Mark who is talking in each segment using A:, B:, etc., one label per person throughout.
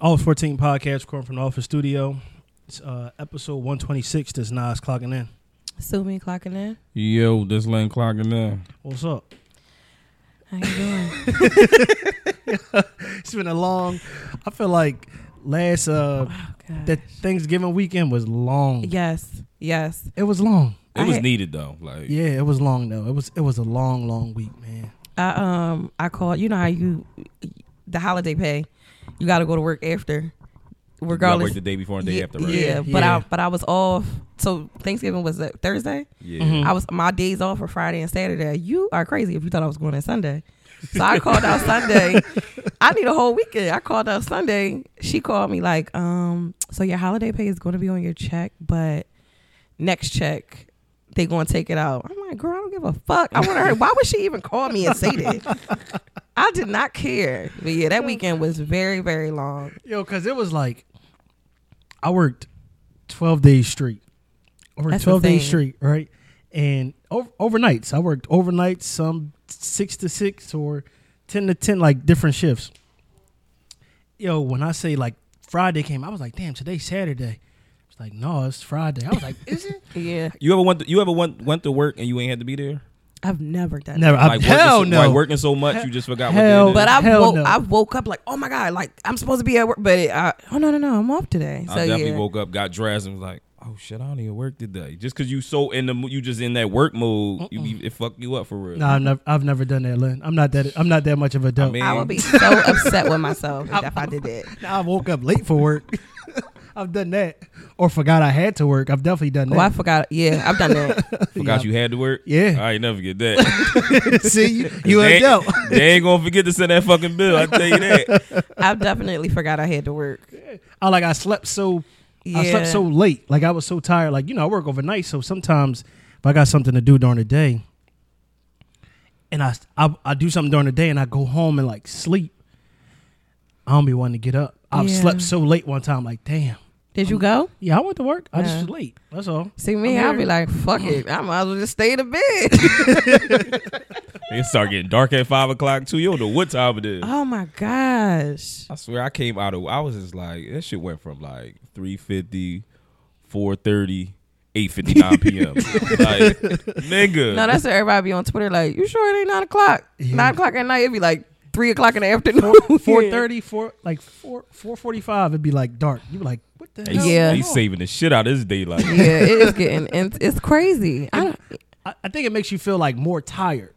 A: All 14 podcast recording from the office studio. It's uh, episode 126. This Nas clocking in.
B: Sylvie clocking in.
C: Yo, this lane clocking in.
A: What's up?
B: How you doing?
A: Uh, It's been a long, I feel like last uh,
B: oh, God.
A: that Thanksgiving weekend was long.
B: yes, yes.
A: It was long.
C: It
B: I
C: was
B: had-
C: needed though. Like
A: Yeah, it was long though. It was it was a long, long week, man.
B: I um I called. You know how you the holiday pay, you got to go to work after,
C: you gotta work
B: regardless.
C: the day before and the day
B: yeah,
C: after, right?
B: yeah, but
A: Yeah.
B: I but I was off. So Thanksgiving was a Thursday.
C: Yeah.
A: Mhm.
B: I was my days off were Friday and Saturday. You are crazy if you thought I was going on Sunday. So I called out Sunday. I need a whole weekend. I called out Sunday. She called me like, um, so your holiday pay is going to be on your check, but next check they going to take it out. I'm like, girl, I don't give a fuck. I want her. Why would she even call me and say that? I did not care. But yeah, that weekend was very very long.
A: Yo, cause it was like I worked twelve days straight. I worked
B: That's
A: twelve days
B: insane.
A: straight, right? And over, overnights, I worked overnights, some six to six or ten to ten, like different shifts. Yo, when I say like Friday came, I was like, damn, today's Saturday. It's like, no, it's Friday. I was like, is it?
B: Yeah,
C: You ever went? To, you ever went went to work and you ain't had to be there?
B: I've never done. that.
A: Never. I,
C: Like
A: Uh, hell
C: working so,
A: no.
C: Like working so much, you just forgot.
A: Hell
C: what day it
B: But
C: is.
B: I
A: Hell
B: woke,
A: no.
B: I woke up like, oh my god, like I'm supposed to be at work, but it, I, oh no no no, I'm off today. So
C: I definitely
B: yeah,
C: woke up, got dressed, and was like, "Oh shit, I don't even work today." Just because you so in the mo- you just in that work mode, you be it fuck you up for real.
A: No, I've never, I've never done that, Lynn. I'm not that. I'm not that much of a dope.
C: mean-
B: I would be so upset with myself if, I did that.
A: Nah, I woke up late for work. I've done that, or forgot I had to work. I've definitely done that.
B: Oh, I forgot. Yeah, I've done that.
C: Forgot you had to work.
A: Yeah.
C: I ain't never forget that.
A: See, you, you
C: they,
A: ain't dope.
C: they ain't gonna forget to send that fucking bill. I tell you that.
B: I've definitely forgot I had to work.
A: I like I slept so I
B: Yeah.
A: slept so late. Like I was so tired. Like you know, I work overnight, so sometimes if I got something to do during the day, and I I, I do something during the day, and I go home and like sleep, I don't be wanting to get up. I
B: Yeah.
A: slept so late one time. Like damn,
B: Did you go?
A: yeah, I went to work. I just
B: Yeah.
A: was late. That's all.
B: See me,
A: I'm
B: I'll be
A: here.
B: like, fuck it. I might as well just stay in the bed.
C: It start getting dark at five o'clock too. You don't know what time it is.
B: oh my gosh.
C: I swear I came out of I was just like that shit went from like 350, 430, 859 p.m. like nigga.
B: No, that's what everybody be on Twitter like, you sure it ain't nine o'clock?
A: Yeah.
B: Nine o'clock at night, it'd be like three o'clock in the afternoon.
A: Four thirty, four like four four forty five. It'd be like dark. You be like, what the hell?
C: he's,
B: Yeah.
C: he's saving the shit out of his daylight.
B: Yeah, it is getting it's, it's crazy. I don't
A: I, I think it makes you feel like more tired.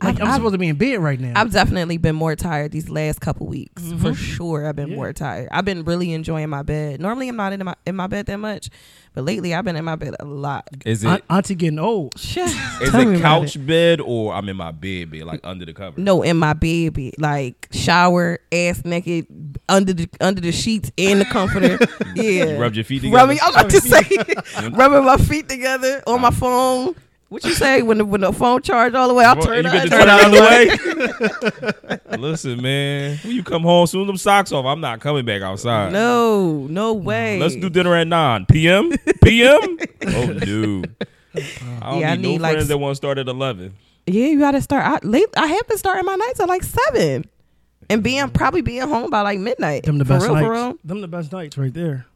A: Like
B: I've-
A: I'm,
B: I've-
A: supposed to be in bed right now.
B: I've definitely been more tired these last couple weeks
C: Mm-hmm.
B: for sure. I've been
A: Yeah.
B: more tired. I've been really enjoying my bed. Normally, I'm not in my in my bed that much, but lately I've been in my bed a lot.
C: Is
A: Aunt-
C: it
A: Auntie getting old.
B: Shit,
C: is
B: Tell me
C: it
B: about
C: couch
B: it.
C: bed or I'm in my bed bed like under the cover?
B: No, in my baby, like shower, ass naked, under the under the sheets in the comforter. yeah,
C: You rubbed your Uh-huh. feet together.
B: rubbing. I was about to say, rubbing my feet together on my phone. What you say when the when the phone charged all the way? I'll
C: Well,
B: turn
C: you
B: it.
C: get to
B: turn it
C: turn out
B: on.
C: the way. Listen, man. When you come home, soon them socks off. I'm not coming back outside.
B: No, no way.
C: Let's do dinner at nine p.m. p.m. oh, dude. I don't
B: Yeah, I
C: need,
B: need,
C: no
B: like,
C: friends that want to start at eleven.
B: Yeah, you gotta start. I late. I have been starting my nights at like seven, and being probably being home by like midnight.
A: Mm-hmm. Them the
B: for
A: best
B: real,
A: nights.
B: for real.
A: Them the best nights right there.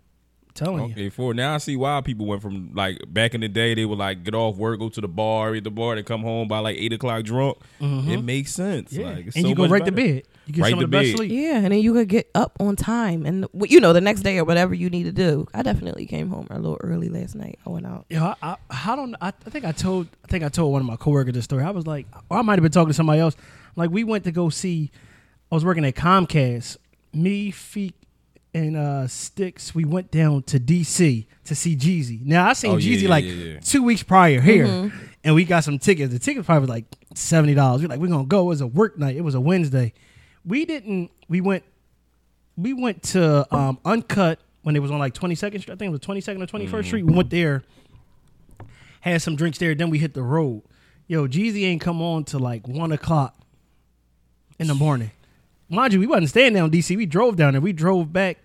A: I'm
B: Oh,
A: telling you.
C: Okay, for now I see why people went from like back in the day they would like get off work, go to the bar, eat the bar, and come home by like eight o'clock drunk.
B: Mm-hmm.
C: It makes sense.
A: Yeah.
C: Like, it's
A: and
C: so
A: you go
C: much
A: right to
C: better.
A: bed. You get
C: Right
A: some of
C: to
A: the best
C: bed.
A: sleep.
B: Yeah, and then you could get up on time, and w- you know the next day or whatever you need to do. I definitely came home a little early last night. I went out.
A: Yo, I, I, I don't. I, I think I told. I think I told one of my coworkers this story. I was like, or I might have been talking to somebody else. Like we went to go see. I was working at Comcast. Me, Feek, and uh Sticks. We went down to DC to see Jeezy. Now I seen
C: Oh, yeah,
A: Jeezy
C: yeah,
A: like
C: yeah, yeah.
A: two weeks prior here, and we got some tickets. The tickets probably was like seventy dollars. We're like, we're gonna go. It was a work night. It was a Wednesday. We didn't. We went we went to um, Uncut when it was on like 22nd Street. I think it was 22nd or 21st Street. We went there, had some drinks there. Then we hit the road. Yo, Jeezy ain't come on till like one o'clock in the morning. Mind you, we wasn't staying down in DC. We drove down there. We drove back.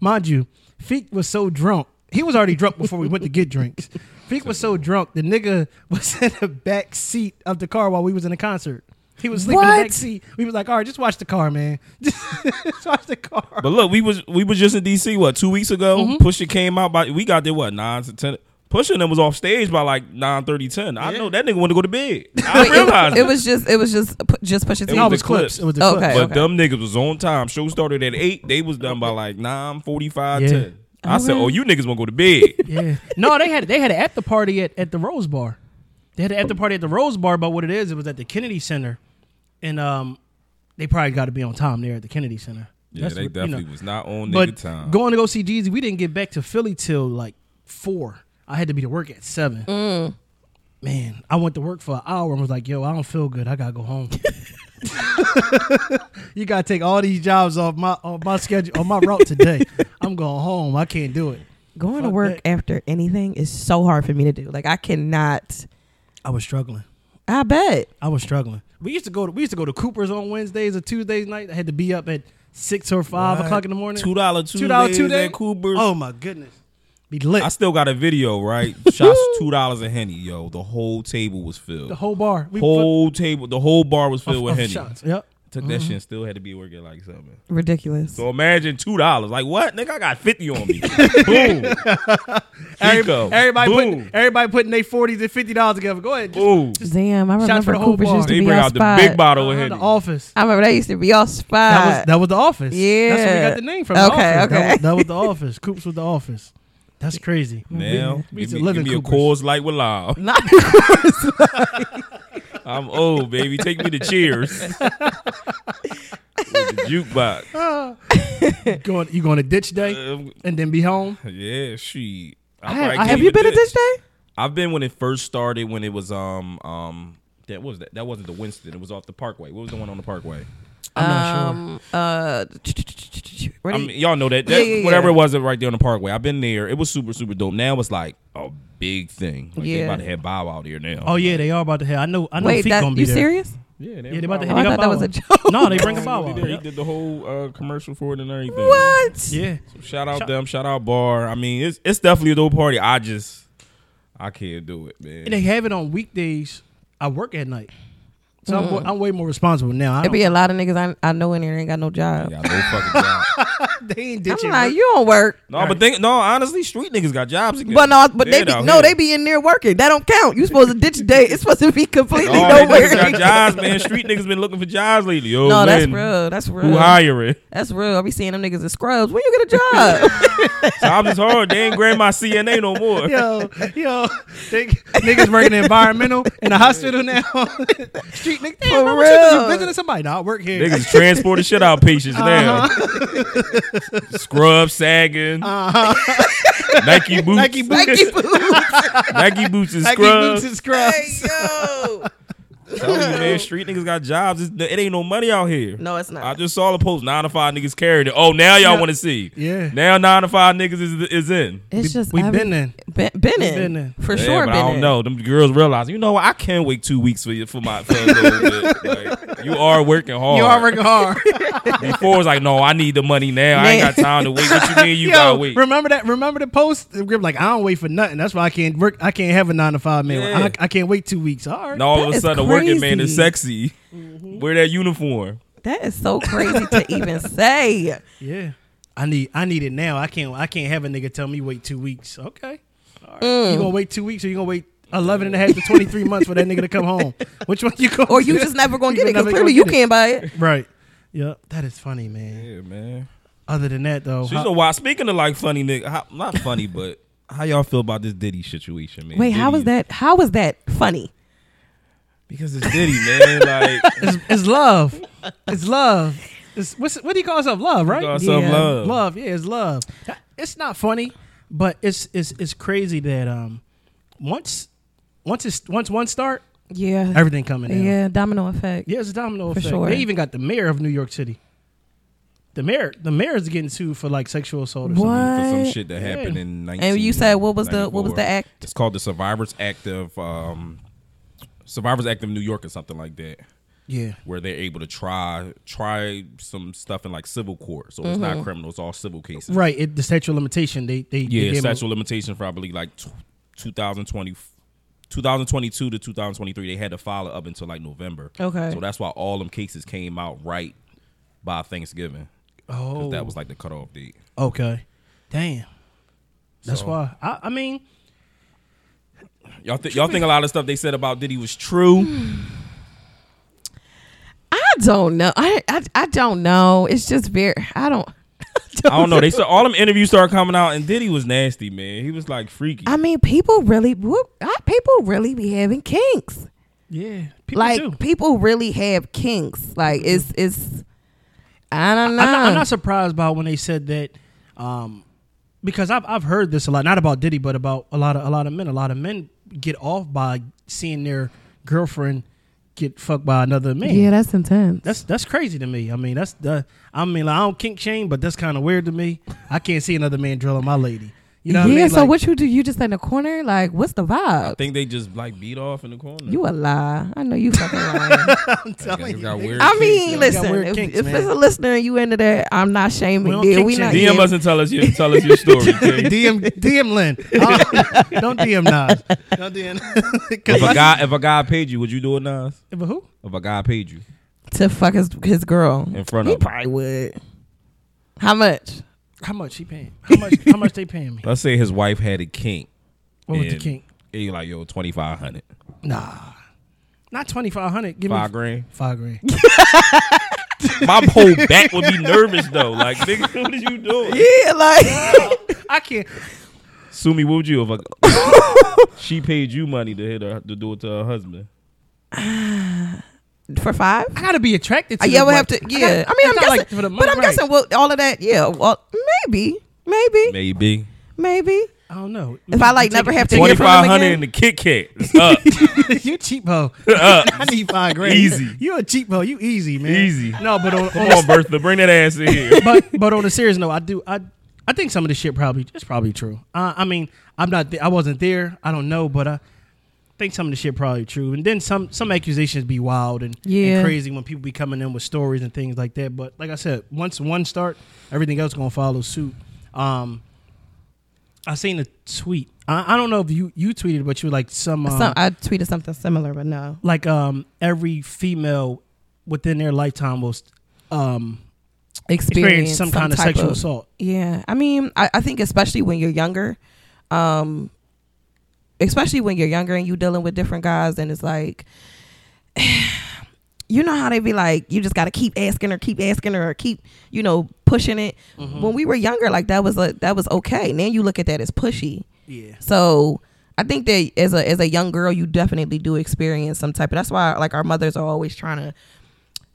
A: Mind you, Feek was so drunk. He was already drunk before we went to get drinks. Feek was so drunk, the nigga was in the back seat of the car while we was in the concert. He was sleeping in the
B: What?
A: back seat. We was like, all right, just watch the car, man. just watch the car.
C: But look, we was we was just in DC what two weeks ago.
B: Mm-hmm.
C: Pusha came out by we got there what nine to ten. Pusha and them was off stage by like 9, 10. I know that nigga wanted to go to bed. I
B: Wait,
C: realized
B: it,
C: it,
B: it was just it was just pu- just Pusha T.
C: was
A: No, it
C: the
A: was clips.
C: clips.
A: It was the
B: Oh, Okay.
A: clips.
C: but them niggas was on time. Show started at eight. They was done by like nine forty five
A: Yeah.
C: ten. I
B: Oh,
C: said,
B: really?
C: "Oh, you niggas want to go to bed?"
A: Yeah. No, they had they had an after party at, at the Rose Bar. They had an after party at the Rose Bar, but what it is, it was at the Kennedy Center, and um, they probably got to be on time there at the Kennedy Center.
C: yeah,
A: That's
C: they
A: what- you know.
C: definitely was not on nigga
A: But
C: time.
A: going to go see Jeezy, we didn't get back to Philly till like four. I had to be to work at seven.
B: Mm.
A: Mm-hmm. Man, I went to work for an hour and was like, "Yo, I don't feel good. I gotta go home." you gotta take all these jobs off my off my schedule on my route today. I'm going home. I can't do it.
B: Going to
A: Fuck
B: work
A: that.
B: after anything is so hard for me to do. Like I cannot.
A: I was struggling.
B: I bet.
A: I was struggling. We used to go to we used to go to Cooper's on Wednesdays or Tuesdays night. I had to be up at six or five
C: What?
A: o'clock in the morning.
C: Two dollar two
A: Two dollar two
C: Tuesday
A: day.
C: at Cooper's.
A: Oh my goodness, be lit.
C: I still got a video right. Shots two dollars a henny, yo. The whole table was filled.
A: the whole bar. We
C: whole table, the whole bar was filled
A: fucked
C: with
A: off
C: henny.
A: shots. Mm-hmm. Yep.
C: Took that shit and still had to be working like something.
B: Ridiculous.
C: So imagine two dollars. Like what, nigga? I got fifty on me. Boom. Chico.
A: Everybody
C: Boom.
A: putting everybody putting their forties and fifty dollars together. Go ahead. Just
C: Boom.
B: Damn, I
A: Shots for
B: remember
A: the whole
B: Cooper's
A: bar.
B: used to
C: They
B: be
C: bring
B: our
C: out the
B: spot.
C: big bottle of
A: uh,
C: henny.
A: the office.
B: I remember that used to be our spot.
A: That was that was the office. That's where we
B: Ah. Yeah.
A: got the name from.
B: Okay,
A: office. That
B: okay.
A: was, that was the office. Coops was the office. That's crazy.
C: Now,
A: we
C: give
A: used to
C: me,
A: live
C: give
A: in
C: me a
A: Cooper's.
C: Coors Light with lime.
B: Not-
C: I'm old, baby. Take me to Cheers. With the jukebox.
A: Going, you going to ditch day
C: Um,
A: and then be home.
C: yeah, she.
A: I had- I had-
C: probably
B: have
C: came
B: you been
C: to
B: at
C: this.
B: this day?
C: I've been when it first started when it was um um that what was that that wasn't the Winston it was off the Parkway what was the one on the Parkway
A: I'm not sure.
B: Um, uh, what
C: I
B: do you-
C: mean, y'all know that
B: Yeah,
C: that
B: yeah,
C: whatever
B: yeah.
C: it was that right there on the Parkway I've been there it was super super dope now it's like a big thing like they
B: Yeah.
C: about to have Bow out here now
A: Oh yeah, they are about to have. I know. I know.
B: wait,
A: Feet
B: that,
A: gonna be
B: you
A: there.
B: serious?
C: yeah
A: Yeah, they about to
B: Oh,
A: have.
B: I
A: they got
B: thought that
A: Bow
B: was a
A: Wow.
B: joke.
A: No, they bring a bow
C: he,
A: out.
C: did, he did the whole uh, commercial for it and everything
B: What?
A: Yeah.
C: So shout out them shout out Bar I mean it's it's definitely a dope party I just I can't do it man
A: And they have it on weekdays. I work at night, so I'm, wa- I'm way more responsible now. I
B: It'd
A: don't,
B: Mm. be a lot of niggas I, I know in here ain't got no job.
C: yeah, no fucking job.
A: they ain't
B: I'm
A: ditching.
B: like,
A: work.
B: you don't work.
C: No, but think no. Honestly, street niggas got jobs again.
B: But no, but they
C: Dead
B: be,
C: out
B: no,
C: here.
B: they be in there working. That don't count. You supposed to ditch day. It's supposed to be completely
C: All
B: no
C: they niggas got
B: work.
C: jobs, man. Street niggas been looking for jobs lately. Yo,
B: No, that's
C: man,
B: real. That's real.
C: Who hiring?
B: That's real. I be seeing them niggas in scrubs. When you get a job?
C: Times is hard. They ain't grandma CNA no more.
A: Yo, yo, they, niggas working in environmental in the hospital now. Street niggas, damn,
B: For
A: bro, what you do? You
B: real.
A: visiting somebody? Nah, I work here.
C: Niggas transporting shit out patients now.
A: Uh-huh.
C: Scrub sagging. Nike boots.
A: Nike boots.
B: Nike boots.
C: Nike boots and
A: Nike
C: scrubs.
A: boots and
B: Hey,
A: scrubs.
B: yo.
C: Tell you, man, street niggas got jobs. It's, it ain't no money out here.
B: No, it's not.
C: I just saw the post. Nine to five niggas carried it. Oh, now y'all
A: Yeah.
C: want to see.
A: Yeah.
C: Now nine to five niggas is, is in.
B: It's
A: We-
B: just
A: we
B: I
A: been in.
B: Been, been in.
A: been in.
B: For
C: Yeah,
B: sure,
C: but
B: been
C: I don't
B: in.
C: know. Them girls realize, you know what? I can wait two weeks for you for my for a little bit. Like, you are working hard.
A: You are working hard.
C: Before it's like, no, I need the money now. I ain't
B: Man.
C: got time to wait. What you mean? You
A: Yo,
C: gotta wait.
A: remember that? Remember the post? The grip like I don't wait for nothing. That's why I can't work. I can't have a nine to five man.
C: Yeah.
A: I, I can't wait two weeks. All right.
C: And all
B: That
C: of a
B: is
C: sudden, a working man is
B: crazy.
C: sexy. Wear that uniform.
B: That is so crazy to even say.
A: Yeah. I need I need it now. I can't I can't have a nigga tell me wait two weeks. Okay. All right.
B: Mm.
A: You gonna wait two weeks or you gonna wait 11 and a half to 23 months for that nigga to come home? Which one you going
B: Or you just never gonna
A: You
B: get it
A: never
B: because clearly
A: gonna
B: you
A: get it.
B: can't buy it.
A: Right. Yeah. That is funny, man.
C: Yeah, man.
A: Other than that though.
C: She's
A: how-
C: a wild. Speaking of like funny nigga, how, not funny, but how y'all feel about this Diddy situation, man?
B: Wait, how
C: Diddy
B: was that? How was that funny?
C: Because it's Diddy, man. Like,
A: it's, it's love. It's love. It's, what's, what do you call yourself? Love, right?
C: call yourself
B: Yeah.
C: love.
A: Love, yeah, it's love. It's not funny, but it's it's it's crazy that um once once it's once one start,
B: Yeah.
A: everything coming in.
B: Yeah, domino effect.
A: Yeah, it's a domino
B: For
A: effect.
B: sure.
A: They even got the mayor of New York City. The mayor, the mayor is getting sued for like sexual assault or something.
C: for some
B: What?
C: shit that happened in 19
B: And you said what was the what was the act?
C: It's called the Survivors Act of um, Survivors Act of New York or something like that,
A: Yeah,
C: where they're able to try try some stuff in like civil court. So it's
B: Mm-hmm.
C: not criminal; it's all civil cases.
A: right. It, the statute of limitation. They they they
C: Yeah,
A: gave him-
C: statute of limitation for I believe like tw 2020, 2022 to 2023, they had to file it up until like November.
B: Okay.
C: So that's why all them cases came out right by Thanksgiving. 'cause
A: Oh,
C: That was like the cutoff date.
A: okay. Damn, that's
C: So-
A: why. I, I mean,
C: Y'all, thi- y'all think a lot of stuff they said about Diddy was true?
B: I don't know. I, I I don't know. It's just very. I don't.
C: I don't know. They said all them interviews started coming out, and Diddy was nasty, man. He was like freaky.
B: I mean, people really, whoop, I- people really be having kinks.
A: yeah, people
B: like
A: do.
B: people really have kinks. Like it's it's. I don't know.
A: I'm not, I'm not surprised by when they said that, um, because I've I've heard this a lot, not about Diddy, but about a lot of a lot of men. A lot of men get off by seeing their girlfriend get fucked by another man.
B: yeah, that's intense.
A: That's that's crazy to me. I mean, that's the. I mean, like, I don't kink shame, but that's kind of weird to me. I can't see another man drilling my lady. You know what
B: yeah.
A: I mean?
B: so
A: Like,
B: what you do? You just in the corner? Like what's the
C: I
B: vibe?
C: think they just like beat off in the corner.
B: You a lie. I know you fucking lying.
A: I'm
C: Like,
A: telling
C: it's
A: you,
C: got
A: nigga.
C: weird
B: I
C: kinks,
B: mean,
C: yo.
A: listen,
B: listen.
A: weird
B: If,
A: kinks,
B: if
A: man.
B: it's a listener and you into that, I'm not
A: We
B: shaming.
A: don't
B: We,
A: kink
B: we
A: shame.
B: not.
C: DM
B: yet.
C: us and tell us your tell us your story. kid.
A: DM DM Lynn. Uh, don't DM Nas. Don't DM. 'Cause
C: if
A: I-
C: a guy if a guy paid you, would you do it, Nas?
A: But who?
C: If a guy paid you
B: to fuck his his girl.
C: in front
B: He
C: of, him.
B: probably would. How much?
A: How much he paying? How much? how much they paying me?
C: let's say his wife had a kink,
A: What was the
C: And-
A: kink?
C: and you like yo twenty five hundred,
A: Nah, not twenty five hundred. Give
C: five
A: me
C: grand.
A: five grand.
C: My whole back would be nervous though. Like nigga, what are you doing?
B: Yeah, like
A: I can't.
C: Sumi, what would you if a, she paid you money to hit her to do it to her husband?
B: for five.
A: I gotta be attracted to.
B: yeah,
A: the
B: we have
A: wife.
B: to. Yeah, I, mean, I'm
A: it's not
B: guessing,
A: like for the
B: but
A: money,
B: I'm
A: right.
B: guessing well, all of that. Yeah, well, maybe, maybe,
C: Maybe
B: maybe.
A: I don't know.
B: If I like never have to
C: twenty
B: hear from
C: five
B: him
C: hundred in
B: again,
C: the Kit Kat. It's up.
A: you cheap hoe. I need five grand.
C: Uh, Easy.
A: You a cheap hoe. You easy man.
C: Easy.
A: No, but on,
C: Come on, Bertha, bring that ass in here.
A: but but on a serious note, I do I I think some of this shit probably it's probably true. Uh, I mean, I'm not th- I wasn't there. I don't know, but I think some of the shit probably true. And then some some accusations be wild and, and
B: Yeah.
A: crazy when people be coming in with stories and things like that. But like I said, once one start, everything else gonna follow suit. Um, I seen a tweet. I, I don't know if you you tweeted, but you were like some, um,
B: some, I tweeted something similar, but no.
A: like um every female within their lifetime will um experience, some, kind of
B: type
A: sexual assault.
B: Yeah, I mean, I, I think especially when you're younger, um, especially when you're younger and you dealing with different guys, and it's like, you know how they be like, you just got to keep asking or keep asking her or keep, you know, pushing it. When we were younger, like that was a that was okay. Now you look at that as pushy.
A: Yeah.
B: So I think that as a as a young girl, you definitely do experience some type of. That's why like our mothers are always trying to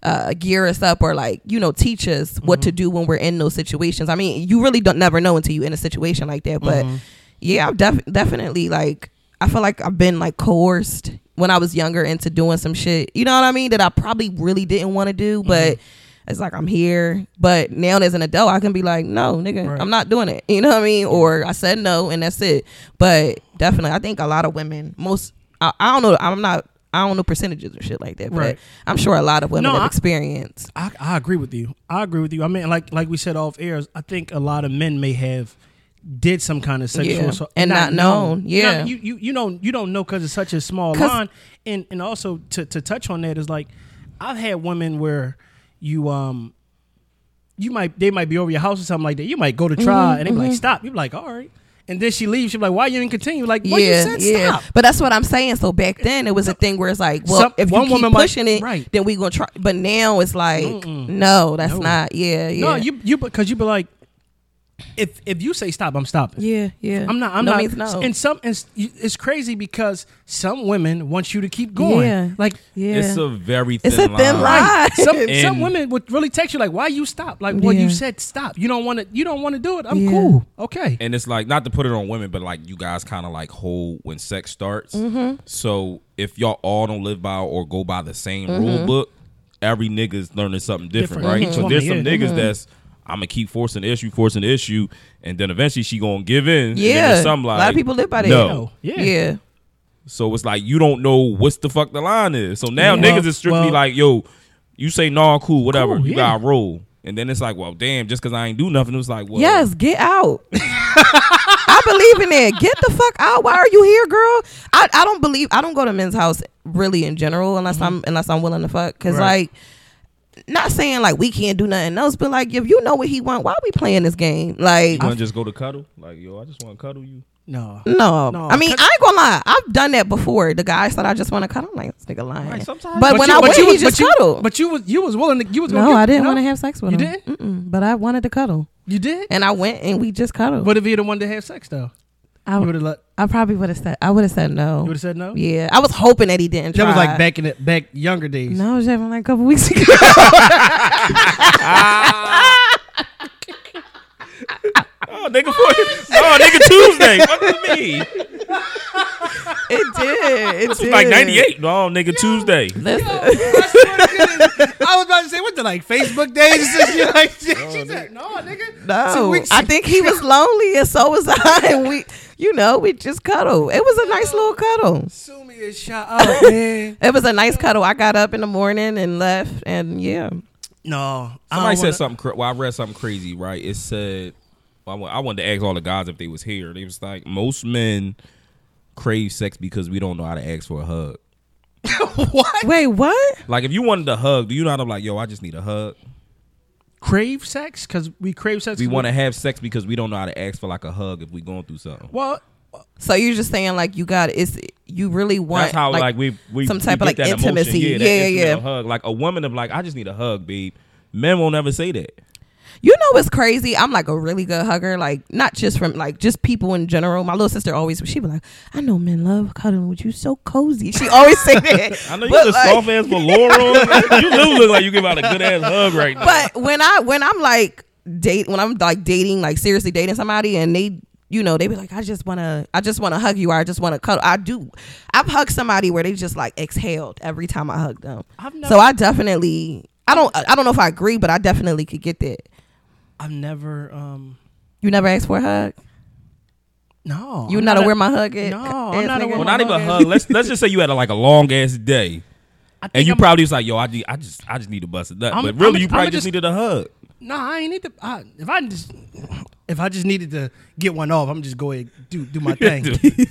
B: uh, gear us up or like you know teach us what
A: Mm-hmm.
B: to do when we're in those situations. I mean, you really don't never know until you're in a situation like that. But
A: Mm-hmm.
B: yeah, I've def- definitely like I feel like I've been like coerced when I was younger into doing some shit. You know what I mean? That I probably really didn't want to
A: Mm-hmm.
B: do, but. It's like I'm here, but now as an adult, I can be like, no, nigga,
A: Right.
B: I'm not doing it. You know what I mean? Or I said no, and that's it. But definitely, I think a lot of women, most, I, I don't know, I'm not, I don't know percentages or shit like that,
A: Right.
B: but I'm sure a lot of women
A: No,
B: have
A: I-
B: experienced.
A: I, I agree with you. I agree with you. I mean, like like we said off airs, I think a lot of men may have did some kind of sexual
B: Yeah,
A: assault
B: and not known. Yeah.
A: No, you, you you don't you don't know because it's such a small
B: 'Cause-
A: line. And and also to to touch on that is like I've had women where you um you might they might be over your house or something like that. You might go to
B: Mm-hmm,
A: try and they be like stop. You be like all right, and then she leaves. She be like why you didn't continue? Like well, you said stop.
B: But that's what I'm saying. So back then it was a thing where it's like, well,
A: Some-
B: if you
A: one
B: keep
A: woman might-
B: pushing it,
A: right.
B: then we gonna try. But now it's like, no, that's not. Yeah, yeah,
A: No, you you because you be like if if you say stop, I'm stopping.
B: yeah, yeah.
A: I'm not. I'm
B: no
A: not.
B: Means no.
A: And some. It's, it's crazy because some women want you to keep going.
B: Yeah.
A: Like
B: yeah,
C: It's a very thin
B: It's a thin line.
A: right. Some some
C: And-
A: women would really text you like, "Why you stop? Like, well,
B: Yeah.
A: you said stop. You don't want to. You don't want to do it. I'm
B: Yeah.
A: cool. Okay.
C: and it's like not to put it on women, but like you guys kind of like hold when sex starts.
B: Mm-hmm.
C: So if y'all all don't live by or go by the same
B: Mm-hmm.
C: rule book, every nigga's learning something different,
A: Different.
C: right?
A: Mhm.
C: So there's some
A: Woman, yeah.
C: niggas that's I'm gonna keep forcing the issue, forcing the issue, and then eventually she gonna give in.
B: yeah.
C: some like
B: a lot of people live by that.
C: No,
A: Yeah.
B: yeah.
C: so it's like you don't know what's the fuck the line is. So now
A: Yeah.
C: niggas is strictly
A: Well-
C: like, yo, you say nah, cool, whatever,
A: Cool,
C: you
A: yeah.
C: gotta roll. And then it's like, well, damn, just because I ain't do nothing, it was like, well,
B: Yes, get out. I believe in it. Get the fuck out. Why are you here, girl? I, I don't believe I don't go to men's house really in general unless I'm unless I'm willing to fuck. Cause
A: Mm-hmm. Right.
B: like not saying like we can't do nothing else, but like if you know what he want, why we playing this game? Like
C: You want to just go to cuddle? Like, yo, I just want to cuddle you.
A: No.
B: no.
A: No,
B: I mean, I
A: cut-
B: ain't gonna lie. I've done that before. The guy said I just want to cuddle. I'm like, this nigga lying.
C: Right,
B: but,
C: sometimes-
B: when
A: you,
B: I went,
A: you
B: he
A: was- but
B: just
A: you,
B: cuddled.
A: But you was you was willing to you was gonna
B: no,
A: get-
B: I didn't
A: no?
B: want to have sex with
A: You
B: him.
A: didn't?
B: Mm-mm, but I wanted to cuddle,
A: You did.
B: and I went and we just cuddled.
A: What if he the one that had sex though?
B: I,
A: You would have let.
B: I probably would have said I would have said no.
A: You would have said no.
B: Yeah, I was hoping that he didn't.
A: That was
B: try.
A: like back in the back younger days.
B: No, it was having like a couple weeks ago.
C: Oh, nigga, for, oh, nigga, Tuesday. Fuck with me.
B: it did. It
C: This was like 98. No, nigga, Tuesday.
B: Listen,
A: I swear to goodness, I was about to say what the like Facebook days and shit, shit like shit. She said, no, nigga. Two
B: no,
A: weeks
B: I think he was lonely, and so was I. And we, you know, we just cuddled. It was a nice little cuddle.
A: Sue me and shut up, man.
B: It was a nice cuddle. I got up in the morning and left, and yeah,
A: No. I
C: Somebody
A: don't wanna-
C: said something. Cra- well, I read something crazy. Right? It said, I wa- I wanted to ask all the guys if they was here. They was like, most men crave sex because we don't know how to ask for a hug.
A: what?
B: Wait, what?
C: Like, if you wanted a hug, do you know how to like, yo, I just need a hug?
A: Crave sex? Because we crave sex.
C: We
A: 'cause
C: want to have sex because we don't know how to ask for like a hug if we going through something.
A: Well,
B: So you're just saying like you got it's you really want
C: That's how like, we we
B: some
C: we
B: type of
C: get
B: like
C: that emotion.
B: intimacy.
C: Yeah, that
B: yeah, yeah,
C: intimate
B: yeah.
C: Hug like a woman of like, I just need a hug, babe. Men won't ever say that.
B: You know what's crazy? I'm like a really good hugger, like not just from like just people in general. My little sister always she be like, I know men love cuddling with you, so cozy. She always say that.
C: I know
B: But,
C: you're a
B: like-
C: soft ass Valoro. you literally look like you give out a good ass hug right now.
B: But when I when I'm like date when I'm like dating like seriously dating somebody and they you know they be like I just wanna I just wanna hug you or I just wanna cuddle. I do. I've hugged somebody where they just like exhaled every time I hug them.
A: I've
B: so
A: never-
B: I definitely I don't I don't know if I agree, but I definitely could get that.
A: I've never. um
B: You never asked for a hug.
A: No.
B: You
A: I'm
B: not, aware my hug is.
A: No, I'm not aware
C: Well,
A: my
C: not even a
A: hug
C: hug. Let's let's just say you had a, like a long ass day,
A: I think
C: and you
A: I'm-
C: probably was like, "Yo, I, need, I just I just need to bust it up."
A: I'm-
C: but really,
A: I'm a-
C: you probably
A: I'm a
C: just,
A: just-
C: needed a hug.
A: No, I ain't need to. I, if I just if I just needed to get one off, I'm just go ahead do do my thing.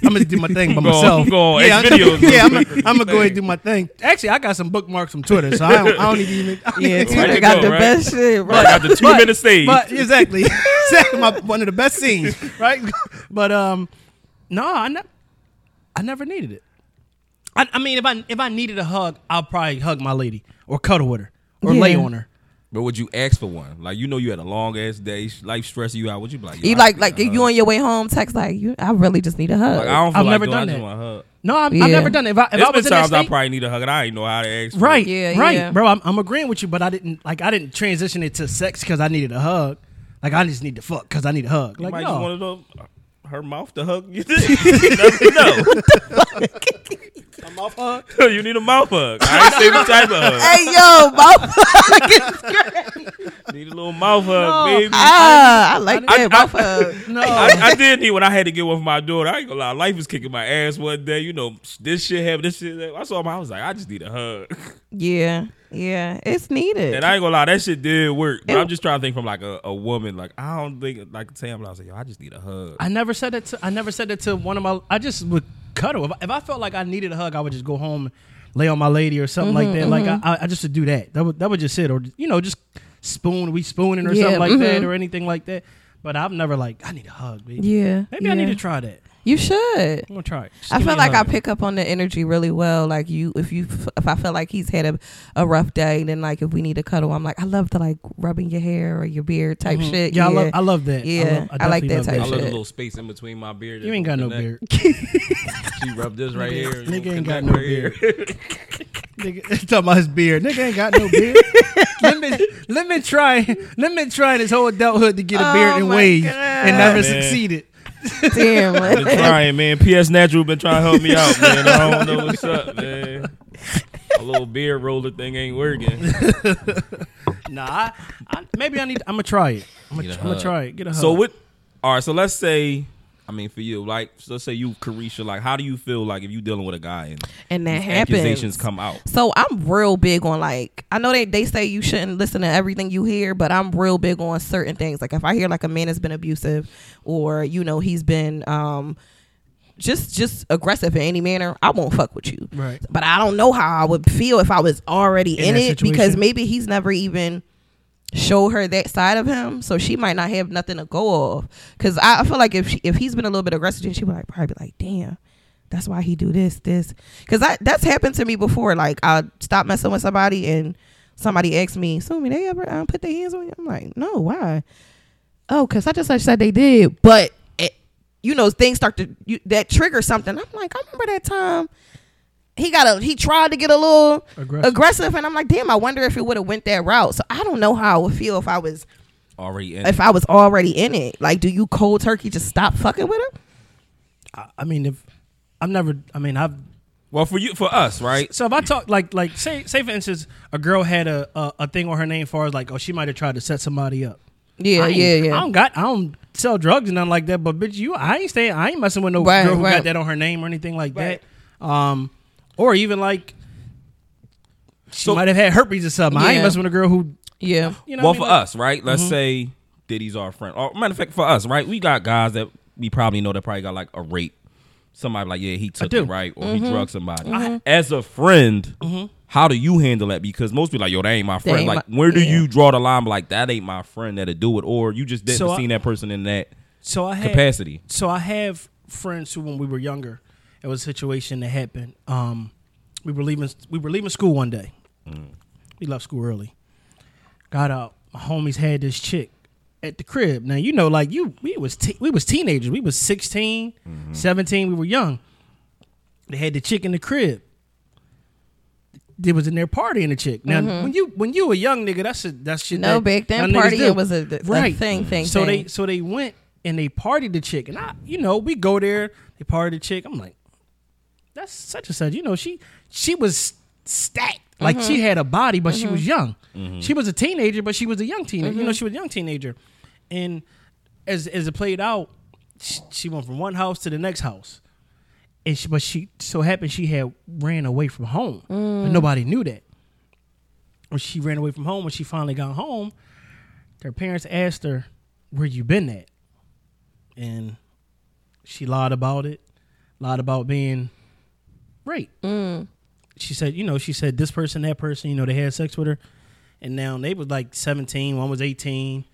A: I'm gonna do my thing by
C: Go on-
A: myself.
C: go on,
A: yeah,
C: X
A: I'm-
C: videos.
A: yeah, I'm, gonna- I'm gonna go ahead and do my thing. Actually, I got some bookmarks from Twitter, so I don't, I don't even. I don't
B: Yeah,
A: even-
C: Twitter
B: Twitter
C: to
B: got
C: go,
B: the
C: right?
B: best shit. Right?
C: Like after two
A: But-
C: minutes stage,
A: But exactly, exactly my, one of the best scenes, right? But um, no, I ne- I never needed it. I, I mean, if I if I needed a hug, I'll probably hug my lady or cuddle with her or lay
B: Yeah.
A: on her.
C: but would you ask for one? Like you know, you had a long ass day, sh- life stressing you out. Would you be like, yo,
B: You
C: I
B: like
C: just
B: like
C: need a
B: if you
C: hug?
B: on your way home, text like you. I really just need a hug.
C: Like, I don't feel
A: I've
C: like
A: never
C: doing, I
A: done
C: just
A: that.
C: want a hug.
A: No, I've,
B: Yeah.
A: I've never done it. If I, if
C: There's
A: I
C: been
A: was in that
C: times I
A: state,
C: probably need a hug, and I ain't know how to ask. for
A: Right,
C: it.
B: Yeah,
A: right,
B: yeah.
A: bro. I'm, I'm agreeing with you, but I didn't like. I didn't transition it to sex because I needed a hug. Like I just need to fuck because I need a hug.
C: You
A: Like
C: might
A: no,
C: just wanted to, her mouth to hug you. you never know. you need a mouth hug. I ain't say what type of hug.
B: hey yo, my,
C: Need a little mouth hug,
A: No,
C: baby.
B: ah, I like
C: I-
B: that. My hug.
A: no.
C: I, I did need when I had to get one for my daughter. I ain't gonna lie, life was kicking my ass one day. You know, this shit happened. This shit. happened. I saw my. I was like, I just need a hug.
B: Yeah, yeah, it's needed.
C: And I ain't gonna lie, that shit did work. But
B: It-
C: I'm just trying to think from like a, a woman. Like I don't think like Tam. I was like, yo, I just need a hug.
A: I never said that to I never said that to one of my I just would cuddle. If I, if I felt like I needed a hug, I would just go home, lay on my lady or something like
B: Mm-hmm,
A: that. Like I- I, I just would do that. That would that would just it. Or you know, just spoon we spooning or
B: Yeah,
A: something like that
B: mhm.
A: or anything like that. But I've never like I need a hug, baby.
B: yeah,
A: Maybe I need to try that.
B: You should.
A: I'm gonna try it. Just
B: I
A: give
B: feel
A: me a
B: like I
A: hug.
B: pick up on the energy really well. Like you, if you, if I feel like he's had a, a rough day, then like if we need to cuddle, I'm like I love the like rubbing your hair or your beard type
A: Mhm.
B: shit.
A: Yeah, I love I love that.
B: Yeah,
A: love-
B: I like
A: definitely
B: that
A: love
B: type
C: I
B: shit.
C: love the little space in between my beard.
A: You ain't got no beard.
C: She rubbed this right here. and
A: Nigga ain't got
C: connect
A: no
C: right here.
A: beard. Nigga, talking about his beard. Nigga ain't got no beard. lemon, lemon try, lemon trying his whole adulthood to get a
B: Oh
A: beard in
B: my
A: waves and
B: God.
A: never
C: Man.
A: succeeded.
B: Damn.
C: Been trying, man. PS Natural been trying to help me out, man. I don't know what's up, man. A little beard roller thing ain't working.
A: Nah, I, I, maybe I need. I'm gonna try it. I'm
C: Get
A: gonna,
C: a
A: I'm gonna
C: hug.
A: try it. Get a hug.
C: So what? All right. So let's say I mean, for you, like, so let's say you, Carisha, like, how do you feel like if you dealing with a guy and
B: and that
C: these
B: happens.
C: accusations come out?
B: So I'm real big on like I know they they say you shouldn't listen to everything you hear, but I'm real big on certain things. Like if I hear like a man has been abusive, or you know he's been um just just aggressive in any manner, I won't fuck with you.
A: Right.
B: But I don't know how I would feel if I was already
A: In
B: in,
A: that
B: it because
A: situation.
B: maybe he's never even show her that side of him, so she might not have nothing to go off. Because I, I feel like if she, if he's been a little bit aggressive, then she would like probably be like, damn. That's why he do this, this, because that's happened to me before. Like I stop messing with somebody, and somebody asked me, "So, they ever um, put their hands on you?" I'm like, "No, why?" Oh, because I just like said they did, but it, you know, things start to you, that trigger something. I'm like, I remember that time he got a he tried to get a little
A: Aggressive.
B: aggressive, and I'm like, damn, I wonder if it would have went that route. So I don't know how I would feel if I was
C: Already in.
B: if I was already in it. Like, do you cold turkey just stop fucking with her?
A: I, I mean, if I'm never, I mean, I've.
C: well, for you, for us, right?
A: So if I talk like like say say for instance, a girl had a a, a thing on her name, far as like, oh, she might have tried to set somebody up.
B: Yeah,
A: I ain't-
B: yeah, yeah.
A: I don't got. I don't sell drugs and nothing like that. But bitch, you, I ain't staying. I ain't messing with no
B: Right,
A: girl who got
B: right.
A: that on her name or anything like
C: Right.
A: that. Um, or even like she
C: So-
A: might have had herpes or something. I ain't
B: Yeah.
A: messing with a girl who.
B: yeah.
A: You know
C: well,
A: what I
C: for
A: mean? Mm-hmm.
C: us, right? Let's say Diddy's our friend. Or matter of fact, for us, right? We got guys that we probably know that probably got like a rape. Somebody like, yeah, he took
A: do. Mm-hmm.
C: it, right? Or he drugged somebody. As a friend, how do you handle that? Because most people like, yo, that ain't my friend.
B: ain't
C: like,
B: my-
C: where do
B: yeah.
C: you draw the line? Like, that ain't my friend that'll do it, or you just didn't
A: So I-
C: see that person in that
A: So I had
C: capacity.
A: so I have friends who, when we were younger, it was a situation that happened. Um, we were leaving. We were leaving school one day. We left school early. Got out. My homies had this chick at the crib. Now you know, like you, we was te- we was teenagers. We was 16, 17. We were young. They had the chick in the crib. They was in there partying the chick. Now when you when you a young nigga, that's a that's shit.
B: Mm-hmm. No,
A: that
B: back then
A: young niggas do.
B: partying was a, a thing, thing,
A: So
B: thing.
A: they so they went and they partied the chick, and I, you know, we go there, they party the chick. I'm like, that's such and such. You know, she she was stacked, like
B: Mm-hmm.
A: she had a body, but she was young. She was a teenager, but she was a young teenager.
B: Mm-hmm.
A: You know, she was a young teenager, and as as it played out, she, she went from one house to the next house, and she, but she so happened she had ran away from home, but nobody knew that. When she ran away from home, when she finally got home, her parents asked her, "Where you been at?" And she lied about it, lied about being raped. She said, you know, she said this person, that person, you know, they had sex with her, and now they was like seventeen, one was eighteen,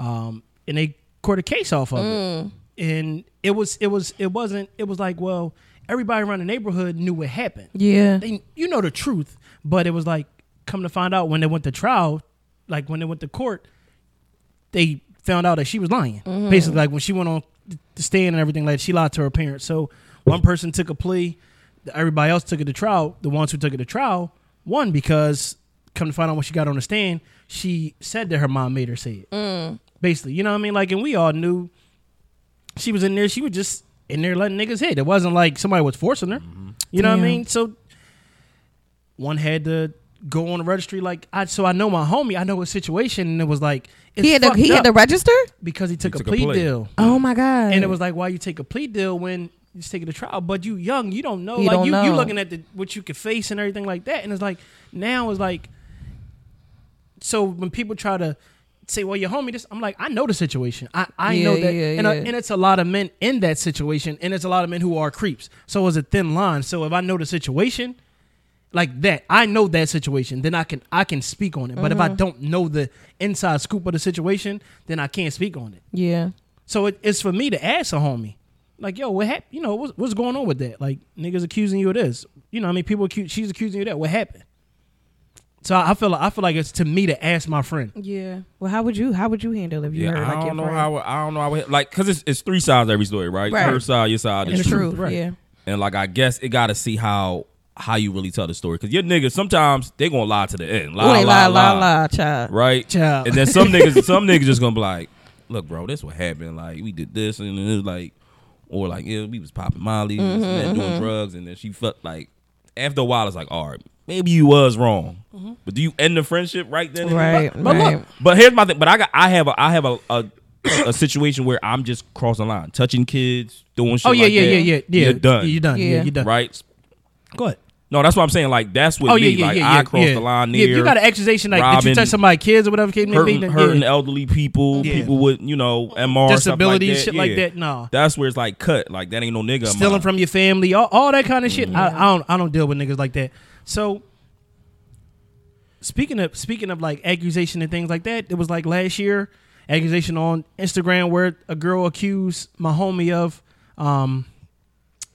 A: um, and they court a case off of it, and it was, it was, it wasn't, it was like, well, everybody around the neighborhood knew what happened
B: Yeah.
A: they you know the truth, but it was like come to find out when they went to trial, like when they went to court, they found out that she was lying. Basically, like when she went on the stand and everything, like she lied to her parents. So one person took a plea, everybody else took it to trial. The ones who took it to trial won because come to find out when she got on the stand, she said that her mom made her say it. Basically, you know what I mean? Like, and we all knew she was in there. She was just in there letting niggas hit. It wasn't like somebody was forcing her. You know what I
B: Damn.
A: mean? So one had to go on the registry. Like, I so I know my homie. I know his situation, and it was like it's
B: He had to,
A: fucked
B: he
A: up
B: had to register.
A: because he took,
C: took
A: a,
C: a
A: plea
C: plea.
A: deal,
B: Oh my god.
A: and it was like why you take a plea deal when you just take it to trial, but you young, you don't know.
B: You
A: like
B: don't
A: you, you
B: know.
A: looking at the, what you could face and everything like that, and it's like now it's like so when people try to. Say well, your homie. This I'm like I know the situation. I, I know
B: Yeah,
A: that,
B: yeah,
A: and, I-
B: yeah.
A: and it's a lot of men in that situation, and it's a lot of men who are creeps. So it's a thin line. So if I know the situation, like that i know that situation then i can i can speak on it but if
B: Mm-hmm.
A: i don't know the inside scoop of the situation then i can't speak on it
B: yeah.
A: so it, it's for me to ask a homie like yo what happened you know what's, what's going on with that like niggas accusing you of this you know what i mean people accuse she's accusing you of that what happened so I, I feel like i feel like it's to me to ask my friend
B: Yeah. Well, how would you how would you handle if you
C: Yeah,
B: heard like
C: I
B: your
C: don't know
B: friend?
C: how I don't know how it- like because it's it's three sides to every story, right?
B: Right.
C: Her side, your side, the
B: the
C: truth.
B: truth,
A: right.
B: yeah.
C: And like I guess it gotta see how how you really tell the story. Cause your niggas sometimes they gonna lie to the end. Lie,
B: Oh, they
C: lie,
B: lie, lie, lie, child.
C: Right?
A: Child.
C: And then some niggas some niggas just gonna be like, look, bro, this what happened. Like we did this and it was like or like, yeah, we was popping Molly, this and
A: Mm-hmm,
C: that, doing drugs, and then she felt like after a while it's like, all right, maybe you was wrong.
A: Mm-hmm.
C: But do you end the friendship right then? and there?
B: Right,
C: But, but
B: right.
C: look, but here's my thing. But I got I have a I have a, a a situation where I'm just crossing the line, touching kids, doing
A: Oh
C: shit.
A: yeah,
C: like
A: yeah,
C: that,
A: yeah, yeah, yeah.
C: You're done,
A: You're done. Yeah,
B: Yeah.
A: you're done.
C: right?
A: Go ahead.
C: No, that's what I'm saying. Like that's what
A: Oh
C: me.
A: yeah, yeah,
C: like
A: yeah, yeah.
C: I crossed
A: yeah.
C: the line
A: Yeah,
C: there.
A: if you got an accusation like did you
C: robbing-
A: touch somebody's kids or whatever, case may be,
C: hurting,
A: then,
C: hurting
A: yeah.
C: elderly people,
A: Yeah.
C: people with you know MR
A: disabilities,
C: stuff
A: shit
C: like
A: like
C: that.
A: that. No,
C: That's where it's like cut. Like that ain't no nigga. of
A: stealing
C: mine. Mm-hmm.
A: from your family, all, all that kind of shit. I, I don't I don't deal with niggas like that. So speaking of speaking of like accusation and things like that, it was like last year accusation on Instagram where a girl accused my homie of um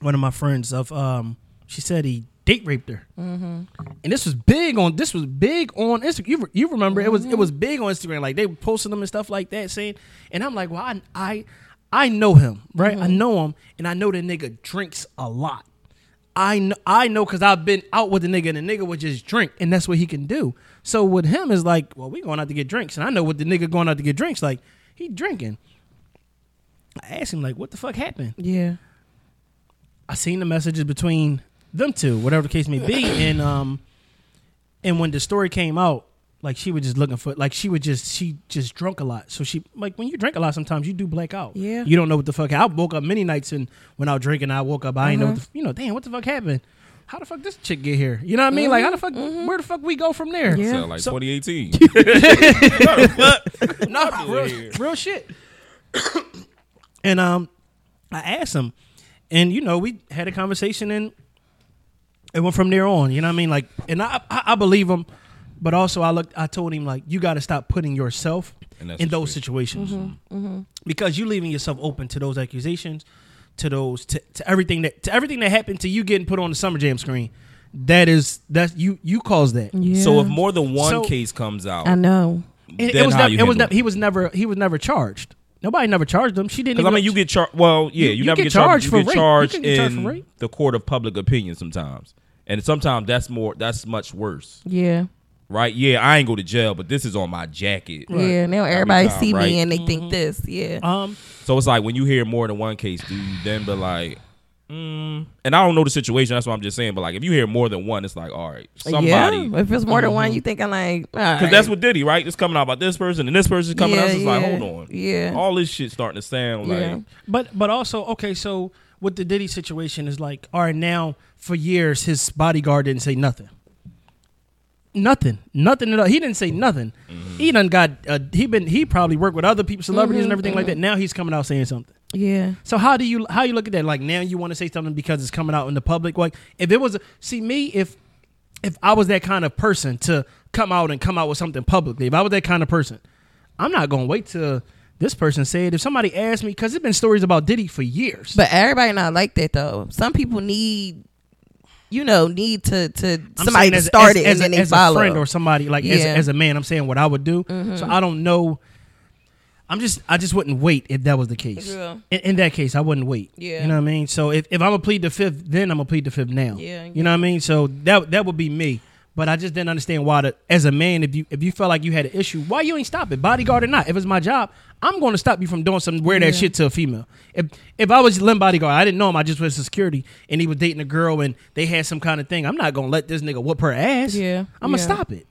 A: one of my friends of um she said he date raped her. And this was big on this was big on Instagram. You, re- you remember it was it was big on Instagram. Like they were posting them and stuff like that, saying. And I'm like, well, I I, I know him, right? I know him, and I know the nigga drinks a lot. I know, I know, cause I've been out with the nigga, and the nigga would just drink, and that's what he can do. So with him is like, well, we going out to get drinks, and I know what the nigga going out to get drinks. Like he drinking. I asked him like, what the fuck happened?
B: Yeah.
A: I seen the messages between them two, whatever the case may be, and um, and when the story came out, like she was just looking for, like she was just she just drunk a lot. So she like when you drink a lot, sometimes you do black out.
B: Yeah.
A: you don't know what the fuck. I woke up many nights and when I was drinking, I woke up, I ain't know
B: Uh-huh.
A: what the, you know. Damn, what the fuck happened? How the fuck this chick get here? You know what I mean? Like how the fuck? Where the fuck we go from there?
B: Mm-hmm. Yeah.
C: Sound like
A: So-
C: 2018.
A: no, real,
C: here.
A: real shit. and um, I asked him, and you know, we had a conversation, and it went from there on. You know what I mean? Like, and I I, I believe him, but also I looked, I told him like, you got to stop putting yourself
C: In
A: in,
C: that
A: those situations because you leaving yourself open to those accusations, to those to, to everything that to everything that happened to you getting put on the summer jam screen. That is that's you you caused that.
B: Yeah.
C: So if more than one
A: So-
C: case comes out,
B: I know.
A: And it
C: then
A: was
C: how
A: never,
C: you
A: it was
C: handle
A: never, he was never he was never charged. Nobody never charged him. She didn't.
C: Because I
A: even-
C: mean, you get charged. Well, yeah,
A: You-
C: you,
A: you
C: never
A: get
C: get
A: charged
C: charged.
A: for
C: You get
A: rape. You
C: charged
A: can get charged for
C: in
A: rape.
C: the court of public opinion sometimes, and sometimes that's more. That's much worse,
B: Yeah.
C: right? Yeah, I ain't go to jail, but this is on my jacket.
B: Yeah. Now
C: Every
B: everybody
C: time,
B: see
C: right? Mm-hmm.
B: me and they think this. Yeah.
A: um
C: So it's like when you hear more than one case, do you then be like, mm. and I don't know the situation. That's what I'm just saying. But like, if you hear more than one, it's like, all right, somebody. Mm-hmm.
B: Yeah. If it's more than one, you thinking like. Because
C: Cause that's what Diddy, right? It's coming out about this person and this person's coming out.
B: Yeah,
C: It's like,
B: yeah,
C: hold on,
B: yeah.
C: all this shit starting to sound like,
B: Yeah.
A: but but also okay, so with the Diddy situation is like, all right, now for years his bodyguard didn't say nothing. Nothing, nothing at all. He didn't say nothing.
C: Mm-hmm.
A: He done got. Uh, he been. He probably worked with other people, celebrities, and everything like that. Now he's coming out saying something.
B: Yeah.
A: So how do you how you look at that? Like now you want to say something because it's coming out in the public. Like if it was see me if if I was that kind of person to come out and come out with something publicly, if I was that kind of person, I'm not gonna wait till this person said. If somebody asked me, because there's been stories about Diddy for years.
B: But everybody not like that though. Some people need, you know, need to to
A: I'm
B: somebody
A: saying
B: to
A: as-
B: start
A: as-
B: it
A: as
B: and then
A: a-
B: they
A: as
B: follow.
A: a friend or somebody like as, a,
B: Yeah. Mm-hmm.
A: as a man. I'm saying what I would do. So I don't know. I'm just I just wouldn't wait if that was the case.
B: Yeah.
A: In, in that case, I wouldn't wait.
B: Yeah.
A: You know what I mean? So if, if I'm gonna plead the fifth, then I'm gonna plead the fifth now.
B: Yeah,
A: You know what I mean? So that that would be me. But I just didn't understand why the, as a man, if you if you felt like you had an issue, why you ain't stop it? Bodyguard or not. If it's my job, I'm gonna stop you from doing some weird ass
B: Yeah.
A: shit to a female. If if I was Lim bodyguard, I didn't know him, I just was security and he was dating a girl and they had some kind of thing. I'm not gonna let this nigga whoop her ass.
B: Yeah,
A: I'm gonna
B: yeah.
A: stop it.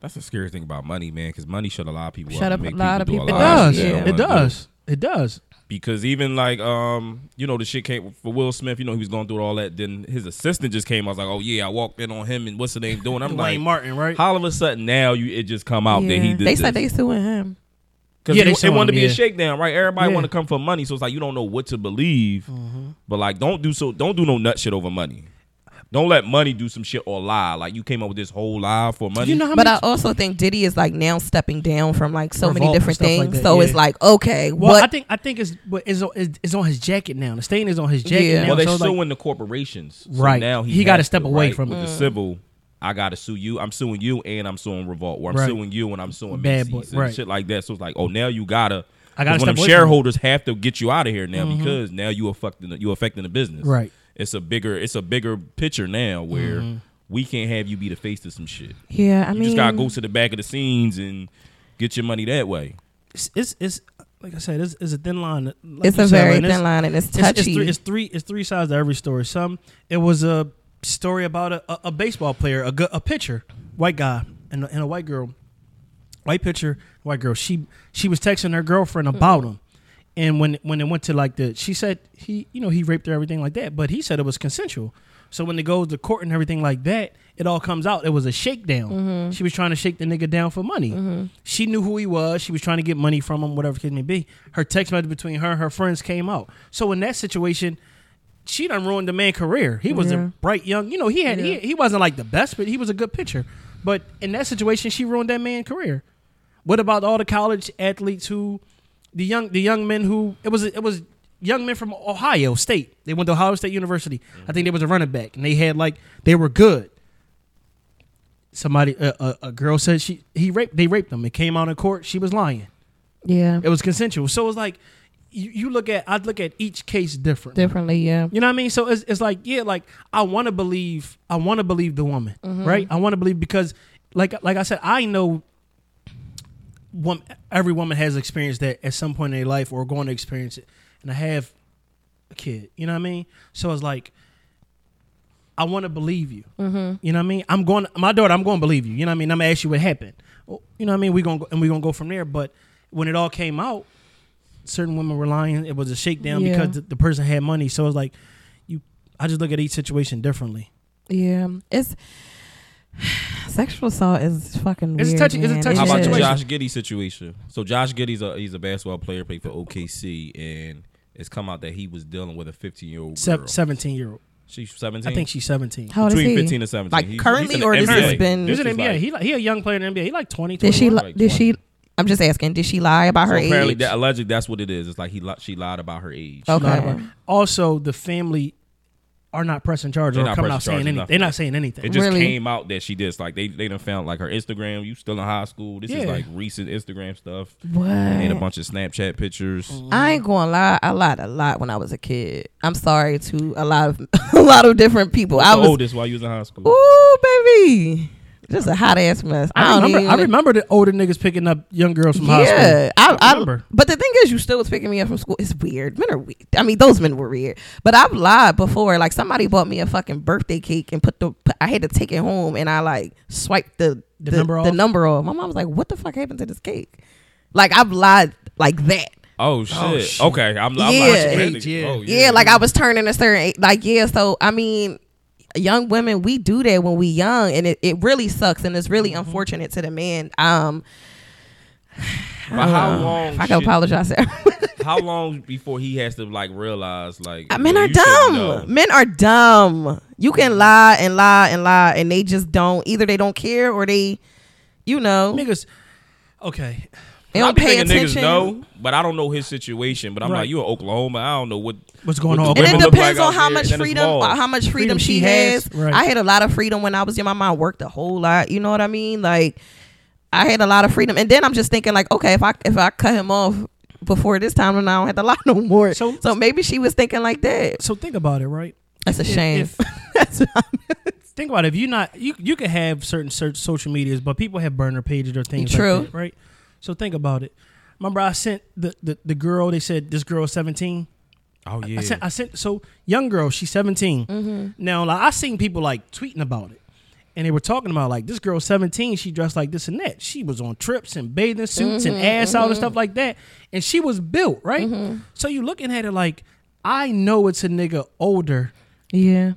C: That's the scary thing about money, man. Because money shut a lot of people
B: Shut up
C: up. and
B: a
C: make
B: lot of
C: do
B: people
A: It
B: Oh,
C: lot of
A: does.
C: shit they
B: yeah.
A: It
C: don't wanna do.
A: does. It does.
C: Because even like um, you know, the shit came for Will Smith. You know, he was going through all that. Then his assistant just came. I was like, oh yeah, I walked in on him and what's the name doing? I'm
A: Dwayne
C: like,
A: Martin, right?
C: How all of a sudden now you it just come out
B: yeah.
C: that Oh, he did.
B: they said
C: this.
B: they suing him.
C: Cause
A: Yeah,
C: it-
A: they
C: it
A: suing
C: wanted to be
A: him,
C: a
A: yeah.
C: shakedown, right? Everybody
A: Yeah. Mm-hmm.
C: want to come for money, so it's like you don't know what to believe. But like, don't do so. Don't do no nut shit over money. Don't let money do some shit or lie. Like you came up with this whole lie for money.
A: You know how
B: But
A: many
B: I also think Diddy is like now stepping down from like so
A: Revolt
B: many
A: and
B: different
A: stuff like
B: things.
A: that,
B: so
A: yeah.
B: it's like okay,
A: Well,
B: what?
A: I think I think it's but it's on, it's, it's on his jacket now. The stain is on his jacket
B: Yeah.
A: now.
C: well, they
A: so it's like-
C: suing the corporations, So
A: Right.
C: Now he,
A: He gotta
C: has
A: step away
C: right?
A: from
C: With
A: it.
C: the civil. I gotta sue you. I'm suing you, and I'm suing Revolt, or I'm
A: Right.
C: suing you, and I'm suing
A: Bad
C: Macy's,
A: boy,
C: and
A: right.
C: shit like that. So it's like, oh, now you gotta.
A: I gotta step
C: 'cause One
A: away
C: of them
A: from it. Mm-hmm.
C: shareholders have to get you out of here now because now you affecting the, you affecting the business.
A: Right.
C: It's a bigger it's a bigger picture now where we can't have you be the face to some shit.
B: yeah, Mm-hmm. I
C: You
B: mean,
C: just gotta go to the back of the scenes and get your money that way.
A: it's, it's it's like I said, it's, it's a thin line. Like
B: it's
A: you said,
B: a very
A: Lynn, it's-
B: thin line and it's
A: It's, it's
B: touchy.
A: three, it's three it's three sides to every story. Some it was a story about a, a, a baseball player, a gu- a pitcher, white guy and a, and a white girl. white picture, white girl. She she was texting her girlfriend about him, and when when it went to like the, she said he you know he raped her everything like that, but he said it was consensual. So when it goes to court and everything like that, it all comes out. It was a shakedown. She was trying to shake the nigga down for money. She knew who he was. She was trying to get money from him, whatever the case may be. Her text message between her and her friends came out. So in that situation, she done ruined the man career. He was
B: Yeah.
A: a bright young, you know, he had he, he wasn't like the best, but he was a good pitcher. But in that situation, she ruined that man career. What about all the college athletes who the young the young men who it was it was young men from Ohio State. They went to Ohio State University. I think they was a running back and they had like they were good. Somebody a, a, a girl said she he raped they raped them. It came out in court. She was lying.
B: Yeah.
A: It was consensual. So it's like you, you look at I look at each case different.
B: Differently, yeah.
A: You know what I mean? So it's, it's like, yeah, like I want to believe, I want to believe the woman, right? I want to believe because, like, like I said, I know, one every woman has experienced that at some point in their life or going to experience it, and I have a kid. You know what I mean? So it's like, I want to believe you. You know what I mean? I'm going, my daughter, I'm going to believe you. You know what I mean? I'm gonna ask you what happened. Well, You know what I mean? We gonna go, and we gonna go from there. But when it all came out, certain women were lying. It was a shakedown
B: Yeah.
A: because the, the person had money. So it's like you. I just look at each situation differently.
B: Yeah. It's sexual assault is fucking
A: It's a
B: weird,
A: touchy- it's a
B: man.
A: touchy
C: How
B: It is.
C: about the
A: situation.
C: Josh Giddy situation? So Josh Giddy's a he's a basketball player, played for OKC, and it's come out that he was dealing with a 15 year old
A: Se-
C: girl.
A: Seventeen year old.
C: She's 17.
A: I think she's seventeen.
B: How old is
C: between
B: he?
C: 15 and 17.
B: Like, currently,
C: in the
B: or this
C: NBA.
B: has been-
A: He's
C: This
A: in
C: is
A: NBA.
C: like-
A: he like, he a young player in the NBA. He like twenty.
B: Did she?
A: 21.
B: Li- did she? I'm just asking. Did she lie about her
C: so apparently,
B: age?
C: that, allegedly, that's what it is. It's like he li- she lied about her age.
B: okay.
A: Also, the family are not pressing charges
C: They're
A: or
C: not
A: coming
C: pressing
A: out saying
C: charges,
A: anything.
C: nothing.
A: They're not saying anything.
C: It just
B: Really?
C: came out that she did. Like they they done found like her Instagram. You still in high school. This
A: Yeah.
C: is like recent Instagram stuff. And a
B: What?
C: bunch of Snapchat pictures.
B: I ain't gonna lie. I lied a lot when I was a kid. I'm sorry to a lot of a lot of different people. I
C: I the
B: was.
C: oldest while you was in high school.
B: Ooh, baby, just a hot ass mess. I,
A: I
B: don't
A: remember.
B: even.
A: I remember the older niggas picking up young girls from high school.
B: Yeah, I, I,
A: remember.
B: But the thing is, you still was picking me up from school. It's weird. Men are weird. I mean, those men were weird. But I've lied before. Like somebody bought me a fucking birthday cake and put the. put- I had to take it home, and I like swiped the
A: The number
B: The
A: off?
B: number off. My mom was like, "What the fuck happened to this cake?" Like I've lied like that.
C: Oh shit.
A: shit.
C: Okay. I'm, I'm like,
B: Yeah.
C: Age,
A: Yeah.
C: Oh,
B: Yeah, like I was turning a certain age. Like yeah, so I mean. Young women, we do that when we young, and it, it really sucks, and it's really
A: Mm-hmm.
B: unfortunate to the man. Um,
C: But how long?
B: if I can
C: should-
B: apologize. to everybody.
C: How long before he has to like realize like
B: Uh, Men
C: yo,
B: are
C: you shouldn't know.
B: dumb. Men are dumb. You can lie and lie and lie, and they just don't. Either they don't care or they, you know,
A: Niggas. Okay.
B: they
C: I
B: don't
C: be
B: pay
C: thinking
B: attention.
C: niggas know, but I don't know his situation. But I'm
A: Right.
C: like, you in Oklahoma? I don't know what
A: What's going
C: what
A: on?
C: the
B: And
A: Women
B: it
C: look
B: depends
C: like
B: on
C: out
B: how
C: here.
B: much
C: Then it's
B: freedom,
C: laws.
B: uh, how much freedom,
A: Freedom
B: she,
A: she
B: has.
A: has, right.
B: I had a lot of freedom when I was your mama. I worked a whole lot. You know what I mean? Like, I had a lot of freedom, and then I'm just thinking like, okay, if I if I cut him off before this time, then I don't have to lie no more. So,
A: So-
B: maybe she was thinking like that.
A: So think about it, right?
B: That's a
A: If-
B: shame.
A: if-
B: That's what I'm-
A: think about it. If you not you you can have certain search social medias, but people have burner pages or things
B: True.
A: like that, right? So think about it. Remember, I sent the the, the girl. They said this girl is seventeen.
C: Oh yeah.
A: I sent I sent so young girl. She's 17
B: Mm-hmm.
A: Now like, I seen people like tweeting about it, and they were talking about like this girl seventeen. She dressed like this and that. She was on trips and bathing suits and ass out and stuff like that. And she was built right. So you looking at it like I know it's a nigga older
B: yeah,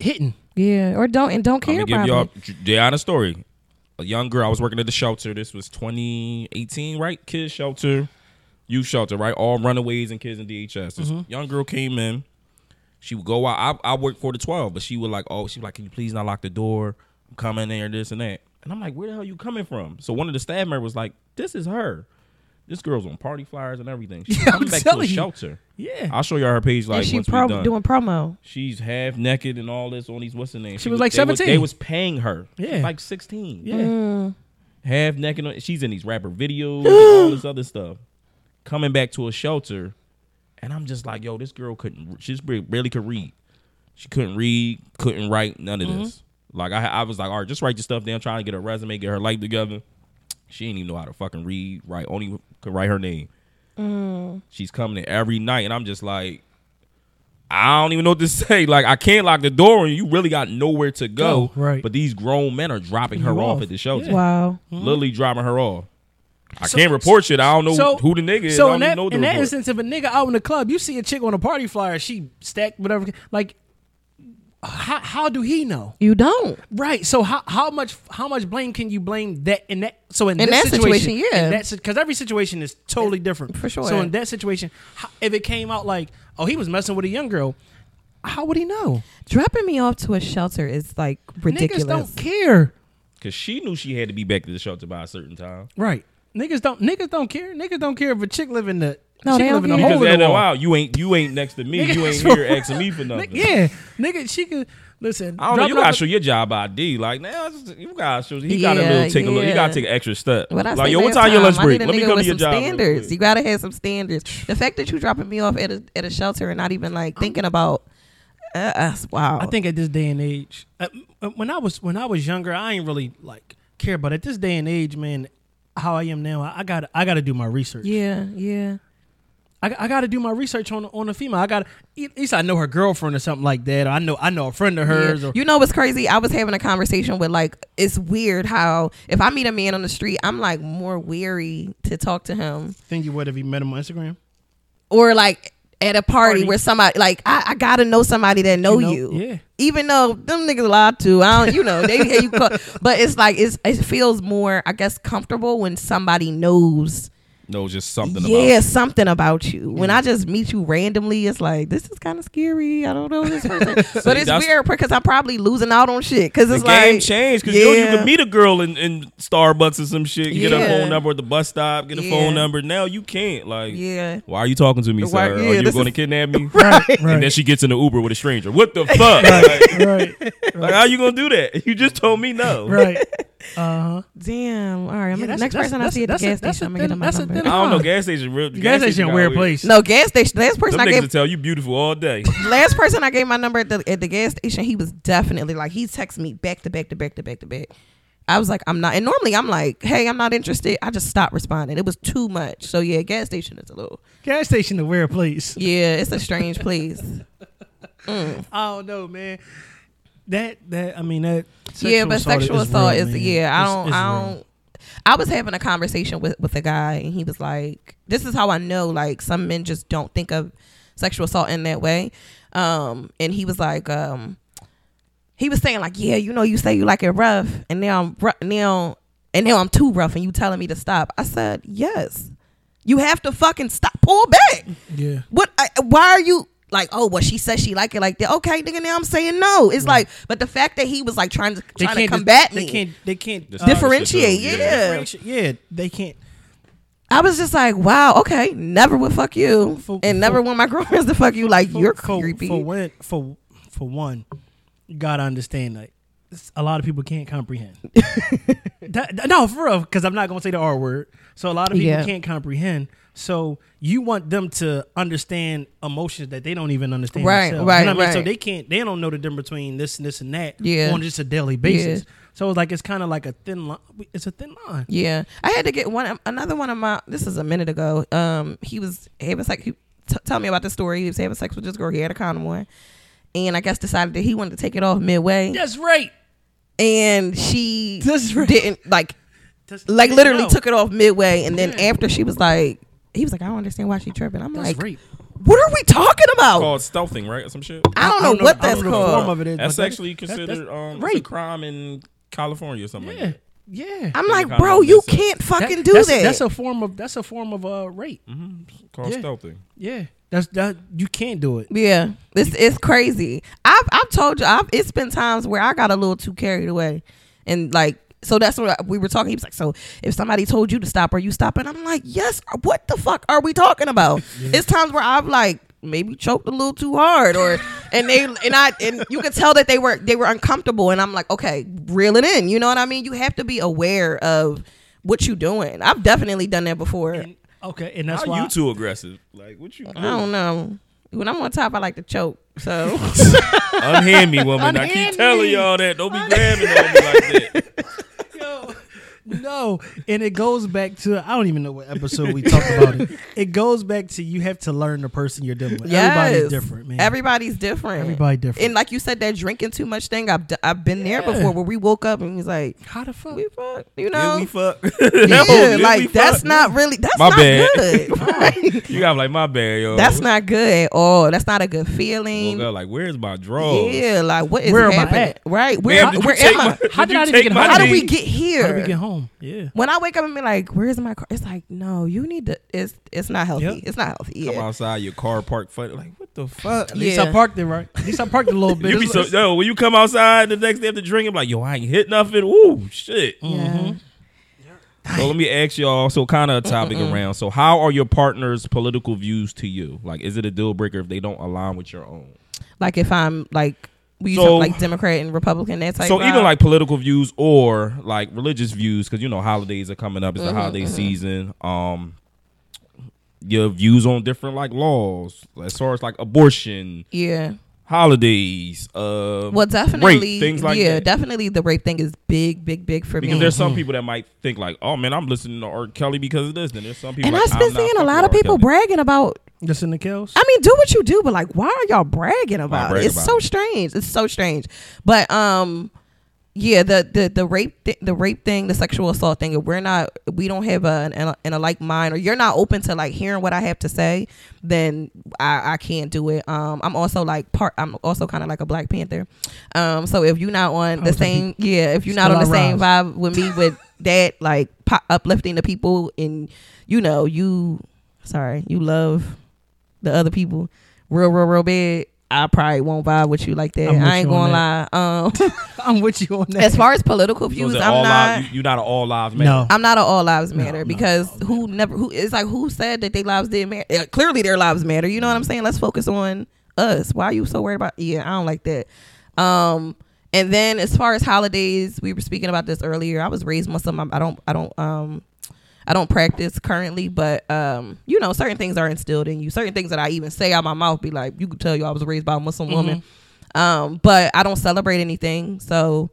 A: hitting.
B: yeah, or don't and don't
C: I'm
B: care
C: gonna give
B: about
C: y'all
B: it.
C: the honest story. A young girl. I was working at the shelter. This was 2018, right? Kids shelter, youth shelter, right? All runaways and kids in DHS. This young girl came in. She would go out. I, I worked for the 12, but she would like, oh, she was like, can you please not lock the door? I'm coming there, this and that. And I'm like, where the hell you coming from? So one of the staff members was like, this is her. This girl's on party flyers and everything. She's
A: Yeah, I'm
C: coming back to a
A: telling you.
C: shelter.
A: Yeah.
C: I'll show y'all her page like
B: and she
C: once
B: pro-
C: we done.
B: doing promo.
C: She's half naked and all this on these what's the name?
A: She was like
C: they Was,
A: 17.
C: they was paying her. She was
A: Yeah.
C: like sixteen.
A: yeah.
C: half naked. on- She's in these rapper videos, and all this other stuff. Coming back to a shelter, and I'm just like, yo, this girl couldn't. She just re- barely could read. She couldn't read, couldn't write, none
A: Mm-hmm.
C: of this. Like I, I was like, all right, just write your stuff down. Trying to get her resume, get her life together. She didn't even know how to fucking read. Write only could write her name.
A: Mm.
C: She's coming in every night, and I'm just like. I don't even know what to say. Like I can't lock the door, and you really got nowhere to go.
A: Go, Oh, right.
C: But these grown men are dropping her
A: You
C: off
A: off.
C: at the shelter
A: Yeah.
B: Wow.
C: literally dropping her off. I
A: So-
C: can't report shit. I don't know
A: so
C: who the nigga is.
A: So
C: I
A: in
C: don't
A: that,
C: even know the
A: in that
C: report.
A: instance, if a nigga out in the club, you see a chick on a party flyer, she stacked whatever. Like, how how do he know?
B: You don't.
A: Right. So how how much how much blame can you blame that in that so in,
B: In
A: this
B: that situation, yeah.
A: that's because every situation is totally different
B: For sure.
A: So in that situation, how, if it came out like oh he was messing with a young girl, how would he know?
B: Dropping me off to a shelter is like ridiculous.
A: Niggas don't care.
C: Cause she knew she had to be back to the shelter by a certain time.
A: Right. Niggas don't niggas don't care. Niggas don't care if a chick live in the
B: No,
A: she
B: they
A: live
B: don't
A: in a
B: care.
A: hole in
C: Because after
A: the
C: a
A: wall.
C: while, you ain't you ain't next to me. you ain't
A: Niggas-
C: here asking me for
A: Nigga,
C: nothing.
A: yeah, nigga, she could listen.
C: I don't know.
A: drop
C: You
A: it off
C: gotta
A: at-
C: show your job ID. Like, nah, it's- you gotta show. He gotta
B: Yeah,
C: little take a little. You
B: yeah.
C: gotta take an extra step.
B: What I
C: like,
B: said
C: yo, what
B: last
C: time your lunch
B: I
C: break?
B: need a
C: Let me
B: nigga
C: come to
B: with
C: your
B: some
C: job. real
B: Standards.
C: quick.
B: You gotta have some standards. The fact that you dropping me off at a, at a shelter and not even like thinking about uh, us. Wow.
A: I think at this day and age, uh, uh, when I was when I was younger, I ain't really like care. But at this day and age, man, how I am now, I got to I got to do my research.
B: Yeah. Yeah.
A: I, got to do my research on on the female. I got to at least I know her girlfriend or something like that. Or I know I know a friend of hers.
B: Yeah.
A: Or,
B: You know what's crazy? I was having a conversation with like it's weird how if I meet a man on the street, I'm like more weary to talk to him
A: think you would have you met him on Instagram?
B: or like at a party,
A: Party.
B: where somebody like I, I gotta know somebody that know
A: You
B: you.
A: know, yeah.
B: Even though them niggas lied to, I don't, you know, they hear you. Call, but it's like it's it feels more, I guess, comfortable when somebody knows.
C: No, just something
B: yeah,
C: about.
B: something about you. When I just meet you randomly, it's like this is kind of scary. I don't know this person, but it's
C: that's-
B: weird because I'm probably losing out on shit. Because
C: The
B: it's
C: game
B: like
C: changed because you, you
B: yeah.
C: could meet a girl in, in Starbucks or some shit. Get
B: Yeah.
C: a phone number at the bus stop. Get a
B: Yeah.
C: phone number. Now you can't. Like,
B: Yeah.
C: why are you talking to me,
B: Why-
C: sir?
B: yeah,
C: are you
B: this
C: going to
B: is-
C: kidnap me?
A: Right,
C: And then
A: right,
C: she gets in the Uber with a stranger. What the fuck? Like,
A: right,
C: like, how you gonna do that? You just told me no.
A: right. Uh huh.
B: Damn. All right. I'm
A: Yeah,
B: gonna,
A: that's-
B: next
A: that's-
B: person I
A: that's-
B: see at the
A: that's a-
B: gas
A: that's a
B: station, I'm gonna get
A: thin-
B: him my
A: that's a
B: number.
A: thin
C: I don't know.
A: Fuck.
C: Gas station. Real,
A: Gas station,
C: got
A: a weird
C: weird.
A: place.
B: No gas station. Last person
C: Them
B: I
C: niggas will
B: gave.
C: tell you beautiful all day.
B: last person I gave my number at the at the gas station. He was definitely like he texted me back to back to back to back to back. I was like, I'm not. And normally I'm like, hey, I'm not interested. I just stopped responding. It was too much. So yeah, gas station is a little.
A: Gas station a weird place.
B: Yeah, it's a strange place.
A: I don't know, man. That that I mean that.
B: yeah, but sexual
A: is
B: assault
A: real,
B: is,
A: man.
B: yeah. I
A: It's-
B: don't.
A: it's
B: I
A: real.
B: don't. I was having a conversation with with a guy, and he was like, "This is how I know like some men just don't think of sexual assault in that way." Um, and he was like, um, he was saying like, "Yeah, you know, you say you like it rough, and now I'm ru- now and now I'm too rough, and you telling me to stop." I said, "Yes, you have to fucking stop, pull back."
A: Yeah.
B: what I, why are you like oh well she says she like it like that okay nigga now i'm saying no it's like but the fact that he was like trying to trying to combat
A: they
B: me
A: can't. They can't
C: Just
A: uh,
C: different-
B: differentiate
C: Yeah.
B: yeah.
A: differentiate- Yeah, they can't.
B: i was just like wow okay never would fuck you
A: For-
B: and never
A: for-
B: want my girlfriends to fuck you like
A: For-
B: you're
A: for,
B: creepy
A: For when, for for one, you gotta understand like s- a lot of people can't comprehend. That- that- no, for real, because I'm not gonna say the R word. So a lot of people
B: Yeah.
A: can't comprehend. So you want them to understand emotions that they don't even understand.
B: Right,
A: themselves.
B: right,
A: You know what I mean? So
B: right.
A: they can't. They don't know the difference between this and this and that.
B: Yeah.
A: On just a daily basis. So it's like it's kind of like a thin line. It's a thin line.
B: Yeah, I had to get one another one of my. This is a minute ago. Um, he was having sex. He, t- tell me about the story. He was having sex with this girl. He had a condom on, and I guess decided that he wanted to take it off midway.
A: That's right.
B: and she
A: That's right.
B: didn't like
A: That's-
B: like
A: they
B: literally
A: know.
B: took it off midway and then
A: Yeah.
B: after she was like he was like i don't understand why she tripping i'm
A: That's
B: like
A: rape.
B: what are we talking about
C: Called stealthing, right? Or some shit.
B: i don't know what
A: I
B: that's
A: don't know the form of
B: called
A: it is,
C: That's
A: but that-
C: actually
A: that- that's-
C: considered um, it's a
A: rape.
C: crime in California or something.
A: Yeah,
C: Like
A: yeah.
B: i'm
C: That's
B: like
C: the kind
B: bro
C: of-
B: you
C: that's a-
B: can't fucking
A: That-
B: do
A: that's,
B: that
A: That's a form of that's a form of uh, rape.
C: that. hmm Called
A: Yeah.
C: stealthing.
A: Yeah, that's that you can't do it.
B: yeah this it's crazy i've i've told you i've it's been times where i got a little too carried away and like so that's what we were talking. He was like, "So if somebody told you to stop, are you stopping?" I'm like, "Yes." What the fuck are we talking about? It's times where I've like maybe choked a little too hard, or and they and I and you could tell that they were they were uncomfortable, and I'm like, okay, reel it in. You know what I mean? You have to be aware of what you doing. I've definitely done that before.
A: And, okay, and that's
C: How
A: why
C: you too aggressive? Like what you?
B: I don't know. When I'm on top, I like to choke. So
C: Unhand me, woman. I keep
A: Unhand
C: telling
A: me.
C: y'all that. Don't be grabbing on me like that.
A: Yo, No, and it goes back to I don't even know what episode we talked about it. It goes back to you have to learn the person you're dealing with. Everybody's
B: Yes.
A: different, man.
B: Everybody's different.
A: Everybody different.
B: And like you said, that drinking too much thing. I've d- I've been
A: Yeah.
B: there before where we woke up and we was like,
A: How the fuck?
B: we fuck, you
C: Yeah,
B: know.
C: we fuck.
B: Yeah,
C: Yeah, we
B: like that's
C: fuck.
B: not really that's
C: My
B: not
C: bad.
B: good. Right.
C: You got like my bad, yo.
B: that's not good at all. That's not a good feeling.
C: Woke up, like where's my drawers?
B: Yeah, like what is
A: Where am I
B: happening?
A: at?
B: Right? Where
C: Ma'am,
B: how-
C: did you
B: where
C: take
B: am I?
C: my-
A: How did
C: you
A: I even
C: take
A: get
C: my
A: home?
B: How do we
C: jeans?
B: get here?
A: How do we get home? Yeah.
B: When I wake up and be like, "Where's my car?" It's like, no, you need to. It's it's not healthy.
A: Yep.
B: It's not healthy.
C: Come
B: Yeah.
C: outside your car parked funny. Like what the fuck?
A: At least
B: Yeah.
A: I parked it right. At least I parked it a little bit.
C: You be
A: It's-
C: so yo. When you come outside the next day after drinking, like yo, I ain't hit nothing. Woo, shit.
A: Mm-hmm.
B: Yeah.
C: So let me ask y'all. So kind of a topic around. So how are your partner's political views to you? Like, is it a deal breaker if they don't align with your own?
B: Like if I'm like we
C: So-
B: talk like Democrat and Republican that type.
C: so even
B: vibe.
C: like political views or like religious views, because you know holidays are coming up. It's
B: Mm-hmm,
C: the holiday season. Um, your views on different like laws as far as like abortion,
B: yeah.
C: holidays. Uh,
B: Well, definitely
C: things like
B: yeah,
C: that.
B: definitely the rape thing is big, big, big for
C: because
B: me.
C: there's some people that might think like, oh man, I'm listening to R. Kelly because of this. Then there's some people.
B: and
C: like,
B: I've been
C: I'm not
B: seeing a
C: fucking
B: lot of
C: R.
B: people
C: Kelly.
B: bragging about.
A: Just in the kills.
B: I mean, do what you do, but like, why are y'all bragging about
C: brag
B: it? It's
C: about
B: so
C: it.
B: strange. It's so strange. But um, yeah, the the the rape th- the rape thing, the sexual assault thing. If we're not, we don't have a an, an a like mind, or you're not open to like hearing what I have to say, then I I can't do it. Um, I'm also like part. I'm also kind of like a Black Panther. Um, so if you're not on the
A: was like,
B: same, yeah, if you're not
A: Still
B: on the
A: I
B: same vibe with me with that, like po- uplifting the people, and you know you, sorry, you love the other people real real real bad. I probably won't vibe with you like that.
A: I'm with
B: I ain't
A: you on
B: gonna lie. Um,
A: I'm with you on that.
B: as far as political
C: So is
B: views,
C: it all
B: I'm not.
C: lives, you, you're not an all lives man.
A: No.
B: I'm not a all lives matter
A: no,
B: because
A: no,
B: who never who it's like who said that their lives didn't matter? Uh, clearly, their lives matter. You know what I'm saying? Let's focus on us. Why are you so worried about? Yeah, I don't like that. Um, and then as far as holidays, we were speaking about this earlier. I was raised Muslim. I'm- I don't. I don't. Um, I don't practice currently, but um, you know, certain things are instilled in you. Certain things that I even say out my mouth be like, you could tell you I was raised by a Muslim woman. Um, but I don't celebrate anything, so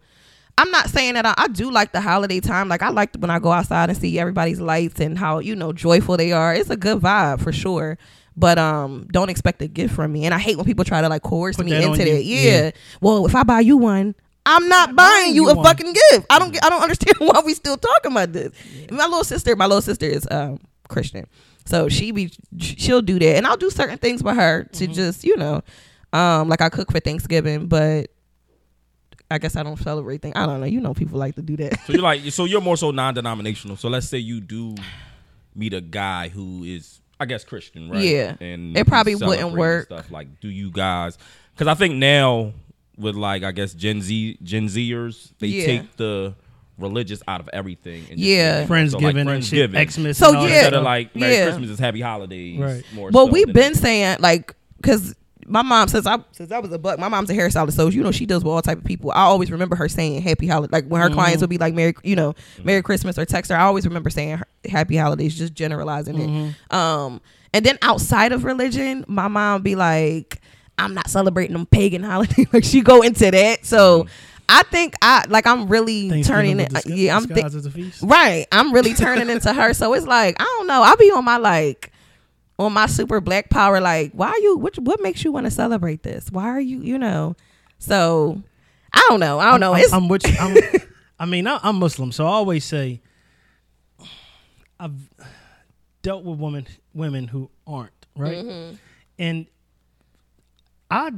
B: I'm not saying that I, I do like the holiday time. Like I like when I go outside and see everybody's lights and how you know joyful they are. It's a good vibe for sure. But um, don't expect a gift from me. And I hate when people try to like coerce
A: Put
B: me
A: that on
B: into
A: you.
B: that.
A: Yeah.
B: Yeah. Well, if I buy you one, I'm not buying you
A: you
B: a
A: one.
B: fucking gift. I don't. get- I don't understand why we still talking about this. My little sister. My little sister is um Christian, so she be she'll do that, and I'll do certain things with her to just you know, um like I cook for Thanksgiving, but I guess I don't celebrate things. I don't know. You know, people like to do that.
C: So you're like, so you're more so non-denominational. So let's say you do meet a guy who is, I guess, Christian, right?
B: Yeah.
C: and
B: It
C: you
B: probably
C: celebrate
B: wouldn't
C: and
B: work.
C: Stuff like, do you guys? Because I think now with like, I guess Gen Z, Gen Zers, they
B: Yeah.
C: take the religious out of everything. And just
B: Yeah.
C: make it
A: Friends
C: so, like,
A: giving and shit.
C: Friendsgiving.
A: Xmas.
B: So,
A: and all that
B: yeah.
A: stuff.
C: Instead of like Merry
B: Yeah.
C: Christmas is Happy Holidays.
A: Right.
C: More
B: Well,
C: so
B: we've
C: than-
B: been saying like because my mom since I since I was a buck, my mom's a hairstylist, so you know she deals with all type of people. I always remember her saying happy holiday, like when her clients would be like Merry, you know,
C: Mm-hmm.
B: Merry Christmas or text her. I always remember saying her- happy holidays, just generalizing it.
A: Mm-hmm.
B: Um, and then outside of religion, my mom be like, I'm not celebrating them pagan holidays. like she go into that, so.
C: Mm-hmm.
B: I think I like I'm really
A: Thanksgiving
B: turning
A: was
B: it. uh,
A: disgu-
B: yeah, I'm thi-
A: disguised as a feast.
B: Right. I'm really turning into her. So it's like, I don't know. I'll be on my like on my super black power, like, why are you what what makes you want to celebrate this? Why are you, you know? So I don't know. I don't know.
A: I'm,
B: it's
A: I'm with you. I'm, I mean, I, I'm Muslim, so I always say I've dealt with women women who aren't right,
B: Mm-hmm.
A: and I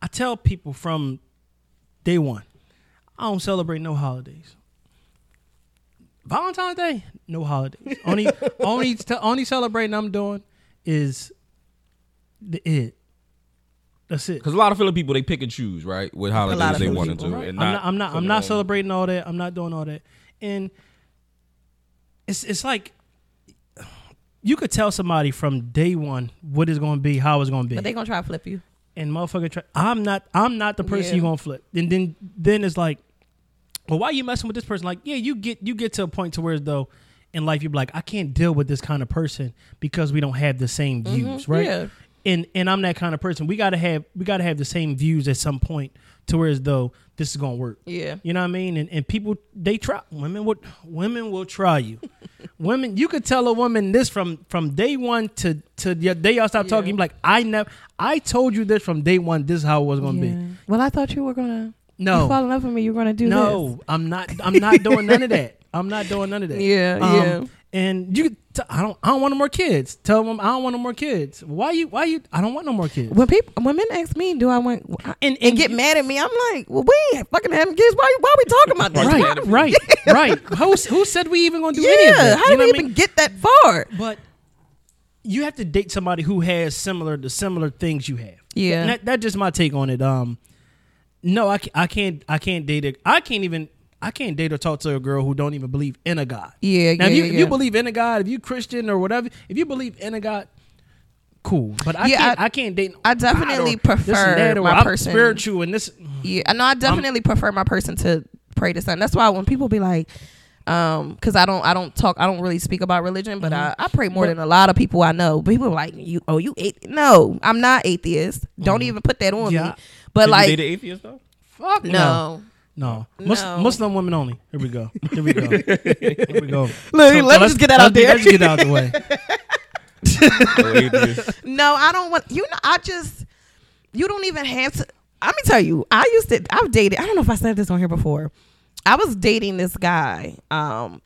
A: I tell people from day one I don't celebrate no holidays. Valentine's Day, no holidays. Only only only celebrating I'm doing is the it. That's it.
C: Cause a lot of Philip people they pick and choose right with
B: lot
C: holidays
B: of
C: they
B: Philly
C: want to
B: people,
C: do,
A: Right.
C: and
A: I'm not. I'm not. I'm
C: put
A: not
C: it on-
A: celebrating all that. I'm not doing all that. And it's it's like you could tell somebody from day one what it's going to be, how it's going to
B: but
A: be,
B: they gonna try to flip you.
A: and motherfucker, try, I'm not. I'm not the person
B: Yeah.
A: you going to flip. And then then it's like, well, why you messing with this person? Like, yeah, you get you get to a point to where though. In life, you're like, I can't deal with this kind of person because we don't have the same views, right?
B: Mm-hmm. yeah.
A: and and I'm that kind of person. We gotta have we gotta have the same views at some point to where as though this is gonna work.
B: Yeah.
A: You know what I mean? And and people they try women would women will try you. women you could tell a woman this from from day one to to the day y'all stop talking, you be like, I never I told you this from day one, this is how it was gonna
B: Yeah.
A: be.
B: Well, I thought you were gonna
A: No.
B: you fall in love with me. You're gonna do
A: no, I'm not. I'm not doing none of that. I'm not doing none of that. Um,
B: Yeah, yeah.
A: And you, could t- I don't. I don't want no more kids. Tell them I don't want no more kids. Why you? Why you? I don't want no more kids.
B: this. When people when men ask me, do I want
A: And-
B: and,
A: and
B: and get
A: you-
B: mad at me? I'm like, well, we ain't fucking having kids. Why why we talking about this?
A: right,
B: Why-
A: right, right. Who, s- who said we even gonna do
B: Yeah,
A: any of that?
B: how
A: You know
B: did we
A: what I
B: even
A: mean?
B: get that far?
A: But you have to date somebody who has similar the similar things you have.
B: Yeah.
A: And that, that's just my take on it. Um, no, I, ca- I can't. I can't date. A, I can't even. I can't date or talk to a girl who don't even believe in a God.
B: Yeah,
A: Now, if
B: yeah,
A: you
B: yeah,
A: if you
B: yeah.
A: believe in a God, if you Christian or whatever, if you believe in a God, cool. But I
B: Yeah,
A: can't. I,
B: I-
A: can't date.
B: I
A: God or
B: definitely
A: this and
B: prefer
A: that, or
B: my
A: I'm
B: person-
A: Spiritual and this.
B: Yeah, I know. I definitely prefer my person to pray to son. That's why when people be like, um, because I don't, I don't talk, I don't really speak about religion, but I, I pray more than a lot of people I know. People are like, you, oh, you, athe-" no, I'm not atheist. Don't even put that on
A: Yeah.
B: me. But
C: Did you
B: like,
C: date an atheist though?
A: Fuck no.
B: no.
A: No. Mus-
B: No.
A: Muslim women only. Here we go. Here we go. Here we go.
B: Look, let me
A: let's-
B: just get that
A: let's-
B: out there.
A: Let's get out the way.
C: No atheist.
B: No, I don't want you know. I just you don't even have to. Let me tell you, I used to. I've dated. I don't know if I said this on here before. I was dating this guy, um,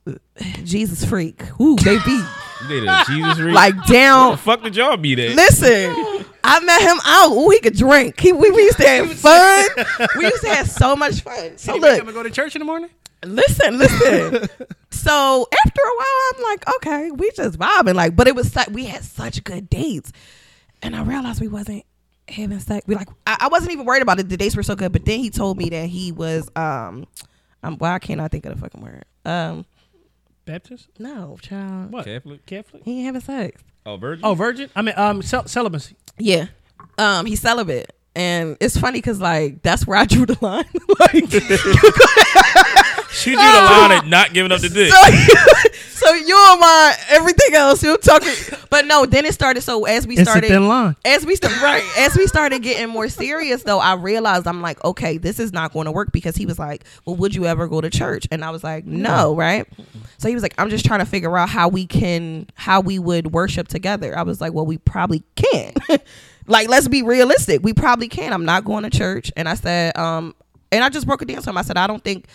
B: Jesus freak. Ooh, baby,
C: You dated a Jesus freak?
B: like
C: Where the
B: down.
C: fuck did y'all meet at?
B: Listen, I met him out. Ooh, he could drink. He, we, we used to have fun. We used to have so much fun. So
A: You make
B: look,
A: them go to church in the morning?
B: listen, listen. so after a while, I'm like, okay, we just vibing. Like, but it was like we had such good dates, and I realized we wasn't having sex. We like, I, I wasn't even worried about it. The dates were so good. But then he told me that he was, um, um, why can't I think of the fucking word? Um,
A: Baptist?
B: no, child,
A: What?
C: Catholic?
A: Catholic?
B: he ain't having sex.
C: Oh, virgin?
A: Oh, virgin? I mean, um, cel- celibacy.
B: Yeah. Um, he's celibate. And it's funny because like that's where I drew the line. like
C: She drew the line at not giving up the dick.
B: so, so you and my everything else, you're talking but no, then it started so as we
A: It's a
B: started
A: thin line.
B: as we started right as we started getting more serious though i realized i'm like okay this is not going to work because he was like well would you ever go to church and i was like no right so he was like i'm just trying to figure out how we can how we would worship together i was like well we probably can't like let's be realistic we probably can i'm not going to church and i said um and i just broke it down to him i said i don't think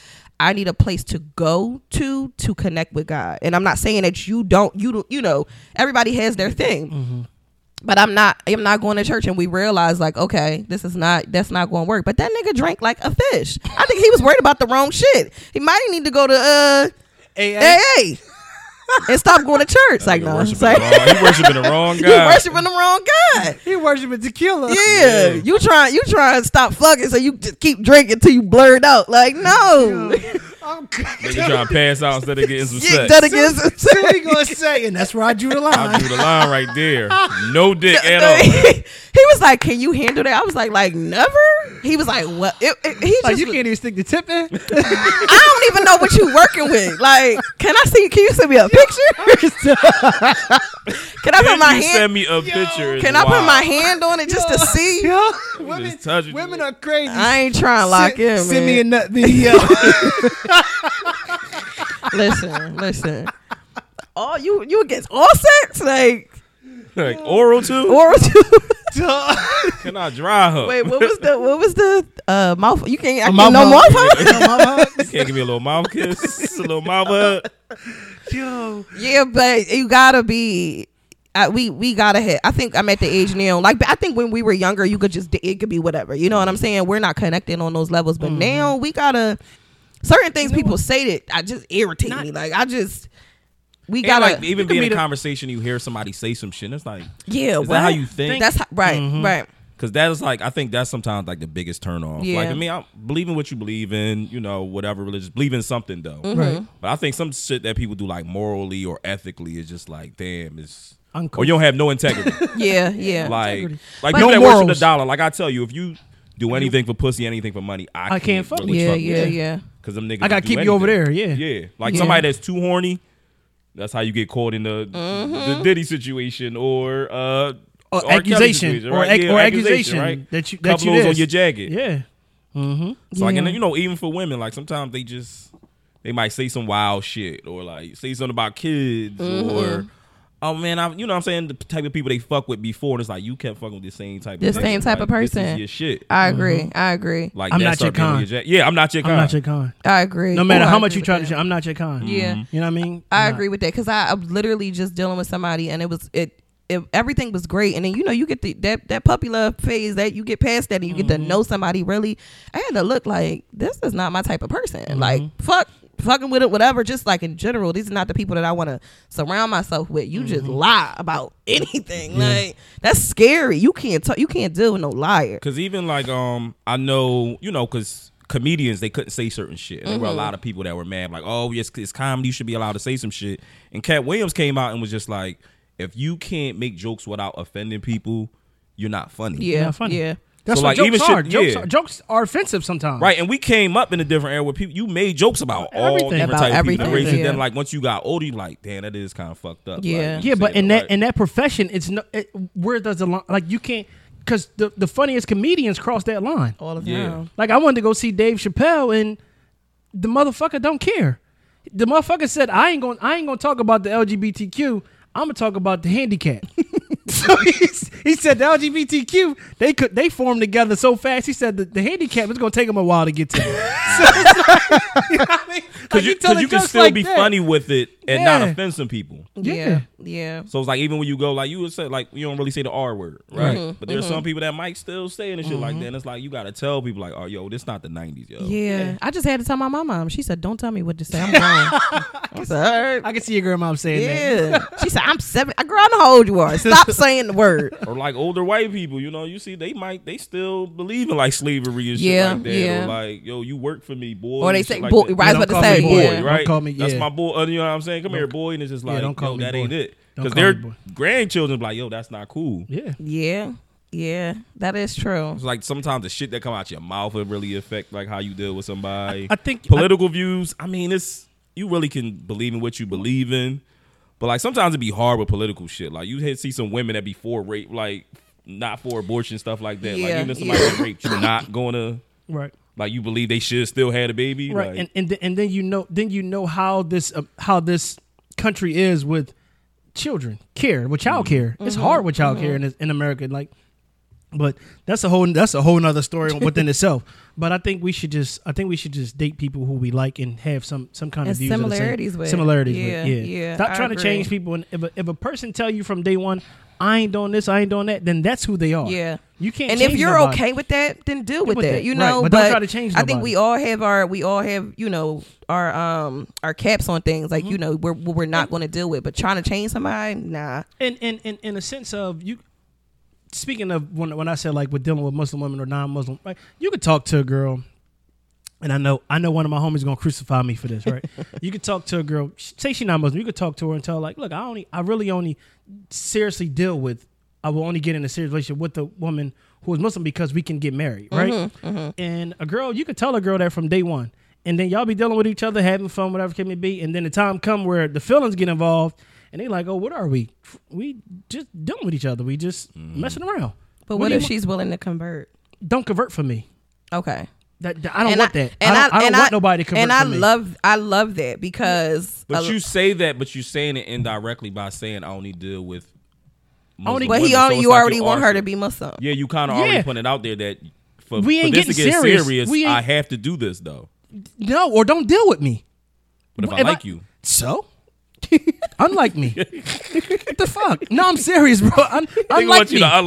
B: I need a place to go to to connect with God. And I'm not saying that you don't you don't you know, everybody has their thing but I'm not I'm not going to church and we realized like okay this is not that's not going to work but that nigga drank like a fish I think he was worried about the wrong shit he might need to go to uh AA and stop going to church like no
C: Worshiping
B: it's like,
C: the wrong, he worshiping the wrong
B: you
C: guy.
B: worshiping the wrong God
A: He worshiping tequila.
B: yeah you trying you trying to stop fucking so you just keep drinking till you blurred out like no
C: Nigga trying to pass out instead of getting some
B: yeah,
C: sex.
B: that against
A: So what he gonna say? And that's where I drew the
C: I
A: line.
C: drew the line right there. No dick at
B: No,
C: all.
B: he, he was like, "Can you handle that?" I was like, "Like never." He was like, "What?" It, it- he just
A: Like, you can't even stick the tip in?
B: I don't even know what you working with. Like, can I see? Can you send me a picture? can I
C: Then
B: put my
C: you
B: hand?
C: send me a picture. It's
B: Can I put
C: wild.
B: my hand on it just to see?
A: Yo,
C: just touch it.
A: are crazy.
B: I ain't trying to lock in, man.
A: Send me a nut video.
B: listen, listen. Oh, you you against all sex? Like
C: Like oral too?
B: oral?
A: uh,
C: Can I dry her?
B: Wait, what was the what was the uh mouth? You can't. I
A: mouth
B: can't no
A: hug.
B: mouth. hug?
C: Can't give me a little mouth kiss, a little mouth hug.
A: Yo.
B: yeah, but you gotta be. I, we we gotta hit. I think I'm at the age now. Like I think when we were younger, you could just it could be whatever. You know what I'm saying? We're not connecting on those levels,
A: Mm-hmm.
B: but now we gotta certain things people say that I just irritate me. Like I just we
C: And
B: gotta
C: like even being in
A: meet
C: a
A: a-
C: conversation, you hear somebody say some shit. and It's like
B: yeah.
C: is that how you think?
B: That's how, right,
A: Mm-hmm.
B: right.
C: Because that is like I think that's sometimes like the biggest turn off.
B: Yeah.
C: Like I mean, I believe in what you believe in, you know, whatever religious, believe in something though.
A: Right.
C: But I think some shit that people do like morally or ethically is just like, damn, it's
A: Uncool.
C: or you don't have no integrity.
B: Yeah, yeah.
C: like,
A: Integrity.
C: like
B: No
C: people that worship the
A: morals.
C: dollar. Like I tell you, if you do anything for pussy, anything for money, I,
A: I can't fuck with
C: really
B: yeah,
C: fuck with
B: yeah,
C: you.
B: yeah.
C: Cause them niggas.
A: I gotta
C: do
A: keep you over there, yeah.
C: Yeah. Like
B: Yeah.
C: somebody that's too horny, that's how you get caught in the the Diddy situation or uh
A: or
D: R. Kelly
A: accusation
D: situation,
A: or
D: right?
A: ac-
D: Yeah,
A: or accusation
D: accusation, right?
A: that you that
D: Couple
A: you
D: loads
A: did.
D: on your jacket.
A: Yeah,
C: So like, and
B: Yeah.
C: then, you know, even for women, like sometimes they just they might say some wild shit or like say something about kids or oh man, I you know what I'm saying the type of people they fuck with before. And it's like you kept fucking with the same type,
B: The
C: of
B: same type of
C: Like, this is
B: person.
C: your shit.
B: I agree.
A: Mm-hmm.
B: I agree.
C: Like
A: I'm
C: that
A: not
C: start
A: your
C: being on
A: con.
C: jack- Yeah, I'm not your
A: I'm
C: kind.
A: not your con.
B: I agree.
A: No matter
B: Ooh, I
A: how much
B: agree
A: you
B: with
A: try
B: that.
A: to, I'm not your con.
B: Yeah.
A: You know what I mean? I'm
B: I
A: not.
B: agree with that because I I'm literally just dealing with somebody and it was it, it everything was great and then you know you get the that that puppy love phase that you get past that and you get to know somebody really. I had to look like this is not my type of person. Like fuck fucking with it whatever just like in general these are not the people that I want to surround myself with. You just lie about anything. Like that's scary. You can't talk, you can't deal with no liar.
C: Cause even like um, I know you know, cause comedians they couldn't say certain shit. And There were
B: Mm-hmm.
C: a lot of people that were mad, like, oh yes, it's comedy, you should be allowed to say some shit. And Cat Williams came out and was just like, if you can't make jokes without offending people, you're not funny.
B: Yeah.
A: Not funny.
B: Yeah.
A: That's
C: So,
A: what
C: like,
A: jokes
C: even shit-
A: are. jokes,
C: yeah.
A: are jokes are offensive sometimes.
C: Right, and we came up in a different era where people you made jokes about all
A: Everything.
C: different
B: About
C: types of people.
B: everything,
C: Races.
B: yeah.
C: Then like once you got older, you like, damn, that is kind of fucked up. Like,
B: Yeah.
C: you
A: Yeah, but
C: said
A: in
C: right.
A: that in that profession, it's no. It, where does the line? Like you can't because the the funniest comedians cross that line.
B: All of
C: Yeah.
B: them.
A: Like I wanted to go see Dave Chappelle, and the motherfucker don't care. The motherfucker said, "I ain't going. I ain't going to talk about the LGBTQ. I'm gonna talk about the handicap." so he, s- he said the LGBTQ they could they formed together so fast. He said the, the handicap is gonna take them a while to get to.
C: because you, 'cause you can still be funny with it and not
A: Yeah.
C: offend some people.
A: Yeah.
B: Yeah. Yeah.
C: So it's like even when you go, like you would say, like you don't really say the R word, right?
B: Mm-hmm.
C: But there's some people that might still say it and shit like
A: Mm-hmm.
C: that. And it's like you gotta tell people, like, oh, yo, this not the '90s, yo.
B: Yeah, I just had to tell my mom. mom. She said, "Don't tell me what to say." I'm grown. I said, "All right."
A: I can see your grandma saying that.
B: Yeah, she said, "I'm seven. Girl, I know how old you are. Stop saying the word."
C: Or like older white people, you know, you see they might they still believe in like slavery and
B: Yeah,
C: shit like that.
B: yeah,
C: Or like, yo, you work for me, boy.
B: Or they
C: and shit
B: say,
C: like
B: "Boy,"
C: that.
B: right? I was
A: Yeah, don't
B: about to
A: call
B: say,
A: me
C: boy,
A: Yeah.
C: right?
A: Don't call me-
C: That's
A: yeah.
C: my boy. Uh, you know what I'm saying? Come here, boy. And it's just like,
A: don't call
C: yo,
A: me
C: that
A: boy.
C: ain't it.
A: Don't
C: Because
A: call me
C: their
A: boy.
C: grandchildren be like, yo, that's not cool.
A: Yeah.
B: Yeah, yeah, that is true.
C: It's like sometimes the shit that come out your mouth will really affect like how you deal with somebody.
A: I- I think-
C: political views. I mean, it's you really can believe in what you believe in, but like sometimes it be hard with political shit. Like you hit see some women that be for rape, like not for abortion stuff like that. Like
B: Yeah,
C: even if somebody
B: yeah.
C: that raped, you not gonna
A: Right.
C: like you believe they should still have a baby.
A: right
C: Like,
A: and and, th- and then you know then you know how this uh, how this country is with children care with child
B: Mm-hmm.
A: care it's hard with child care in, this- in america like but that's a whole that's a whole nother story within itself but i think we should just i think we should just date people who we like and have some some kind of
B: And
A: views of the same-
B: similarities with.
A: similarities
B: Yeah,
A: with yeah
B: yeah,
A: stop
B: I
A: trying to
B: agree.
A: change people and if a, if a person tell you from day one i ain't doing this i ain't doing that then that's who they are
B: Yeah.
A: you can't
B: And if
A: change
B: you're
A: nobody.
B: okay with that, then deal with
A: with
B: that.
A: that,
B: You
A: right,
B: know,
A: but don't try to change
B: I think
A: nobody.
B: we all have our we all have you know our um our caps on things
A: Mm-hmm.
B: like you know we're we're not going to deal with. But trying to change somebody, nah.
A: and and and in a sense of you speaking of when when I said like with dealing with Muslim women or non-Muslim, right? You could talk to a girl, and I know I know one of my homies gonna crucify me for this, right? you could talk to a girl, sh- say she not Muslim, you could talk to her and tell her like, look, I only I really only seriously deal with I will only get in a serious relationship with a woman who is Muslim because we can get
B: Mm-hmm,
A: married, right? And a girl, you could tell a girl that from day one. And then y'all be dealing with each other, having fun, whatever it may be. And then the time come where the feelings get involved, and they like, oh, what are we? We just dealing with each other. We just messing around.
B: Mm-hmm. But
A: What
B: what,
A: do
B: if
A: you-
B: she's willing to convert?
A: Don't convert for me.
B: Okay.
A: That, that- I don't want that. I don't, I,
B: and
A: don't want nobody to convert
B: And I
A: for me.
B: love I love that because
C: but
B: a-
C: you say that, but you saying it indirectly by saying I only deal with.
A: Only-
C: Muslim
B: But he
C: women." So
B: only
C: it's
B: you
C: like
B: already
C: you
B: want her
C: are-
B: to be Muslim.
C: Yeah, you kind of already
A: Yeah.
C: putting it out there that for,
A: We
C: for
A: ain't
C: this to
A: getting
C: get
A: serious.
C: serious,
A: We ain't-
C: I have to do this though.
A: no, or don't deal with me.
C: But if I
A: If I-
C: like you,
A: So. Unlike me, what the fuck? No, I'm serious, bro. Un-
C: they
A: unlike
C: want you
A: me,
C: to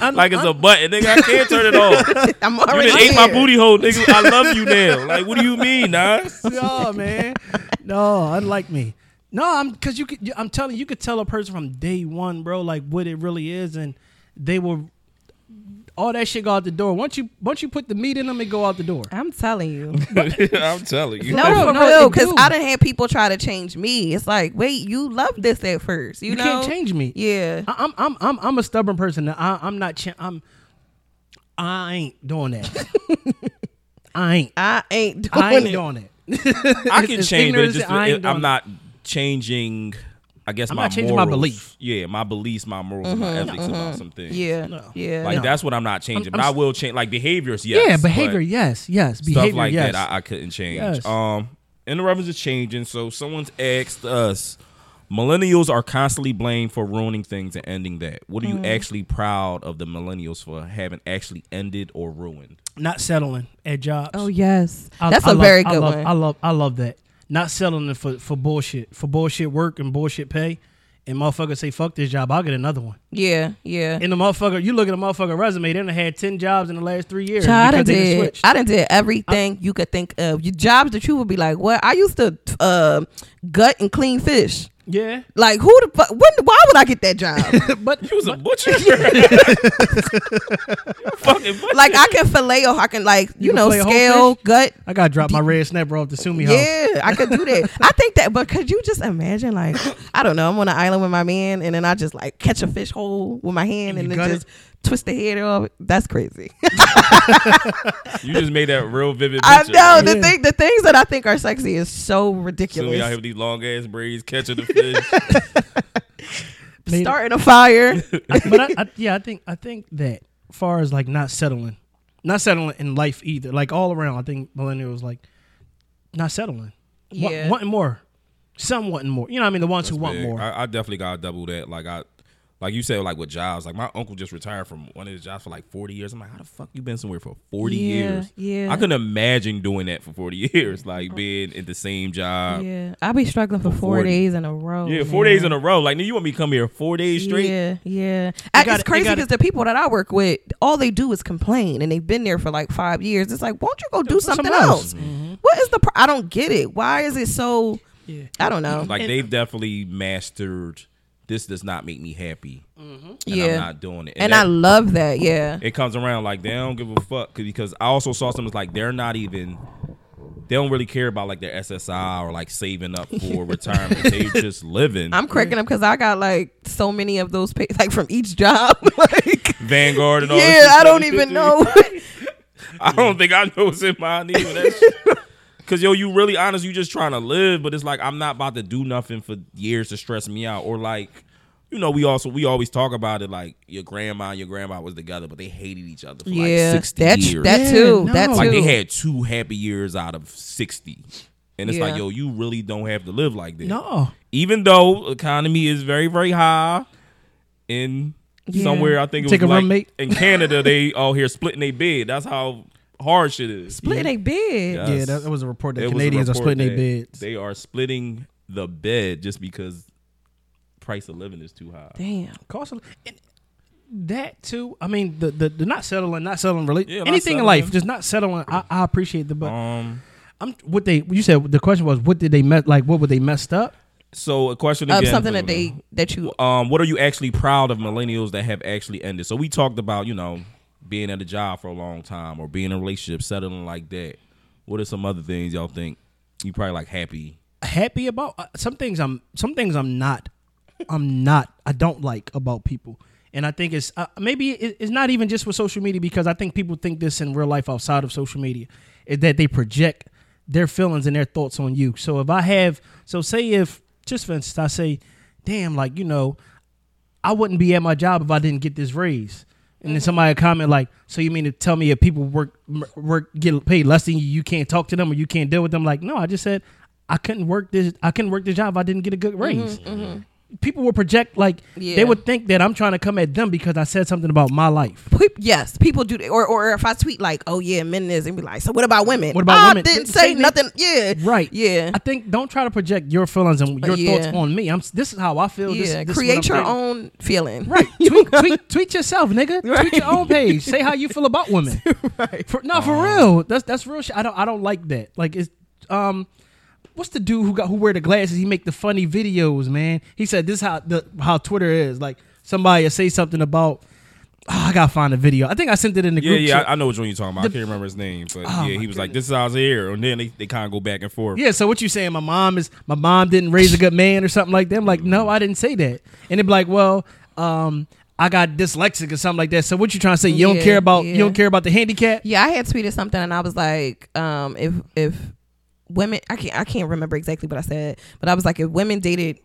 C: unlike it, like it's a button. Nigga, I can't turn it off.
B: I'm
C: You
B: already
C: just ate my
B: there.
C: booty hole, nigga. I love you now. Like, what do you mean, nah?
A: no, man. No, unlike me. No, I'm because you could. you- I'm telling you, you could tell a person from day one, bro, like what it really is, and they will. All that shit go out the door. Once you once you put the meat in them, it go out the door.
B: I'm telling you.
C: I'm telling you.
B: No,
A: no,
B: for real,
A: it
B: because
A: do.
B: I done had people try to change me. It's like, wait, you love this at first. You,
A: You,
B: know?
A: can't change me.
B: Yeah.
A: I, I'm I'm I'm I'm a stubborn person. I, I'm not. Cha- I'm. I ain't doing that. I ain't.
B: I ain't doing
A: I ain't
B: it.
A: doing it.
C: I can
A: As
C: change, but
A: ignorant
C: it just,
A: as I am,
C: I'm
A: dog.
C: not changing I guess
A: I'm
C: my
A: not changing my
C: morals,
A: belief. Mm-hmm,
C: Yeah, my beliefs, my morals, and my ethics about some things.
B: Yeah,
A: No.
B: yeah.
C: Like
A: No.
C: that's what I'm not changing.
A: I'm
C: but I
A: s-
C: will change like behaviors. Yes,
A: yeah,
C: but
A: behavior. Yes, yes. Behavior.
C: stuff like
A: yes.
C: that I, I couldn't change.
A: Yes.
C: Um, and the reference is changing. So someone's asked us, millennials are constantly blamed for ruining things and ending that. What are you actually proud of the millennials for having actually ended or ruined?
A: Not settling at jobs.
B: Oh yes,
A: I-
B: that's
A: I
B: a
A: love-
B: very
A: I
B: good
A: love-
B: one.
A: I love I love that. Not settling for for bullshit for bullshit work and bullshit pay, and motherfuckers say fuck this job, I'll get another one.
B: yeah, yeah.
A: And the motherfucker, you look at a motherfucker resume, they done had ten jobs in the last three years
B: Child, I done
A: because they done
B: did.
A: switched.
B: I done did everything you could think of. Your jobs that you would be like, what? I used to uh, gut and clean fish.
A: yeah,
B: Like who the fuck? When? Why would I get that job?
A: but
C: You was a butcher. You're a fucking butcher.
B: like I can fillet, or I can like you,
A: can
B: know
A: fillet a whole
B: scale
A: fish?
B: gut.
A: I gotta drop my red snapper off to Sumi House.
B: Yeah, I could do that. I think that, but could you just imagine? Like I don't know, I'm on an island with my man, and then I just like catch a fish hole with my hand,
A: And
B: and,
A: you
B: then
A: gut
B: just twist the head off. That's crazy.
C: you just made that real vivid.
B: I
C: Picture,
B: know the
A: Yeah.
B: thing. The things that I think are sexy is so
C: So we out here
B: ridiculous.
C: with these long ass braids catching the fish.
A: Made-
B: Starting a fire.
A: but I, I, yeah, I think I think that far as like not settling, not settling in life either. Like all around, I think millennials like not settling, Wa-
B: Yeah.
A: wanting more, some wanting more. You know, what I mean, the ones who want
C: big.
A: more.
C: I, I definitely gotta double that. Like I, like you said, like with jobs. Like my uncle just retired from one of his jobs for like forty years. I'm like, how the fuck you been somewhere for forty
B: Yeah,
C: years?
B: yeah.
C: I couldn't imagine doing that for forty years. Like being at the same job. Yeah,
B: Yeah, I be struggling for four
C: 40.
B: days in a row.
C: four days in a row. Like, nigga, you want me to come here four days straight?
B: Yeah, yeah. I,
A: gotta-
B: it's
A: you
B: crazy
A: gotta-
B: because the people that I work with, all they do is complain, and they've been there for like five years. It's like, won't you go do something,
A: something else.
B: else?
C: Mm-hmm.
B: What is the? Pro- I don't get it. Why is it so?
A: Yeah.
B: I don't know.
C: Like they've definitely mastered. This does not make me happy. And
B: yeah,
C: I'm not doing it.
B: and
C: that-
B: I love that. Yeah,
C: it comes around like they don't give a fuck 'cause- because I also saw some it's like they're not even they don't really care about like their SSI or like saving up for retirement. they just living.
B: I'm cracking up because I got like so many of those pa- like from each job. like,
C: Vanguard and all that shit.
B: yeah, I don't even know.
C: I don't think I know what's in my knee with that shit. Cause yo, you really honest, you just trying to live, but it's like I'm not about to do nothing for years to stress me out. Or like, you know, we also we always talk about it like your grandma and your grandma was together, but they hated each other for
B: yeah,
C: like sixty
B: that's
C: years.
B: that
A: Yeah,
B: too.
A: no.
B: That too.
C: Like they had two happy years out of sixty, and it's like,
B: Yeah.
C: yo, you really don't have to live like that.
A: No,
C: Even though economy is very very high, in
B: Yeah.
C: somewhere I think it
A: Take
C: was
A: a
C: like
A: roommate.
C: in Canada they all here splitting their bed. That's how hard shit is.
B: splitting a bed.
C: Yeah.
A: yeah, that, that was a report that
C: There was a
A: Canadians are
C: report
A: splitting their
C: that
A: beds.
C: They are splitting the bed just because price of living is too high.
B: Damn.
A: cost of, and that too. I mean, the, the the not settling, not settling, really
C: Yeah, not
A: anything in
C: settling.
A: life, just not settling. I, I appreciate the but
C: Um,
A: I'm what they you said. The question was, what did they mess like? What were they messed up?
C: so a question
B: Of
C: again,
B: something that they that you
C: um, what are you actually proud of millennials that have actually ended? So we talked about, you know, being at a job for a long time or being in a relationship, settling like that. What are some other things y'all think you probably like happy?
A: Happy about uh, some things. I'm some things I'm not. I'm not. I don't like about people. And I think it's uh, maybe it, it's not even just with social media because I think people think this in real life outside of social media is that they project their feelings and their thoughts on you. So if I have, so say if just for instance, I say, damn, like you know, I wouldn't be at my job if I didn't get this raise. And then somebody comment like, "So you mean to tell me if people work m- work get paid less than you, you can't talk to them or you can't deal with them?" Like, no, I just said I couldn't work this. I couldn't work this job. If I didn't get a good raise. People will project like
B: Mm-hmm, Yeah.
A: they would think that I'm trying to come at them because I said something about my life.
B: Pe- Yes, people do. that. Or, or if I tweet like, "Oh yeah, men is," and be like, "So what about women?"
A: What about
B: I
A: women?
B: Didn't
A: Didn't
B: say
A: say that-
B: nothing. Yeah,
A: Right.
B: Yeah,
A: I think don't try to project your feelings and your
B: Yeah.
A: thoughts on me. I'm. s- This is how I feel. This-
B: yeah.
A: this is what I'm
B: Create your
A: feeling.
B: own feeling.
A: Right. tweet, tweet, tweet yourself, nigga.
B: Right.
A: Tweet your own page. Say how you feel about women. right. For, no, for real. That's that's real shit. I don't I don't like that. Like it's um what's the dude who got who wear the glasses? He make the funny videos, man. He said this how the how Twitter is. Like somebody will say something about oh, I gotta find a video. I think I sent it in the
C: Yeah,
A: group.
C: yeah,
A: chat.
C: I, I know which one you're talking about. I can't remember his name, but
B: Oh
C: yeah, he was like, "This is how I was here," and then they, they kind of go back and forth.
A: yeah, so what you saying? My mom is my mom didn't raise a good man or something like that. I'm like, no, I didn't say that. And they'd be like, well, um, I got dyslexic or something like that. So what you trying to say? You
B: Yeah,
A: don't care about
B: yeah.
A: you don't care about the handicap?
B: Yeah, I had tweeted something and I was like, um, if if women, I can't I can't remember exactly what I said, but I was like, if women dated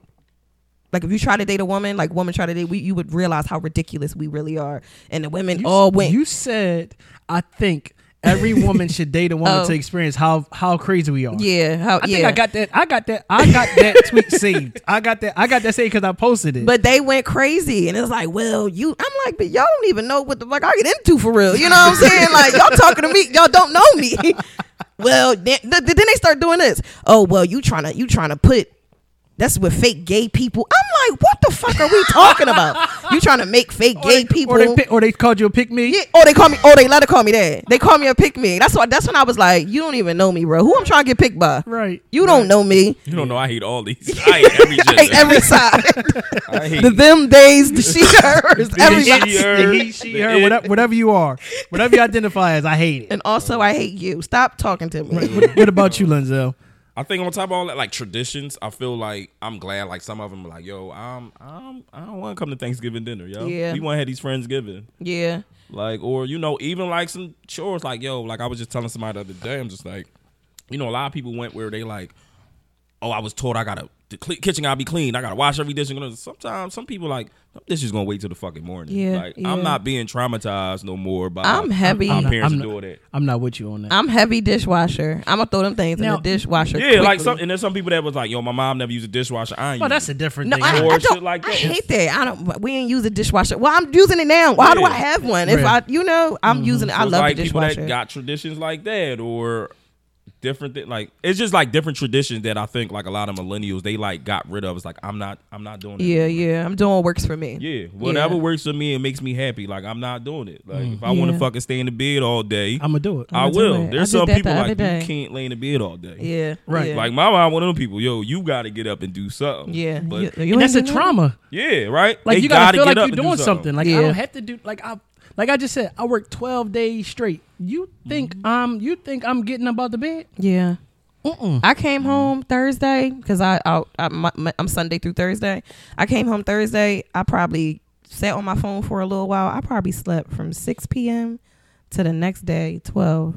B: Like if you try to date a woman, like woman try to date, we, you would realize how ridiculous we really are. And the women all went.
A: You said, I think every woman should date a woman
B: Oh.
A: to experience how how crazy we are.
B: yeah, how,
A: I
B: yeah.
A: think I got that. I got that. I got that tweet saved. I got that. I got that saved because I posted it.
B: But they went crazy, and it's like, well, you. I'm like, but y'all don't even know what the fuck I get into for real. You know what I'm saying? Like y'all talking to me, y'all don't know me. well, then, th- then they start doing this. Oh, well, you trying to you trying to put. That's with fake gay people. I'm like, what the fuck are we talking about? You trying to make fake
A: Or
B: gay
A: they-
B: people?
A: or they, pi- or they called you a pick me.
B: Yeah. Oh, they call me. Oh, they let her call me that. They call me a pick me. That's why. That's when I was like, you don't even know me, bro. Who I'm trying to get picked by?
A: Right.
B: You don't know me.
C: You don't know I hate all these. I hate every
B: I hate
C: gender.
B: every side.
C: I hate
B: the them days, the she hers,
C: The
B: everybody.
C: she, her.
A: The he, she, her,
C: It-
A: whatever, whatever you are, whatever you identify as, I hate it.
B: And also, I hate you. Stop talking to me.
A: What, what about you, Lenzel?
C: I think on top of all that, like traditions, I feel like I'm glad. Like some of them, are like yo, I'm, I'm, I don't want to come to Thanksgiving dinner, yo.
B: Yeah.
C: We want to have these Friendsgiving,
B: Yeah.
C: like, or you know, even like some chores, like yo, like I was just telling somebody the other day, I'm just like, you know, a lot of people went where they like, oh, I was told I gotta the cle- kitchen gotta be clean, I gotta wash every dish. And sometimes some people like this is gonna wait till the fucking morning.
B: Yeah,
C: like
B: yeah.
C: I'm not being traumatized no more by
B: I'm heavy.
C: my
B: I'm
A: not-
C: parents
A: I'm
C: are
A: not-
C: doing it.
A: I'm not with you on that.
B: I'm heavy dishwasher. I'm gonna throw them things
A: Now-
B: in the dishwasher.
C: Yeah,
B: quickly.
C: like some, and there's some people that was like, yo, my mom never used a dishwasher. I ain't.
A: Well,
C: use
A: Oh, that's
C: it.
A: a different
B: No,
A: thing.
B: I,
C: Or
B: I
C: shit
B: don't.
C: like
B: I
C: that.
B: hate that. I don't. We ain't use a dishwasher. Well, I'm using it now. Why do
C: Yeah.
B: I have one? If
A: Right.
B: I, you know, I'm using it. I
C: So it's
B: love
C: like
B: the
C: people
B: dishwasher.
C: that got traditions like that or different thi- like it's just like different traditions that I think like a lot of millennials they like got rid of. It's like I'm not I'm not doing it.
B: yeah, yeah. I'm doing what works for me.
C: Yeah, whatever works for me and makes me happy. Like I'm not doing it. Like if I want
B: Mm. Yeah.
C: to fucking stay in the bed all day,
A: I'm gonna do it.
C: i
B: I'ma do
C: will.
B: it. I did
C: There's some
B: that the
C: people
B: other
C: like
B: day.
C: you can't lay in the bed all day.
B: Yeah.
A: Right.
B: Yeah.
C: Like my mom, one of them people. Yo, you got to get up and do something.
B: yeah. You-
C: but
B: you
A: And
B: ain't
A: that's a
B: doing nothing?
A: trauma.
C: yeah, right.
A: Like
C: They
A: you gotta, feel
C: get
A: like
C: up
A: you're
C: and
A: doing
C: do
A: something. Like
B: Yeah.
A: I don't have to do. Like I, like I just said, I work 12 days straight. You think
C: Mm-hmm.
A: I'm? You think I'm getting up out the bed?
B: Yeah. I came home Thursday because I, I, I my, my- I'm Sunday through Thursday. I came home Thursday. I probably sat on my phone for a little while. I probably slept from 6 p.m. to the next day 12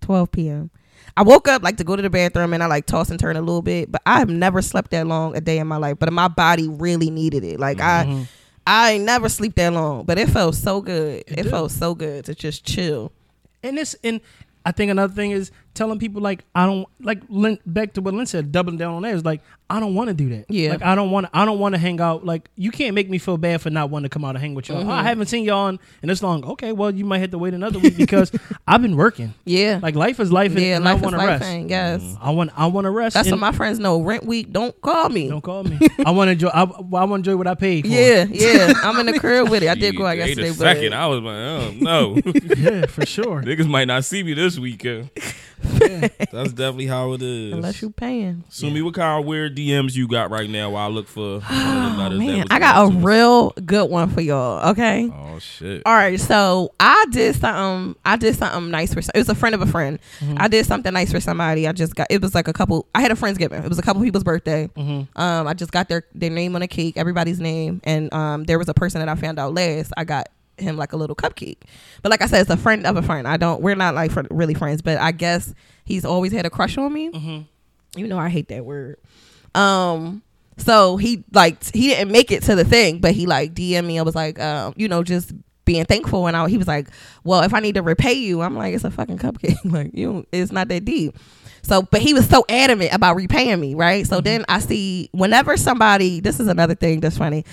B: 12 p.m. I woke up like to go to the bathroom and I like toss and turn a little bit, but I have never slept that long a day in my life. But my body really needed it. Like
A: Mm-hmm.
B: I. I ain't never sleep that long, but it felt so good. It,
A: do.
B: felt so good to just chill.
A: And this, and I think another thing is telling people like I don't like Lin, back to what Lynn said, doubling down on that is like I don't want to do that.
B: Yeah.
A: like I don't want, I don't want to hang out. Like you can't make me feel bad for not wanting to come out and hang with
B: Mm-hmm.
A: y'all. Oh, I haven't seen y'all in, in this long. Okay, well you might have to wait another week because I've been working.
B: Yeah,
A: Like life is life, and,
B: yeah.
A: and
B: Life
A: I
B: is
A: want to
B: life.
A: rest. Mm-hmm.
B: Thing, yes.
A: I want, I want to rest.
B: That's
A: and
B: what my friends know. Rent week, don't call me.
A: don't call me. I want to enjoy. I, I want to enjoy what I paid. For.
B: yeah, yeah. I'm in the crib with it. I did go out
C: Wait a
B: yesterday,
C: Second,
B: but
C: I was like, oh no.
A: yeah, for sure.
C: Niggas might not see me this weekend. That's definitely how it is.
B: unless you paying.
C: Sumi, what kind of weird DMs you got right now? While I look for. Oh
B: Man, I got a real good one for y'all. Okay.
C: Oh shit.
B: All right, so I did something. I did something nice for. some- It was a friend of a friend.
C: Mm-hmm.
B: I did something nice for somebody. I just got. It was like a couple. I had a friendsgiving. It was a couple people's birthday.
C: Mm-hmm.
B: Um, I just got their their name on a cake, everybody's name, and um, there was a person that I found out last. I got him like a little cupcake, but like I said, it's a friend of a friend. I don't. We're not like fr- really friends, but I guess he's always had a crush on me.
C: Mm-hmm.
B: You know, I hate that word. Um, so he like t- he didn't make it to the thing, but he like DM me. I was like, um, you know, just being thankful. And I he was like, well, if I need to repay you, I'm like, it's a fucking cupcake. like you, don't- it's not that deep. So, but he was so adamant about repaying me, right?
A: Mm-hmm.
B: So then I see whenever somebody, this is another thing that's funny.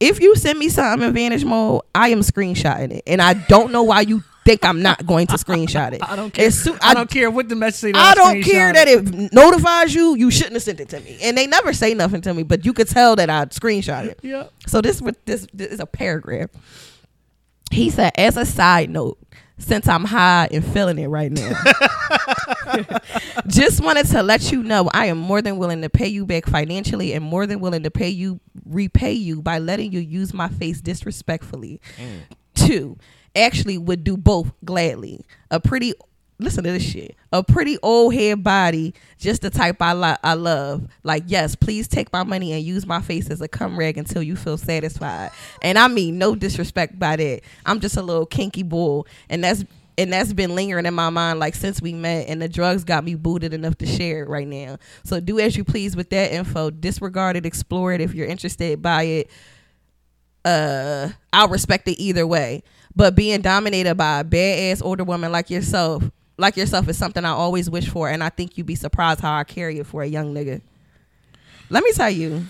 B: If you send me something in Vantage mode, I am screenshotting it, and I don't know why you think I'm not going to screenshot it.
A: I don't care.
B: As soo-
A: I don't care what the message.
B: I don't care that it notifies you. You shouldn't have sent it to me. And they never say nothing to me, but you could tell that I screenshot it.
A: Yeah.
B: So this with this, this is a paragraph. He said, as a side note, since I'm high and feeling it right now, just wanted to let you know I am more than willing to pay you back financially and more than willing to pay you repay you by letting you use my face disrespectfully. Two, actually would do both gladly. A pretty listen to this shit. A pretty old head body, just the type I li- I love. Like, yes, please take my money and use my face as a cum rag until you feel satisfied. And I mean no disrespect by that. I'm just a little kinky bull, and that's and that's been lingering in my mind like since we met and the drugs got me booted enough to share it right now so do as you please with that info disregard it explore it if you're interested by it uh i'll respect it either way but being dominated by a badass older woman like yourself like yourself is something i always wish for and i think you'd be surprised how i carry it for a young nigga let me tell you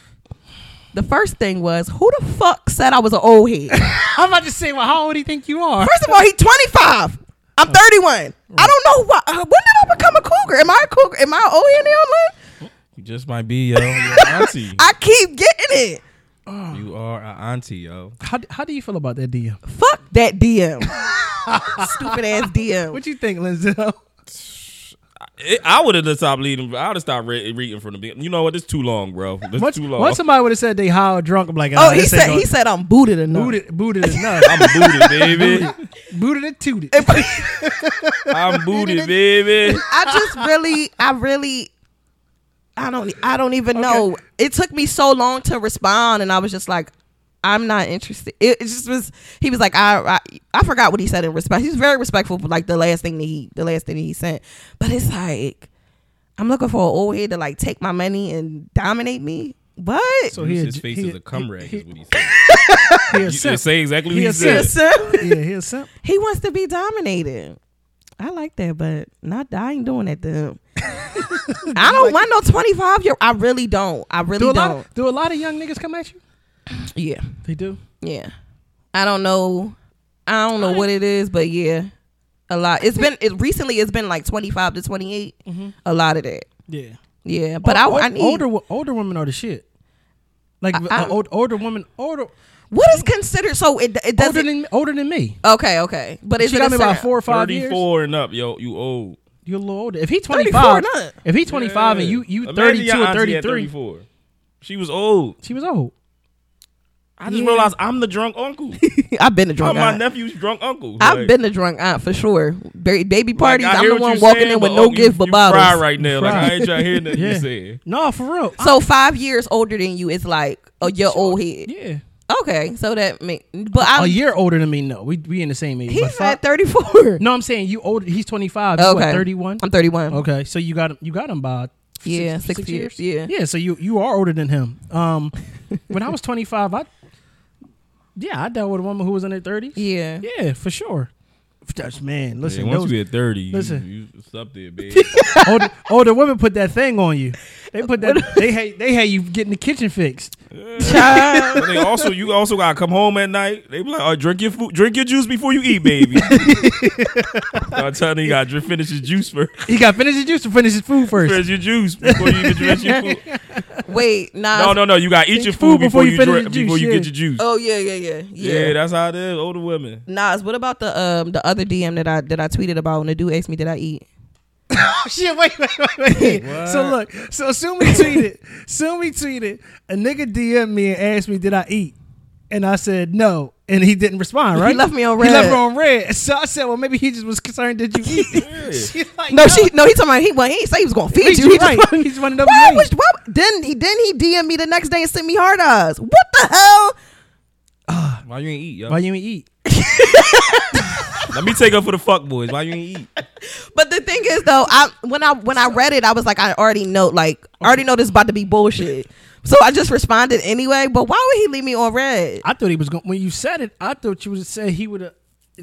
B: the first thing was who the fuck said i was an old head
A: I'm about to say, well, how old do you think you are?
B: First of all, he's 25. I'm 31. I don't know why. Uh, when did I become a cougar? Am I a cougar? Am I an old in the
C: You just might be yo, your auntie.
B: I keep getting it.
C: you are an auntie, yo.
A: How, how do you feel about that DM?
B: Fuck that DM. Stupid ass DM.
A: What you think, Linzo?
C: It, I would have just stopped reading. I would have stopped re- reading from the beginning. You know what? It's too long, bro. It's
A: Once,
C: too long.
A: once somebody would have said they high or drunk, I'm like,
B: oh,
A: ah,
B: he
A: this ain't
B: said
A: gonna-
B: he said I'm booted enough.
A: booted, booted is enough.
C: I'm booted, baby.
A: booted and tooted.
C: I'm booted, baby.
B: I just really, I really, I don't, I don't even know. It took me so long to respond, and I was just like, I'm not interested. It, it just was. He was like, I, I, I forgot what he said in response. He was very respectful, for like the last thing that he, the last thing that he sent. But it's like, I'm looking for an old head to like take my money and dominate me. What?
A: So
C: Use
A: he
C: his face
A: he,
C: as a cum rag
A: He,
C: is what he said.
A: he, he a
C: You
A: simp.
C: just say exactly what
A: He
C: he,
A: a
C: said.
A: sis. yeah, he a simp.
B: he wants to be dominated. I like that, but not. I ain't doing that to him. I don't want no 25 year. I really don't. I really
A: Do a
B: don't.
A: lot. Of, do a lot of young niggas come at you?
B: Yeah.
A: They do.
B: Yeah. I don't know. I don't know what it is, but yeah. A lot. It's been it recently it's been like 25 to 28. A lot of that.
A: Yeah.
B: Yeah, but I, I need
A: older wo- older women are the shit. Like
B: I-
A: uh, old, older women, older
B: What is considered so it it doesn't
A: older than older than me.
B: Okay, okay. But is
A: she
B: it
A: got
B: a
A: me about
B: certain-
A: four or five years.
C: 34 and up, yo. You old.
A: You're a little older. If he
B: 34
A: 25,
B: not.
A: if he 25 and you you 32 or 33,
C: 34. She was old.
A: she was old.
C: I just realized I'm the drunk uncle.
B: I've been a
C: I'm
B: drunk
C: my
B: aunt.
C: nephew's drunk uncle.
B: I've
C: Like-
B: been a drunk aunt for sure. Ba- Baby
C: like,
B: parties,
C: I
B: I'm
C: hear
B: the
C: what
B: one
C: you
B: walking
C: saying,
B: in with
C: but,
B: no
C: oh, you-
B: gift but
C: you Fry
B: bottles.
C: right now. Like
A: Fry.
C: I ain't trying to hear nothing
A: Yeah.
C: you said.
A: No, for real.
B: So five years older than you is like a your old head.
A: yeah.
B: Okay, so that make but
A: a
B: I
A: year older than me. No, we we in the same age. but
B: he's
A: five-
B: at thirty four.
A: no, I'm saying you older. He's 25. You what, 31.
B: I'm 31.
A: Okay, so you got him. You got him by
B: Yeah,
A: six,
B: six
A: six
B: years.
A: years.
B: Yeah.
A: Yeah, so you you are older than him. Um, when I was 25, I yeah, I dealt with a woman who was in her 30s.
B: Yeah.
A: Yeah, for sure. That's man. Listen,
C: once
A: those
C: you hit 30, you,
A: listen.
C: you it's up there, babe.
A: older, older oh, women put that thing on you. They put that. they had they had you getting the kitchen fixed.
B: Child.
C: but they also, you also gotta come home at night. They be like, "Oh, drink your food, drink your juice before you eat, baby." I'm telling you, you gotta drink, finish your juice first.
A: He got to finish his juice to finish his food first.
C: Finish your juice before you even drink your food.
B: Wait, nah.
C: No, no, no. You gotta eat your food before you drink, before you get your juice.
B: Oh yeah, yeah, yeah,
C: yeah.
B: yeah.
C: that's how it is. Older women.
B: Nas, what about the um the other DM that I that I tweeted about when the dude asked me did I eat?
A: Oh shit! Wait, wait, wait, wait. so look, so Sumi tweeted, Sumi tweeted, a nigga DM me and asked me, "Did I eat?" And I said no, and he didn't respond. Right?
B: left me on
A: He left
B: red.
A: her on red. So I said, well, maybe he just was concerned. Did you eat? She like,
B: No, she no. He talking about he well, he ain't say he was gonna feed you.
A: you
B: He just
A: right.
B: wanted-
A: He just wanted to know
B: Why
A: if you
B: was why, then he then he DM me the next day and sent me hard eyes. What the hell?
C: Why you ain't eat, yo?
A: Why you ain't eat?
C: Let me take up for the fuck boys. Why you ain't eat?
B: But the thing is though, I when I when I read it, I was like, I already know, like I already know this is about to be bullshit. So I just responded anyway. But why would he leave me on red?
A: I thought he was going. When you said it, I thought you would say he would have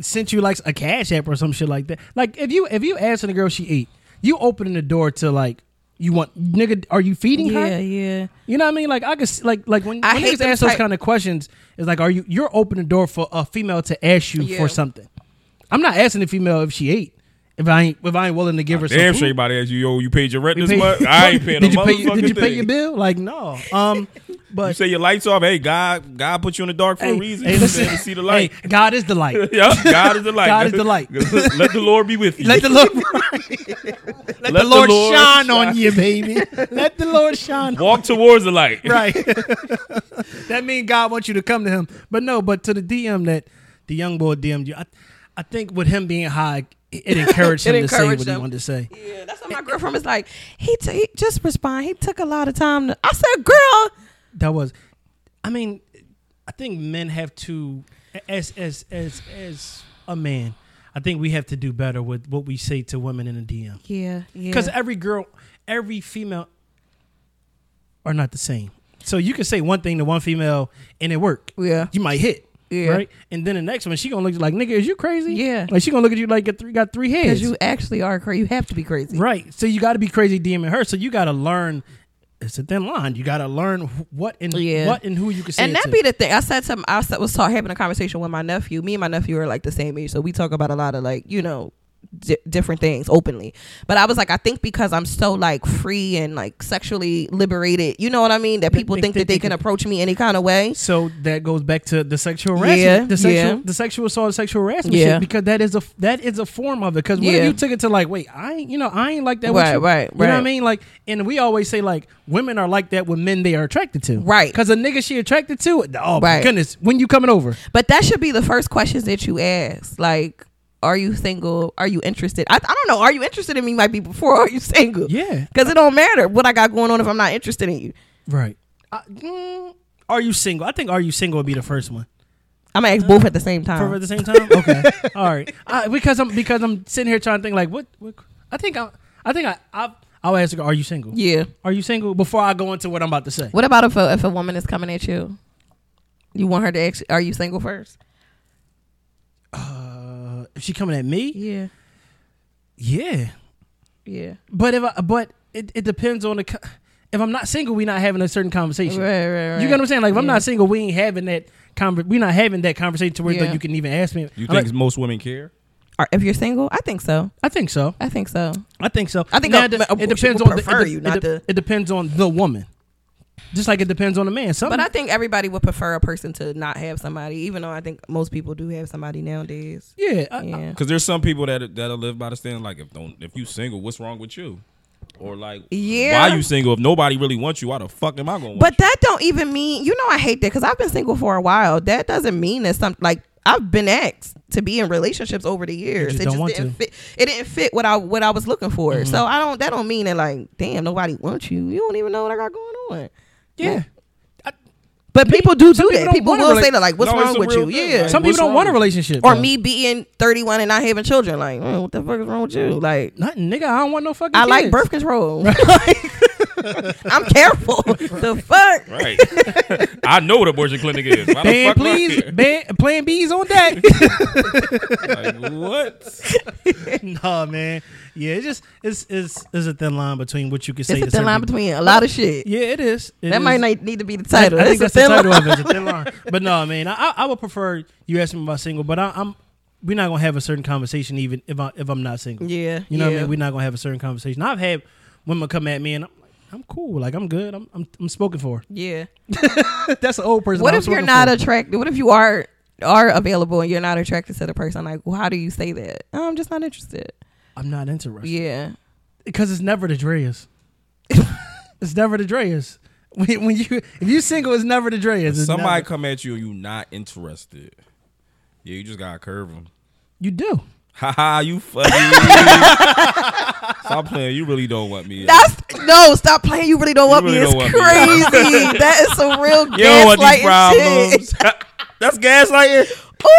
A: sent you like a cash app or some shit like that. Like if you if you asking a girl she eat, you opening the door to like you want nigga. Are you feeding her?
B: yeah.
A: You know what I mean? Like I could s- like like when,
B: I
A: when
B: hate
A: niggas
B: them
A: ask those
B: type-
A: kind of questions, it's like are you you're opening the door for a female to ask you
B: Yeah.
A: for something. I'm not asking the female if she ate. If I ain't if I ain't willing to give her
C: Damn
A: some
C: sure
A: food.
C: anybody asked you, yo, you paid your rent this
A: Pay-
C: month? I ain't paying
A: did you
C: no
A: pay,
C: motherfucking
A: Did you pay
C: thing.
A: your bill? Like no. Um,
C: You
A: but
C: say your lights off. Hey, God, God put you in the dark for a reason. you
A: listen.
C: said to see the light.
A: Hey, God is the light.
C: Yup, God is the light.
A: God is the light.
C: Let the Lord be with you.
A: Let the Lord, let the Lord, shine, on
C: shine.
A: you, baby. Let the Lord shine.
C: Walk towards the light.
A: Right. that means God wants you to come to Him. But no, but to the DM that the young boy DM'd you, I, I think with him being high, it it encouraged him
B: It
A: to say what
B: encouraged
A: he
B: him.
A: wanted to say.
B: Yeah, that's what my girlfriend was like. He, t- he just respond. He took a lot of time. To- I said, "Girl,
A: That was, I mean, I think men have to, as as as as a man, I think we have to do better with what we say to women in the DM.
B: Yeah, yeah.
A: Because every girl, every female are not the same. So you can say one thing to one female and it work.
B: Yeah.
A: You might hit.
B: Yeah.
A: Right? And then the next one, she gonna look at you like, nigga, is you crazy?
B: Yeah.
A: Like she gonna look at you like you three got three heads.
B: because you actually are crazy. You have to be crazy.
A: right. So you gotta be crazy DMing her. So you gotta learn it's a thin line. You gotta learn wh- what and
B: Yeah.
A: what and who you can say.
B: and
A: it
B: that
A: to.
B: be the thing. I said to him, I said- was talk, having a conversation with my nephew. Me and my nephew are like the same age, so we talk about a lot of like you know di- different things openly. But I was like, I think because I'm so like free and like sexually liberated, you know what I mean, that
A: They-
B: people
A: they-
B: think
A: they-
B: that they
A: they
B: can
A: can-
B: approach me any kind of way.
A: So that goes back to the sexual harassment,
B: Yeah,
A: the sexual,
B: yeah.
A: the sexual assault, sexual harassment,
B: Yeah.
A: shit, because that is a that is a form of it. Because what
B: Yeah.
A: if you took it to like, wait, I ain't, you know, I ain't like that. with
B: Right,
A: you.
B: right,
A: You know what
B: right.
A: I mean? Like, and we always say like, women are like that with men they are attracted to,
B: Right.
A: Because a nigga she attracted to, oh
B: Right.
A: my goodness, when you coming over?
B: But that should be the first questions that you ask, like. Are you single? Are you interested? I, I don't know. Are you interested in me? Might be before. Are you single?
A: Yeah.
B: Because it don't matter what I got going on if I'm not interested in you.
A: Right. I, mm, are you single? I think are you single would be the first one.
B: I'm gonna ask both at the same time.
A: For at the same time. Okay. All right. I, because I'm because I'm sitting here trying to think like what, what I think I I think I, I I'll ask her, are you single?
B: yeah.
A: Are you single? Before I go into what I'm about to say.
B: What about if a, if a woman is coming at you? You want her to ask, are you single first?
A: Uh, if she coming at me,
B: Yeah.
A: yeah.
B: Yeah.
A: But if I, but it, it depends on the. co- If I'm not single, we not having a certain
B: Right,
A: conversation.
B: right, right.
A: You get what I'm saying? Like if I'm
B: Yeah.
A: not single, we ain't having that. Conver- we not having that conversation to where
B: Yeah.
A: like, you can even ask me.
C: You
A: I'm
C: think
A: like,
C: most women care?
B: Or if you're single, I think so.
A: I think so.
B: I think so.
A: I think so.
B: I think a-
A: it, de-
B: a-
A: it depends
B: would
A: on. the,
B: prefer
A: it, de-
B: you
A: it
B: not
A: de-
B: to-
A: it depends on the woman. Just like it depends on the man. Some
B: But I think everybody would prefer a person to not have somebody, even though I think most people do have somebody nowadays.
A: yeah, I- I-
B: Yeah.
C: Because there's some people that that'll live by the standard like if don't if you single, what's wrong with you? Or like
B: Yeah.
C: why you single? If nobody really wants you, why the fuck am I gonna want
B: But that don't even mean, you know, I hate that because I've been single for a while. That doesn't mean that something like I've been asked to be in relationships over the years.
A: just don't want
B: didn't
A: to. Mm-hmm.
B: fit. It didn't fit what I what I was looking for. So I don't. That don't mean that like, damn, nobody wants you. You don't even know what I got going on.
A: yeah.
B: Like, but people do do
A: some people
B: that.
A: don't
B: People
A: wanna
B: will
A: rela-
B: say that like, what's
C: No, it's
B: wrong
C: a
B: with
C: real
B: you?
C: thing,
B: Yeah.
C: like-
A: Some people
C: what's
A: don't want a
C: wrong?
A: relationship.
B: or
A: though.
B: me being 31 and not having children. Like, "Mm, what the fuck is wrong with you? Like,
A: Nothing, nigga. I don't want no fucking.
B: I like
A: kids.
B: birth control. I'm careful. the fuck.
C: Right. I know what abortion clinic is. Why the
A: Ban,
C: fuck am I
A: please.
C: here?
A: Ban, plan B's on deck.
C: Like, what?
A: no, man. Yeah, it just it's it's there's a thin line between what you can say.
B: It's
A: to
B: a thin
A: certain
B: line
A: people.
B: between a lot of shit.
A: Yeah, it is. It
B: that
A: is.
B: might not need to be the
A: I,
B: title.
A: I think
B: That's
A: that's
B: a
A: the title
B: thin line.
A: of it. It's a thin line. But no, man, I I- I would prefer you asking me about single, but I, I'm we're not gonna have a certain conversation even if I if I'm not single.
B: Yeah,
A: you know what
B: yeah.
A: I mean. We're not gonna have a certain conversation. I've had women come at me and I'm like, I'm cool. Like I'm good. I'm I'm, I'm spoken for.
B: Yeah.
A: that's an old person.
B: What
A: I'm
B: if you're
A: spoken
B: not
A: for.
B: attracted? What if you are are available and you're not attracted to the person? Like, well, how do you say that? "Oh, I'm just not interested.
A: I'm not interested
B: Yeah.
A: because it's never the Dreas. it's never the Dreas. When, when you if you single, it's never the Dreas. It's
C: Somebody
A: never-
C: come at you and you not interested. Yeah, you just gotta curve them.
A: you do.
C: Ha ha, you fucking. Stop playing. You really don't want me.
B: That's no. Stop playing. You really don't want
C: really
B: me. It's
C: don't want
B: crazy. that is some real
C: you don't want these
B: gaslighting shit.
C: problems. That's gaslighting.
B: Oh,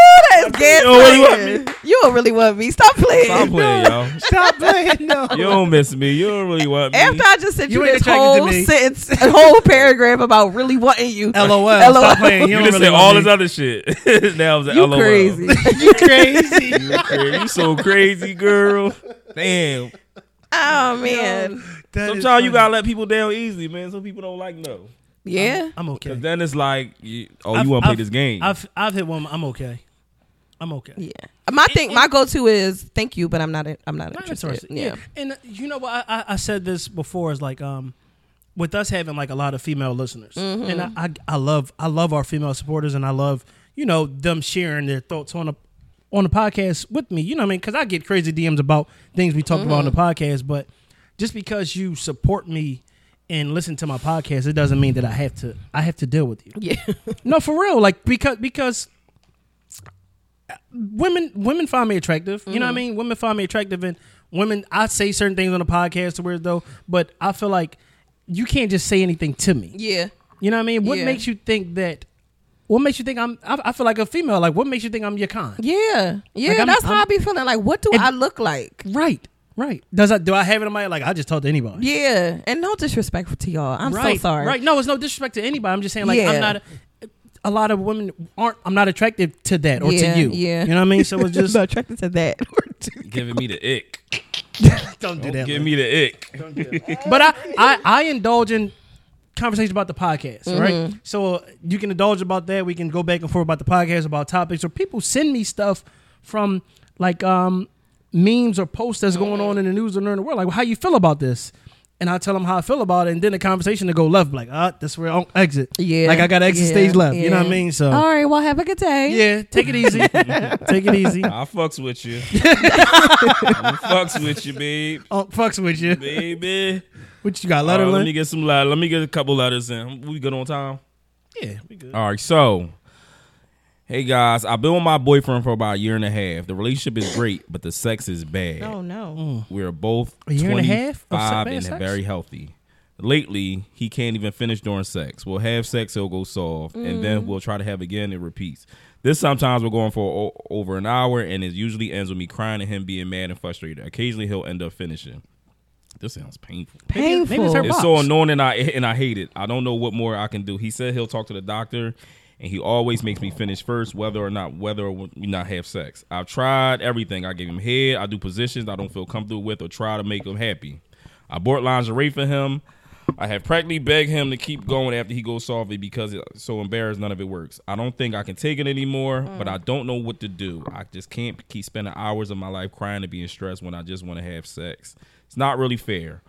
B: that's
C: You don't really want
B: gaslighting. You don't really want me. Stop playing.
C: Stop playing, yo.
A: Stop playing. No.
C: You don't miss me. You don't really want me.
B: After I just sent
A: You
B: you,
A: ain't
B: this
A: attracted to
B: whole
A: me.
B: sentence, a whole paragraph about really wanting you.
A: LOL.
B: LOL.
A: Stop playing. You,
C: you
A: don't
C: just
A: really
C: said
A: want
C: all
A: me.
C: this other shit. now I'm like,
B: You
C: LOL.
B: crazy.
A: you crazy.
C: You crazy. You so crazy, girl. Damn.
B: oh man.
C: Sometimes you gotta let people down easy, man. Some people don't like no.
B: Yeah.
A: I'm
C: Cause
A: okay.
C: then it's like, you, oh,
A: I've-
C: you want to play
A: I've-
C: this game?
A: I've I've hit one. I'm okay. I'm okay.
B: Yeah. My thing, my go-to is thank you, but I'm not. I'm not
A: Not
B: interested.
A: interested.
B: Yeah.
A: And uh, you know what? I, I, I said this before is like um, with us having like a lot of female listeners,
B: Mm-hmm.
A: and I, I I love I love our female supporters, and I love you know them sharing their thoughts on the on the podcast with me. You know what I mean? Because I get crazy DMs about things we talked about on the
B: Mm-hmm.
A: podcast, but just because you support me and listen to my podcast, it doesn't mean that I have to I have to deal with you.
B: Yeah.
A: No, for real. Like because because women women find me attractive. You know
B: Mm-hmm.
A: what I mean? Women find me attractive, and women I say certain things on the podcast to where though, but I feel like you can't just say anything to me.
B: yeah.
A: You know what I mean? What
B: Yeah.
A: makes you think that What makes you think I'm? I, I feel like a female. Like, what makes you think I'm your kind?
B: Yeah, yeah.
A: Like, I'm-
B: that's how I
A: I'm-
B: be feeling. Like, what do
A: And-
B: I look like?
A: Right, right. Does I do I have it in my like? I just talk to anybody.
B: Yeah, and no disrespect to y'all. I'm
A: right,
B: so sorry.
A: Right. No, it's no disrespect to anybody. I'm just saying like
B: Yeah.
A: I'm not. A, a lot of women aren't. I'm not attractive to that or
B: Yeah,
A: to you.
B: yeah.
A: You know what I mean? So it's just
B: Not attracted to that.
C: Giving me the ick.
A: don't do
C: Don't
A: that.
C: give
A: man.
C: me the ick.
A: but I, I I indulge in conversation about the podcast,
B: Mm-hmm.
A: right? So uh, you can indulge about that. We can go back and forth about the podcast, about topics, or people send me stuff from like um memes or posts that's going on in the news or in the world. Like, how you feel about this? And I tell them how I feel about it, and then the conversation to go left, like ah, that's where I'll exit.
B: Yeah,
A: like I got to exit
B: yeah,
A: stage left. You know what I
B: yeah.
A: mean? So
B: All right. Well, have a good day.
A: yeah, take it easy, take it easy.
C: I fucks with you. I fucks with you, babe.
A: Oh, fucks with you.
C: Baby.
A: What you got?
C: All right,
A: Letter
C: let
A: line?
C: me get some letter. Let me get a couple letters in. We good on time?
A: Yeah, we good.
C: All right, so hey guys, I've been with my boyfriend for about a year and a half. The relationship is great, but the sex is bad.
B: Oh no.
A: Mm.
C: We are both
A: A year and a half of se-
C: 25
A: bad
C: and
A: sex?
C: very healthy. Lately, he can't even finish during sex. We'll have sex, he'll go soft, and
A: Mm.
C: then we'll try to have again. It repeats. This sometimes we're going for o- over an hour, and it usually ends with me crying and him being mad and frustrated. Occasionally, he'll end up finishing. This sounds painful.
A: Maybe- maybe it's her
B: Painful.
A: box.
C: It's so annoying and I and I hate it. I don't know what more I can do. He said he'll talk to the doctor and he always makes me finish first whether or not whether or we not have sex. I've tried everything. I gave him head, I do positions I don't feel comfortable with or try to make him happy. I bought lingerie for him. I have practically begged him to keep going after he goes softly because it's so embarrassed none of it works. I don't think I can take it anymore, but I don't know what to do. I just can't keep spending hours of my life crying and being stressed when I just want to have sex. It's not really fair.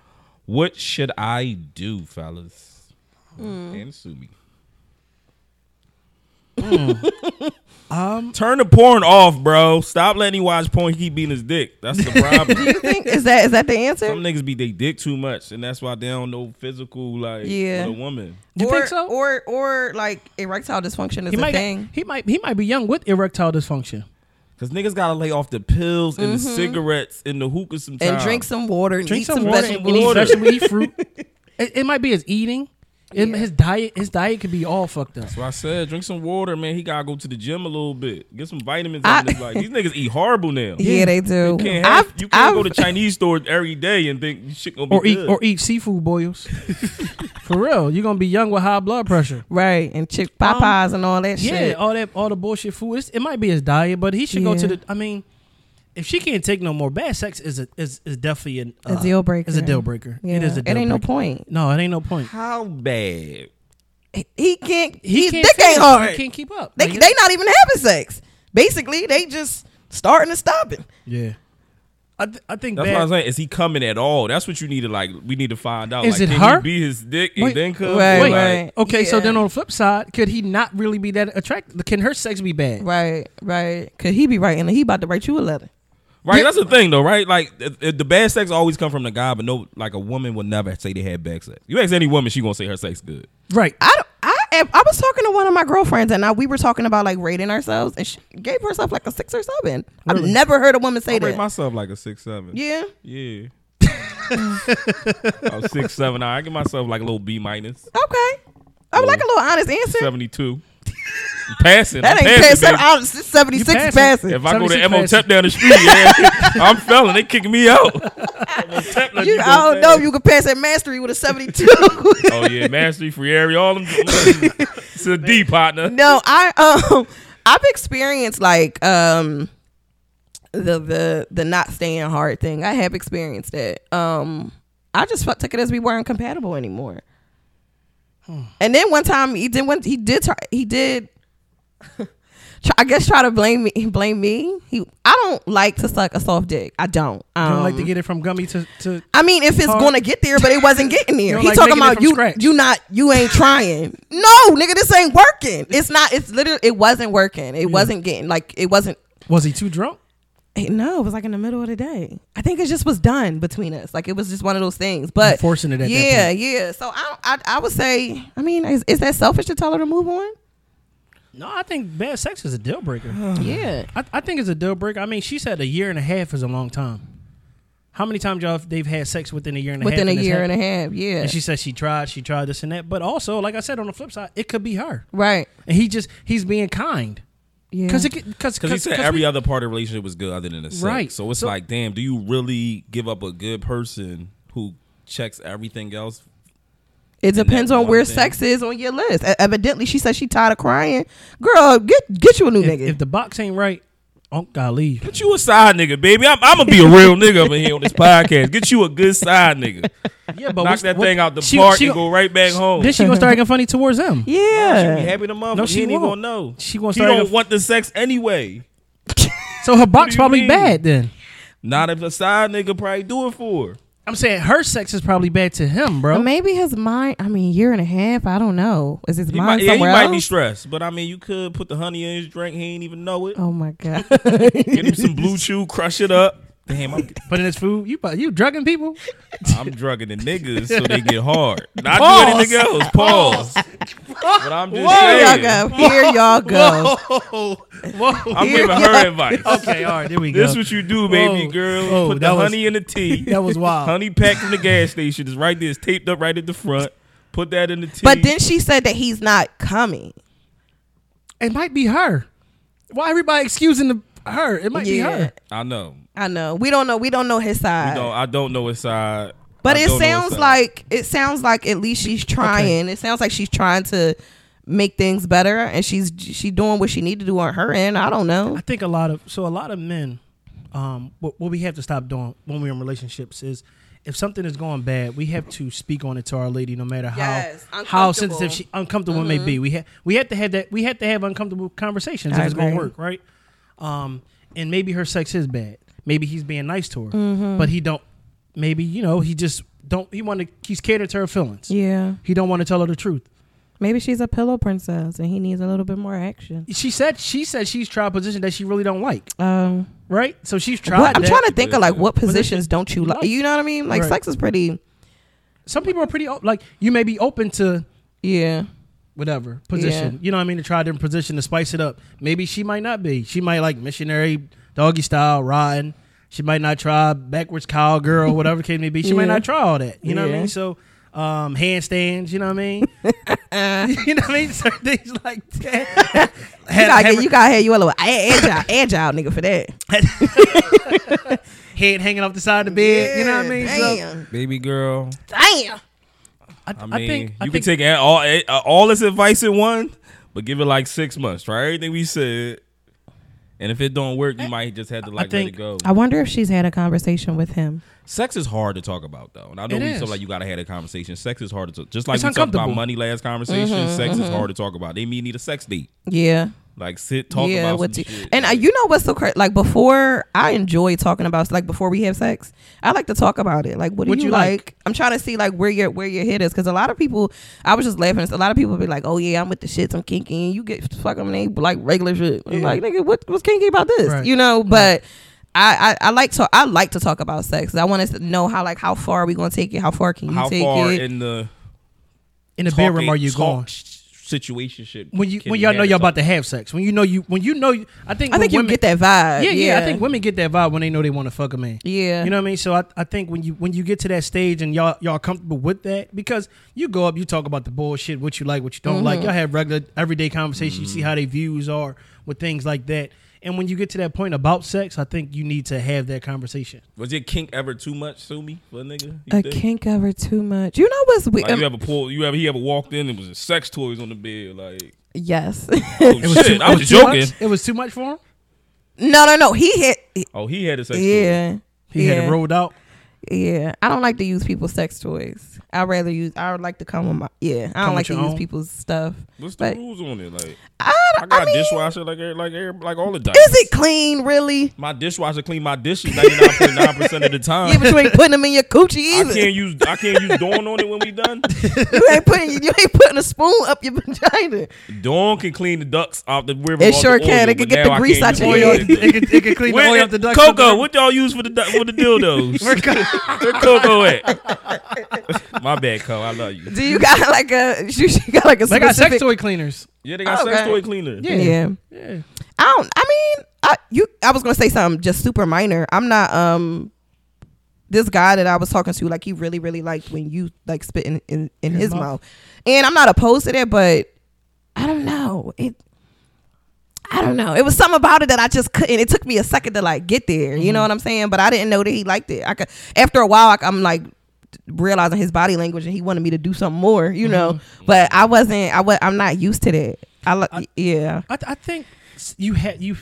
C: What should I do, fellas? And sue me.
B: Hmm.
C: um, Turn the porn off, bro. Stop letting me watch porn. He keep beating his dick. That's the problem.
B: You think is that is that the answer?
A: Um,
C: Some niggas beat they dick too much, and that's why they don't know physical like
B: Yeah.
C: with a woman.
A: You
B: or,
A: think so?
B: Or or like erectile dysfunction is
A: he
B: a
A: might
B: thing.
A: he might he might be young with erectile dysfunction.
C: Cause niggas gotta lay off the pills and the cigarettes and the hookah sometimes.
B: Mm-hmm. and drink some water. And
A: Drink
B: eat
A: some,
B: some
A: water
B: vegetable-
A: and eat
C: water.
A: vegetable, eat fruit. It, it might be his eating. It- His diet his diet could be all fucked up.
C: That's what I said. Drink some water, man. He gotta go to the gym a little bit. Get some vitamins.
B: I-
C: in his life. These niggas eat horrible now.
B: Yeah, they do.
C: You can't, have,
B: I've,
C: you can't
B: I've, e-
C: go to Chinese store every day and think shit gonna be
A: Or eat
C: good.
A: or eat seafood boils. For real, you're gonna be young with high blood pressure.
B: right and chick Popeyes and all that
A: Yeah, oh,
B: shit.
A: all that all the bullshit food. It's, it might be his diet, but he should go to
B: Yeah.
A: the. I mean, if she can't take no more, bad sex is a, is is definitely an, uh,
B: A deal breaker.
A: Is a deal breaker.
B: Yeah.
A: It is a deal
B: ain't no
A: breaker.
B: point.
A: No, it ain't no point.
C: How bad?
B: He- He can't.
A: He
B: He
A: can't
B: dick
A: finish.
B: ain't hard.
A: He can't keep up.
B: They
A: Like,
B: they not even having sex. Basically, they just starting and stopping.
A: yeah. I th- I think
C: That's
A: bad,
C: what I'm saying. Is he coming at all? That's what you need to like. We need to find out.
A: Is
C: like,
A: it
C: can
A: her?
C: He be his dick
A: Wait,
C: and then come.
B: wait,
C: Or,
A: Wait,
C: like,
B: right.
A: okay, so
B: Yeah.
A: then on the flip side, could he not really be that attractive? Can her sex be bad?
B: Right, right. Cause he be writing. He about to write you a letter.
C: Right, that's the thing though, right? Like th- th- the bad sex always come from the guy, but no, like a woman will never say they had bad sex. You ask any woman, she gonna say her sex good.
A: Right.
B: I don't. I, am- I was talking to one of my girlfriends and I, we were talking about like rating ourselves and she gave herself like a six or seven. I've
A: Really?
B: never heard a woman say
C: I
B: that.
C: rate myself like a six seven.
B: yeah,
C: yeah. I'm six seven. I give myself like a little B minus
B: okay. I would like a little honest answer.
C: seventy two. Passing.
B: that
C: I'm
B: ain't
C: passing,
B: passing.
C: baby.
B: I'm 76
A: You passing.
B: passing. passing.
C: If I go to
A: 76
C: Mo
A: passing.
C: Tep down the street, yeah, I'm failing. They kicking me out. M.O. Tepner,
B: You,
C: gonna
B: I don't
C: pass.
B: know if you could pass that mastery with a 72.
C: Oh yeah, Mastery, Frieri, all them. it's a D partner.
B: no, I um I've experienced like um the the the not staying hard thing. I have experienced that. Um I just felt, took it as we weren't compatible anymore.
A: Hmm.
B: And then one time he did one he did try he did try, I guess try to blame me blame me. He I don't like to suck a soft dick. I don't. Um,
A: I don't like to get it from gummy to, to
B: I mean, if it's
A: Hard.
B: gonna get there, but it wasn't getting
A: You
B: there.
A: don't
B: He
A: like
B: talking
A: making it
B: about
A: from
B: you,
A: scratch.
B: you not, you ain't trying. No, nigga, this ain't working. It's not. It's literally, it wasn't working. It wasn't getting like it wasn't.
A: was he too drunk?
B: eh, No, it was like in the middle of the day. I think it just was done between us. Like it was just one of those things. But
A: Forcing it at that
B: yeah, yeah. So I, don't- I, I would say. I mean, is, is that selfish to tell her to move on?
A: No, I think bad sex is a deal breaker.
B: yeah.
A: I, I think it's a deal breaker. I mean, she said a year and a half is a long time. How many times y'all they've had sex within a year and a half?
B: within a
A: it's
B: year and
A: happened?
B: a half. Yeah,
A: And she said she tried, she tried this and that. But also, like I said, on the flip side, it could be her.
B: right.
A: And he just he's being kind
B: Yeah,
A: because because
C: Because he said every other part of the relationship was good other than the sex.
A: Right.
C: So it's
A: So-
C: like, damn, do you really give up a good person who checks everything else?
B: it depends
C: that
B: on
C: one
B: where
C: thing.
B: sex is on your list. E- Evidently, she said she tired of crying. Girl, get get you a new
A: if,
B: nigga.
A: if the box ain't right, oh God, leave.
C: Get you a side nigga, baby. I'm, I'm gonna be a real nigga up in here on this podcast. Get you a good side nigga.
A: Yeah, but
C: Knock
A: what's-
C: that
A: what-
C: thing out the
A: she-
C: park
A: she
C: and
A: gon-
C: go right back home.
A: Then she gonna start getting funny towards him.
B: yeah,
C: She be happy the mother.
A: No,
C: No,
A: she
C: she ain't even
A: won't.
C: gonna know.
A: She gonna
C: She
A: start
C: don't
A: a-
C: want the sex anyway.
A: So her box
C: you
A: probably
C: mean?
A: bad then.
C: Not if a side nigga probably do it for. her.
A: I'm saying her sex is probably bad to him, bro.
B: Maybe his mind. I mean, year and a half. I don't know. Is his
C: He
B: mind
C: might, yeah, he
B: somewhere
C: might
B: else?
C: be stressed, but I mean, you could put the honey in his drink. He ain't even know it.
B: oh my god.
C: Get him some blue chew, crush it up. Damn, I'm,
A: Putting his food, you bu- you drugging people.
C: I'm drugging the niggas so they get hard. Not
A: Pause.
C: do anything else. Pause. but I'm just
B: Here y'all
C: saying.
B: go. Here y'all go.
A: Whoa, whoa.
C: I'm giving her advice.
A: okay, all right, there we go.
C: This is what you do, baby
A: Whoa.
C: girl.
A: Whoa,
C: put
A: that
C: the
A: was-
C: honey in the tea.
A: that was wild.
C: honey pack from the gas station is right there. It's taped up right at the front. Put that in the tea.
B: But then she said that he's not coming.
A: It might be her. Why everybody excusing the, her? It might be her.
C: I know.
B: I know. We don't know. We don't know his
C: We
B: side.
C: don't, I don't know what side.
B: But
C: I
B: it
C: don't know what
B: sounds
C: side.
B: like it sounds like at least she's trying. It sounds like she's trying to make things better, and she's she doing what she need to do on her end. I don't know.
A: I think a lot of so a lot of men, um, what, what we have to stop doing when we're in relationships is if something is going bad, we have to speak on it to our lady, no matter how
B: Yes,
A: how
B: uncomfortable. Mm-hmm.
A: sensitive she uncomfortable it may be. We have we have to have that we have to have uncomfortable conversations
B: I
A: if it's going to
B: agree.
A: work, right? Um, and maybe her sex is bad. Maybe he's being nice to her,
B: Mm-hmm.
A: but he don't. Maybe you know he just don't. He want to. He's catered to her feelings.
B: Yeah,
A: He don't want to tell her the truth.
B: maybe she's a pillow princess, and he needs a little bit more action.
A: She said she said she's tried a position that she really don't like.
B: Um,
A: Right, so she's tried.
B: what, I'm
A: that.
B: trying to think of like what positions
A: Positions.
B: don't you like? You know what I mean? Like
A: Right.
B: sex is pretty.
A: some people are pretty o- like you may be open to
B: Yeah,
A: whatever position. You know what I mean? To try different position to spice it up. Maybe she might not be. She might like missionary doggy style riding. She might not try backwards cowgirl, whatever the case may be. She might
B: Yeah.
A: not try all that. You know what I
B: Yeah.
A: mean? So um handstands, you know what I mean? you know what I mean? Certain things like that.
B: you
A: Have-
B: gotta
A: have
B: get, you gotta have you a little a- agile, agile nigga for that.
A: her head hanging off the side of the bed. you know what I mean? So
B: Damn,
C: Baby girl.
B: damn.
A: I,
C: I
A: I
C: mean,
A: think
C: you
A: I
C: can
A: think
C: take a- all a- uh, all this advice in one, but give it like six months. Try everything we said, and if it don't work, you might just have to like
A: think-
C: let it go.
B: I wonder if she's had a conversation with him.
C: Sex is hard to talk about though, and I know
A: It
C: we feel
A: is.
C: like you gotta have a conversation. Sex is hard to talk. Just like
A: It's
C: we talked about
A: uncomfortable. Mm-hmm,
C: money last conversation, sex is hard to talk about. They may need a sex date.
B: Yeah,
C: Like sit talk
B: yeah,
C: about
B: what
C: some
B: you-
C: shit.
B: And uh,
C: Like,
B: you know what's so crazy? Like before, I enjoy talking about like before we have sex. I like to talk about it. Like, what do
A: What
B: you,
A: you
B: like?
A: like?
B: I'm trying to see like where your where your head is because a lot of people. I was just laughing. A lot of people be like, "Oh yeah, I'm with the shits. I'm kinky." And you get fuck them. They like regular shit. I'm
A: Yeah.
B: like, nigga, what what's kinky about this?
A: Right.
B: You know, but. I, I, I like to I like to talk about sex. I want to know how like how far are we gonna take it? How far can you
C: how
B: take
C: far
B: it?
C: in the
A: in the
C: talking-
A: bedroom are you
C: talk
A: going?
C: situation shit
A: When you when y'all know y'all about to have sex. When you know you when you know you, I think
B: I
A: when
B: think you
A: women-
B: get that vibe.
A: yeah, Uh, yeah, I think women get that vibe when they know they want to fuck a man.
B: Yeah.
A: You know what I mean? So I, I think when you when you get to that stage and y'all y'all comfortable with that because you go up, you talk about the bullshit, what you like, what you don't like. Y'all have regular everyday conversation. You see how they views are with things like that. And when you get to that point about sex, I think you need to have that conversation.
C: Was your kink ever too much, Sumi, for a nigga? You
B: a
C: think?
B: kink ever too much. You know what's weird?
C: Like you ever pulled, you ever he ever walked in and was sex toys on the bed, like
B: yes.
C: oh shit, I was
A: too much?
C: joking.
A: It was too much for him.
B: No, no, no. He hit.
C: Oh, he had a sex toy.
B: Yeah.
A: He
B: yeah.
A: had it rolled out.
B: Yeah. I don't like to use people's sex toys. I'd rather use. I would like to come with my. Yeah.
A: Come
B: I don't
A: with
B: like to
A: your
B: use
A: own?
B: people's stuff.
C: What's the
B: But-
C: rules on it? Like
B: I,
C: I
B: don't- I
C: got
B: mean,
C: a dishwasher, like every- like every- like all the diapers.
B: is it clean really?
C: My dishwasher clean my dishes ninety nine point nine percent of the
A: Uh.
B: Yeah,
C: time.
B: but you ain't putting them in your coochie
C: I
B: either.
C: can't use I can't use Dawn on it when we done.
B: You ain't putting. You ain't putting a spoon up your vagina.
C: Dawn can clean the ducks off the river.
B: It
C: off
B: sure
C: the
B: can.
C: oil,
B: It can
C: but
B: get the
C: now I
B: grease
C: can't
B: out
C: use
B: your
C: oil.
B: head.
A: It could, it could clean the
C: Where-
A: oil off the duck.
C: Coco, what y'all use for the du- for the dildos? Where, Coco at? My bad, Co. I love you.
B: Do you got like a? You you got like a
A: They
B: specific?
A: got sex toy cleaners.
C: Yeah, they got sex
B: Okay.
C: toy cleaner.
A: Yeah.
B: Oh, yeah.
A: Yeah.
B: I don't. I mean, I you. I was gonna say something just super minor. I'm not um this guy that I was talking to, like he really, really liked when you like spit in, in, in his, mouth. And I'm not opposed to that, but I don't know. It I don't know. It was something about it that I just couldn't. It took me a second to like get there. You know what I'm saying? But I didn't know that he liked it. I could after a while I, am like realizing his body language and he wanted me to do something more. You know, but I wasn't. I was. I'm not used to that. Mm-hmm. I, li-
A: I-
B: yeah.
A: I, I think s- you had you.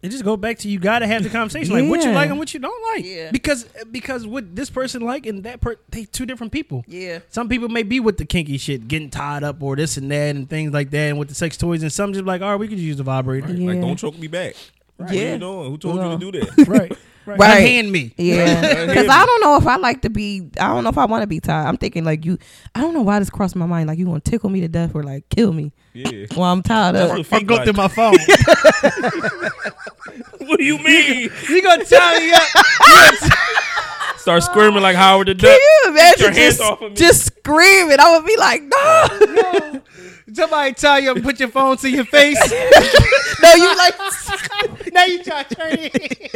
A: It just go back to you got to have the conversation, like what you
B: Yeah.
A: like and what you don't like,
B: Yeah.
A: because because what this person like and that per they two different people.
B: Yeah.
A: Some people may be with the kinky shit, getting tied up or this and that and things like that, and with the sex toys, and some just like, all right, we could use the vibrator,
B: Yeah.
C: Like, don't choke me back. What
B: Yeah.
C: you doing? Who told you to do that?
A: right? Right.
B: Right.
A: Hand me.
B: Yeah, because I don't know if I like to be. I don't know if I want to be tied. I'm thinking like you. I don't know why this crossed my mind. Like you want to tickle me to death or like kill me
C: Yeah.
B: while I'm tied
C: That's
B: up.
C: what
A: I
C: Fink
A: go
C: like.
A: through my phone.
C: What do you mean?
A: you gonna tie me up?
C: Start squirming like Howard the
B: Can
C: Duck.
B: you imagine
C: your hands
B: just,
C: off of me.
B: just screaming? I would be like, no,
A: Somebody tie you up and put your phone to your face.
B: no, you like.
A: now you try to turn it.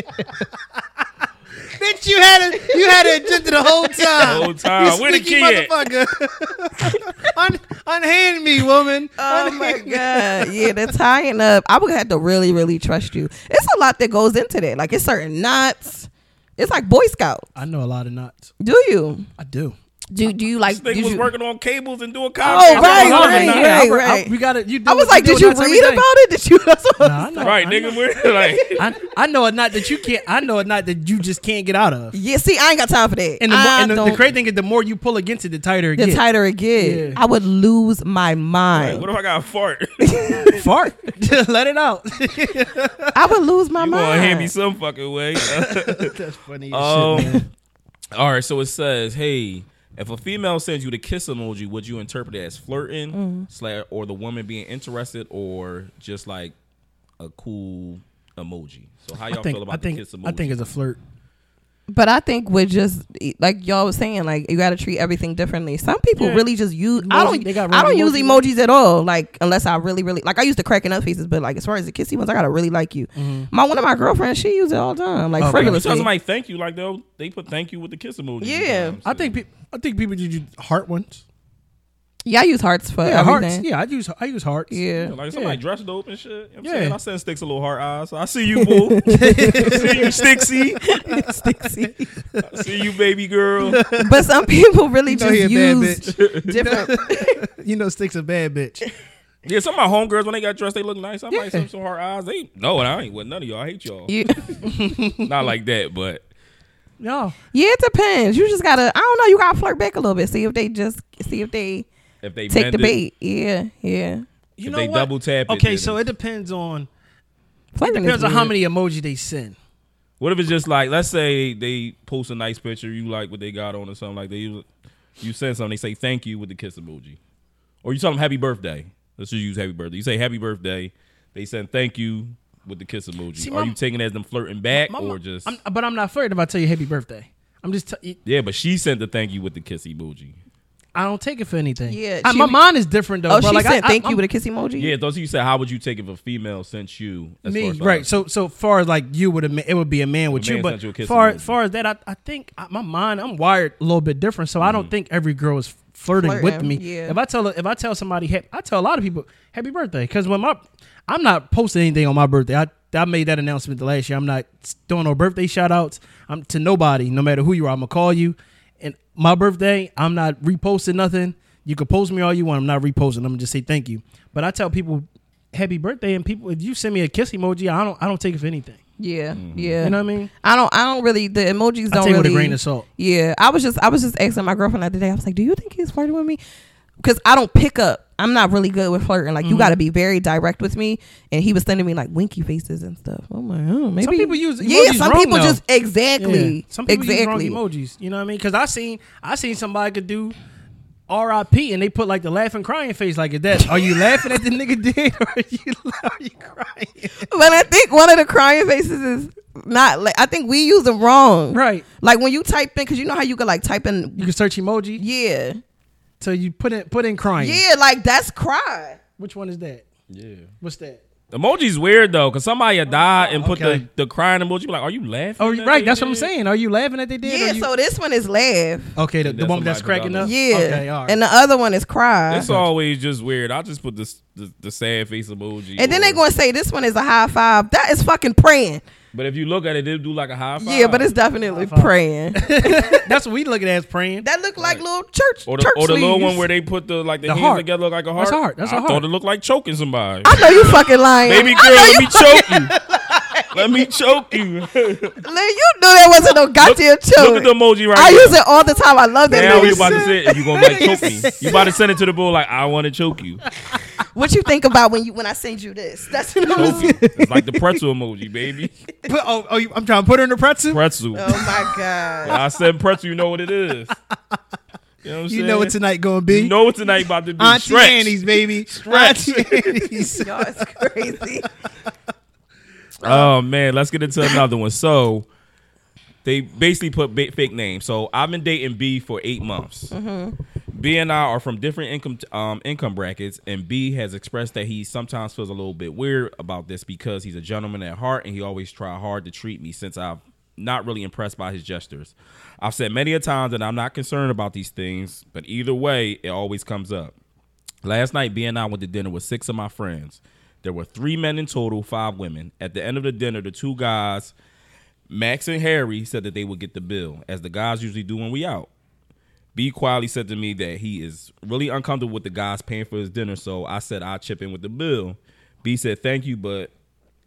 A: Bitch, you had a you had an agenda the whole time.
C: The whole time.
A: You
C: Where the
A: sneaky
C: kid at?
A: motherfucker. Un- unhand me, woman.
B: Oh
A: Unhand
B: my
A: me.
B: god! Yeah, the tying up. I would have to really, really trust you. It's a lot that goes into that. Like it's certain knots. It's like Boy Scout.
A: I know a lot of knots.
B: Do you?
A: I do.
B: Do do you like?
C: This nigga
B: did
C: was
B: you-
C: working on cables and doing comedy.
B: right,
C: That's all
B: right,
C: I'm
B: right.
C: saying.
A: I, we got it. You. do-
B: I was
A: you
B: like,
A: do
B: did you read
A: knots
B: about
A: every day.
B: it? Did you? That's what
A: Nah, I know.
C: Right,
A: I
C: nigga.
A: know.
C: We're like,
A: I, I know a knot that you can't. I know a knot that you just can't get out of.
B: Yeah, see, I ain't got time for that.
A: And the, more,
B: I
A: and the, the
B: don't-
A: crazy thing is, the more you pull against it, the tighter it
B: the
A: gets.
B: tighter it get,
A: Yeah.
B: I would lose my mind.
C: what if I got a fart?
A: Fart. Let it out.
B: I would lose my
C: you gonna
B: mind.
C: hand me some fucking way?
A: That's funny. As shit, man.
C: um, all right. So it says, hey, if a female sends you the kiss emoji, would you interpret it as flirting, slash, or the woman being interested, or just like a cool emoji? So how y'all
A: I think.
C: feel about
A: I think.
C: the kiss emoji?
A: I think it's a flirt.
B: but I think we're just like y'all was saying, like you got to treat everything differently. Some people
A: Yeah.
B: really just use.
A: Emoji-
B: I don't.
A: they got
B: I don't
A: random
B: use emojis at all. Like unless I really, really like. I used to cracking up faces, but like as far as the kissy ones, I gotta really like you. My one of my girlfriends, she used it all the time, like
A: Mm-hmm. Okay.
C: Every
B: frivolously.
C: time somebody thank you, like they they put thank you with the kiss emoji.
B: Yeah.
C: sometimes,
A: I
C: so-
A: think. Pe- I think people do do heart ones.
B: Yeah, I use hearts for
A: Yeah, hearts.
B: everything.
A: Yeah, I use. I use hearts.
B: Yeah.
C: You know, like somebody dressed dope and shit. You know what I'm saying?
A: Yeah.
C: I send sticks a little hard eyes. I see you, boo. see you, Stixie.
B: Stixy.
C: I see you, baby girl.
B: but some people really
A: You know
B: just
A: he a bad
B: use different.
A: You know, Stick's a bad bitch.
C: Yeah, some of my homegirls when they got dressed, they look nice. I
A: Yeah.
C: might send some hard eyes. They no, I ain't with none of y'all. I hate y'all.
B: Yeah.
C: Not like that, but
A: No,
B: Yeah, it depends. You just gotta. I don't know. You gotta flirt back a little bit. See if they just. See if they
C: if they
B: take
C: bend
B: the
C: it,
B: bait. Yeah, yeah.
A: you
C: If
A: know
C: they
A: what?
C: double tap it,
A: Okay,
C: then
A: so it
C: it's-
A: depends on
B: Flirting is
A: depends on how
B: weird.
A: many emoji they send.
C: What if it's just like, let's say they post a nice picture, you like what they got on or something like that. You, you send something, they say thank you with the kiss emoji, or you tell them happy birthday. Let's just use happy birthday. You say happy birthday, they send thank you with the kiss emoji.
A: See,
C: Are
A: my-
C: you taking it as them flirting back
A: My
C: or
A: mom-
C: just?
A: I'm, but I'm not flirting if I tell you happy birthday. I'm just. T-
C: yeah, but she sent the thank you with the kiss emoji.
A: I don't take it for anything.
B: Yeah,
A: I,
B: she-
A: my mind is different though.
B: Oh,
A: bro.
B: she
A: like,
B: said
A: I,
B: thank
A: I,
B: you
A: I'm-
B: with a kiss emoji.
C: Yeah, those you said, how would you take it if a female sent you? as
A: me
C: far as
A: right.
C: flowers?
A: So so far as like you would it would be a man with
C: A man
A: you,
C: sent
A: but
C: you a kiss
A: far
C: emoji.
A: far as that, I, I think I, my mind I'm wired a little bit different, so I don't think every girl is flirting, with
B: Mm. Flirting,
A: me.
B: yeah.
A: If I tell if I tell somebody, hap- I tell a lot of people happy birthday because when my I'm not posting anything on my birthday. I I made that announcement the last year. I'm not doing no birthday shout outs. I'm to nobody, no matter who you are. I'm gonna call you, and my birthday. I'm not reposting nothing. You can post me all you want. I'm not reposting. I'm gonna just say thank you. But I tell people happy birthday, and people if you send me a kiss emoji, I don't I don't take it for anything.
B: yeah,
C: Mm-hmm.
B: yeah.
A: You know what I mean?
B: I don't. I don't really. The emojis
A: I take it
B: don't really.
A: with a grain of salt.
B: Yeah, I was just. I was just asking my girlfriend the other day. I was like, "Do you think he's flirting with me?" Because I don't pick up. I'm not really good with flirting. Like you
A: Mm-hmm.
B: got to be very direct with me. And he was sending me like winky faces and stuff. I'm like, oh, maybe
A: people use
B: Yeah,
A: emojis
B: some
A: wrong,
B: people
A: though.
B: just exactly.
A: Yeah. Some people
B: exactly.
A: use wrong emojis. You know what I mean? Because I seen I seen somebody could do R.I.P. and they put like the laughing crying face like is that. Are you laughing at the nigga dead or are you are you crying?
B: But I think one of the crying faces is not like I think we use them wrong.
A: Right.
B: Like when you type in, because you know how you could like type
A: You
B: in,
A: can search emoji.
B: yeah,
A: So you put in put in crying.
B: yeah, like that's cry.
A: Which one is that?
C: yeah,
A: What's that?
C: Emoji's weird though, cause somebody had died and put
A: Oh, Okay.
C: the, the crying emoji. Like, are you laughing?
A: Oh,
C: at
A: right.
C: that
A: That's what I'm
C: shit?
A: saying. Are you laughing at they did? or
B: Yeah,
A: you-
B: so this one is laugh.
A: okay, the, the
C: That's
A: one that's
C: somebody
A: cracking
C: forgot
A: up.
B: Yeah.
A: Okay, all right.
B: And the other one is cry.
C: It's always just weird. I just put this the, the sad face emoji.
B: and then
C: or-
B: they going to say this one is a high five. That is fucking praying.
C: But if you look at it, they do like a high five.
B: Yeah, but it's definitely praying.
A: that's what we looking at as praying.
B: that look like little church
C: or the,
B: church
C: or the little one
B: leaves.
C: where they put the like the,
A: The
C: hands
A: heart.
C: together like a heart.
A: That's a heart. That's a
C: I
A: heart.
C: thought it looked like choking somebody.
B: I know you fucking lying.
C: Baby girl, let me choke you. Let me choke you.
B: Lynn, you knew there wasn't no goddamn church.
C: Look at the emoji right
B: I
C: now.
B: use it all the time. I love that.
C: Now
B: bitch.
C: you about to say if you gonna like choke me. You about to send it to the bull like I want to choke you.
B: What you think about when you when I send you this? That's what
A: Oh.
B: I'm
C: Choke
B: saying.
C: you. It's like the pretzel emoji, baby.
A: Put- oh, oh, you, I'm trying to put her in the pretzel.
C: Pretzel.
B: Oh my god.
C: I said pretzel. You know what it is. You know what I'm
A: You know what
C: saying?
A: tonight going to be.
C: You know what tonight about to be.
A: Auntie
C: Stretch.
A: Annie's baby.
C: Stretch.
A: Auntie Annie's.
B: Y'all is crazy.
C: Oh man, let's get into another one. So they basically put ba- fake names. So I've been dating B for eight months.
A: Mm-hmm.
C: B and I are from different income um, income brackets, and B has expressed that he sometimes feels a little bit weird about this because he's a gentleman at heart and he always try hard to treat me since I've not really impressed by his gestures. I've said many a time that I'm not concerned about these things, but either way, it always comes up. Last night, B and I went to dinner with six of my friends. There were three men in total, five women. At the end of the dinner, the two guys, Max and Harry, said that they would get the bill, as the guys usually do when we out. B quietly said to me that he is really uncomfortable with the guys paying for his dinner, so I said I'll chip in with the bill. B said thank you, but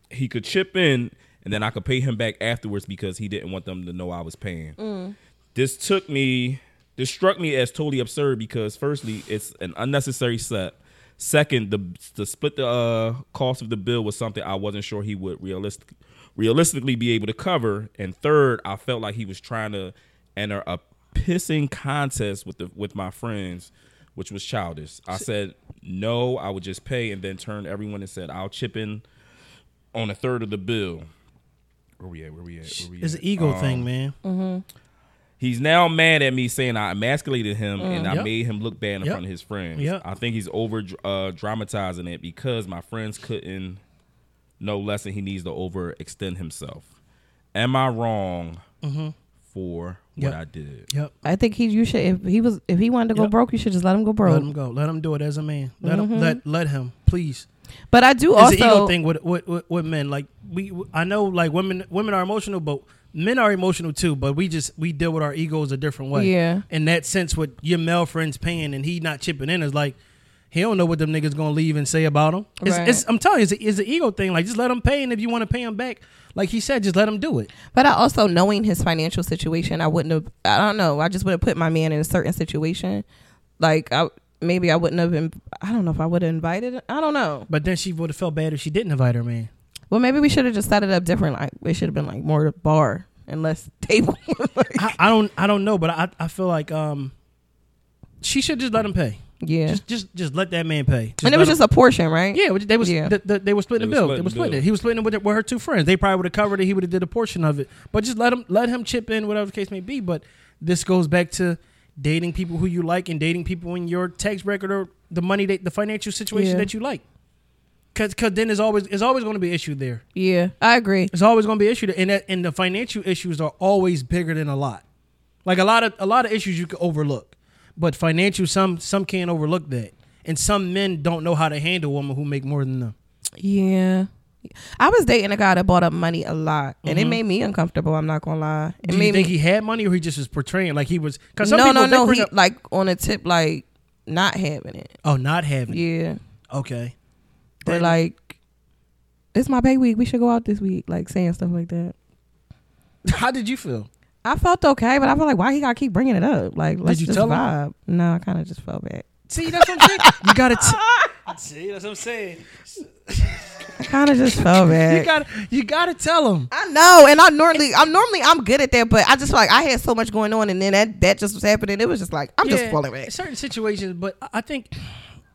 C: he could chip in and then I could pay him back afterwards because he didn't want them to know I was paying. This took me this struck me as totally absurd because firstly, it's an unnecessary set. Second, the the split the uh, cost of the bill was something I wasn't sure he would realistic, realistically be able to cover. And third, I felt like he was trying to enter a pissing contest with the with my friends, which was childish. I said no, I would just pay, and then turned to everyone and said I'll chip in on a third of the bill. Where we at? Where we at? Where we
A: It's an
C: at? Um,
A: ego thing, man.
B: Mm.
C: He's now mad at me saying I emasculated him and I
A: Yep.
C: made him look bad in
A: Yep.
C: front of his friends.
A: Yep.
C: I think he's over uh, dramatizing it because my friends couldn't know less than he needs to overextend himself. Am I wrong for
A: Yep.
C: what I did?
A: Yep.
B: I think he you should if he was if he wanted to go
A: Yep.
B: broke, you should just let him go
A: Let him
B: broke.
A: go. Let him do it as a man. Let him. Let let him. Please.
B: But I do
A: It's an ego
B: Mm-hmm. also
A: thing with, with with with men. Like we, I know, like women, women are emotional, but men are emotional too. But we just we deal with our egos a different way.
B: Yeah.
A: In that sense, with your male friends paying and he not chipping in is like. He don't know what them niggas gonna leave and say about him. It's,
B: Right.
A: it's, I'm telling you, it's, a, it's an ego thing. Like, just let him pay, and if you want to pay him back, like he said, just let him do it.
B: but I also knowing his financial situation, I wouldn't have I don't know, I just would have put my man in a certain situation. Like I maybe I wouldn't have been I don't know if I would have invited I don't know.
A: But then she would have felt bad if she didn't invite her man.
B: Well maybe we should have just set it up different. Like it should have been like more bar and less table. Like,
A: I, I don't, I don't know, but I, I feel like um, she should just let him pay.
B: yeah.
A: Just, just, just let that man pay.
B: and it
A: let
B: was
A: him-
B: just a portion, right?
A: Yeah, they was
B: Yeah.
A: The, the, they were splitting
C: They
A: the bill.
C: were
A: they were
C: splitting the
A: splitting
C: bill.
A: it. He was splitting it with, with her two friends. They probably would have covered it. He would have did a portion of it. But just let him let him chip in, whatever the case may be. But this goes back to dating people who you like and dating people in your tax record or the money that the financial situation
B: Yeah.
A: that you like. Cause, cause then there's always it's always going to be an issue there.
B: Yeah, I agree.
A: It's always going to be an issue, there. and that, and the financial issues are always bigger than a lot. Like a lot of a lot of issues you can overlook, but financial some some can't overlook that, and some men don't know how to handle women who make more than them.
B: Yeah. I was dating a guy that bought up money a lot, and it made me uncomfortable. I'm not gonna lie.
A: Mm-hmm.
B: It
A: Do you
B: made
A: think
B: me
A: he had money or he just was portraying like he was? Cause some
B: no,
A: people,
B: no,
A: they
B: no.
A: bring
B: He
A: up-
B: like on a tip, like not having it.
A: oh, not having. it.
B: Yeah,
A: Okay.
B: but
A: Then-
B: like it's my pay week. We should go out this week. Like saying stuff like that.
A: How did you feel?
B: I felt okay, but I felt like why he gotta keep bringing it up? Like let's
A: you
B: just
A: tell him?
B: vibe. No, I kind of just felt bad.
A: See, that's what I'm saying. you gotta. T- See, that's what I'm saying.
B: I kind of just felt bad.
A: You gotta. You gotta tell him.
B: I know, and I normally, I'm normally, I'm good at that, but I just feel like I had so much going on, and then that that just was happening. It was just like I'm just
A: Yeah,
B: falling back.
A: Certain situations, but I I think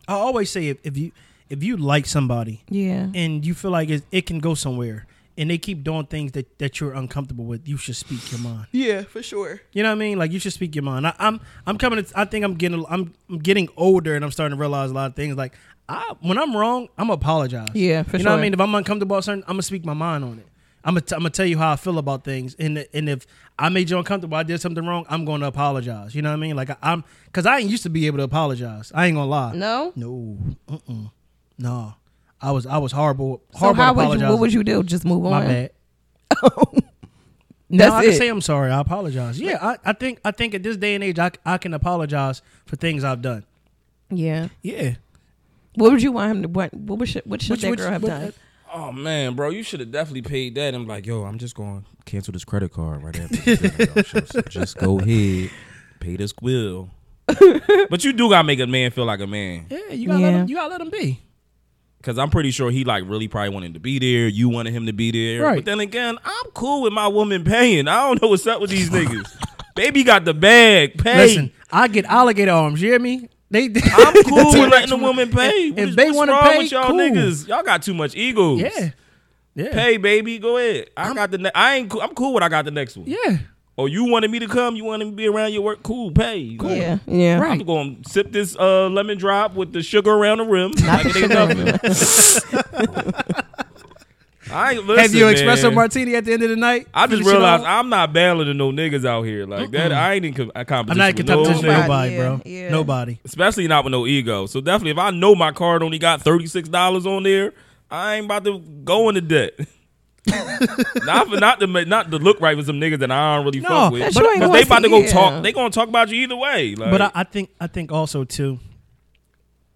A: I always say if, if you if you like somebody
B: Yeah,
A: and you feel like it, it can go somewhere and they keep doing things that, that you're uncomfortable with, you should speak your mind.
D: Yeah, for sure.
A: You know what I mean? Like you should speak your mind. I, I'm I'm coming. To, I think I'm getting I'm, I'm getting older, and I'm starting to realize a lot of things. Like I, when I'm wrong, I'm gonna apologize.
B: Yeah, for
A: you know what
B: sure.
A: I mean. If I'm uncomfortable about something, I'm gonna speak my mind on it. I'm gonna t- I'm gonna tell you how I feel about things, and and if I made you uncomfortable, I did something wrong, I'm gonna apologize. You know what I mean? Like I, I'm because I ain't used to be able to apologize. I ain't gonna lie.
B: No.
A: No. Mm-mm. No. I was I was horrible.
B: So
A: Horrible.
B: how would you?
A: apologizing.
B: What would you do? Just move on.
A: My bad.
B: That's
A: no, I
B: it.
A: can say I'm sorry. I apologize. Yeah, I, I think I think at this day and age, I, I can apologize for things I've done.
B: yeah.
A: Yeah,
B: What would you want him to? What? What would should, what should
A: Which-
B: that
A: which-
B: girl have
A: what- uh,
B: done?
C: Oh man, bro, you should have definitely paid that. I'm like, yo, I'm just going to cancel this credit card right after. this dinner, y'all. So- so just go ahead, pay this bill. but you do gotta make a man feel like a man,
A: yeah. You gotta let
B: Yeah.
A: him, you gotta let him be.
C: cause I'm pretty sure he like really probably wanted to be there. You wanted him to be there,
A: Right.
C: But then again, I'm cool with my woman paying. I don't know what's up with these niggas. Baby got the bag, pay.
A: Listen, I get alligator arms. You hear me? They.
C: I'm cool with letting the woman pay.
A: If-
C: What
A: if
C: is-
A: they
C: what's
A: wanna
C: wrong
A: pay,
C: with y'all
A: cool.
C: niggas, y'all got too much egos.
A: yeah, yeah,
C: Pay, baby, go ahead. I got the. Ne- I ain't. Cool. I'm cool with. I got the next one.
A: yeah.
C: Oh, you wanted me to come? You wanted me to be around your work? Cool, pay. Cool.
B: Yeah. Yeah.
A: Right.
C: I'm gonna sip this uh, lemon drop with the sugar around the rim.
B: Not
C: Like
B: the
C: it ain't
B: sugar. on
C: nothing.
B: it.
C: I ain't
A: Have
C: listen,
A: you espresso
C: man.
A: martini at the end of the night?
C: I just
A: Finish it
C: realized
A: off?
C: I'm not battling no niggas out here like that. I ain't in com- a competition.
A: I'm not in
C: with
A: competition with
C: no nigga.
A: nobody,
B: nobody,
A: bro.
B: yeah, yeah.
A: Nobody.
C: especially not with no ego. So definitely, if I know my card only got thirty six dollars on there, I ain't about to go into debt. not for not to ma- not to look right with some niggas that I don't really
A: No,
C: fuck with.
A: that's
C: But,
A: right,
C: but
A: you
C: they
B: want
C: about to
B: some-
C: go
B: yeah.
C: talk. They gonna talk about you either way. Like,
A: But I, I think I think also too.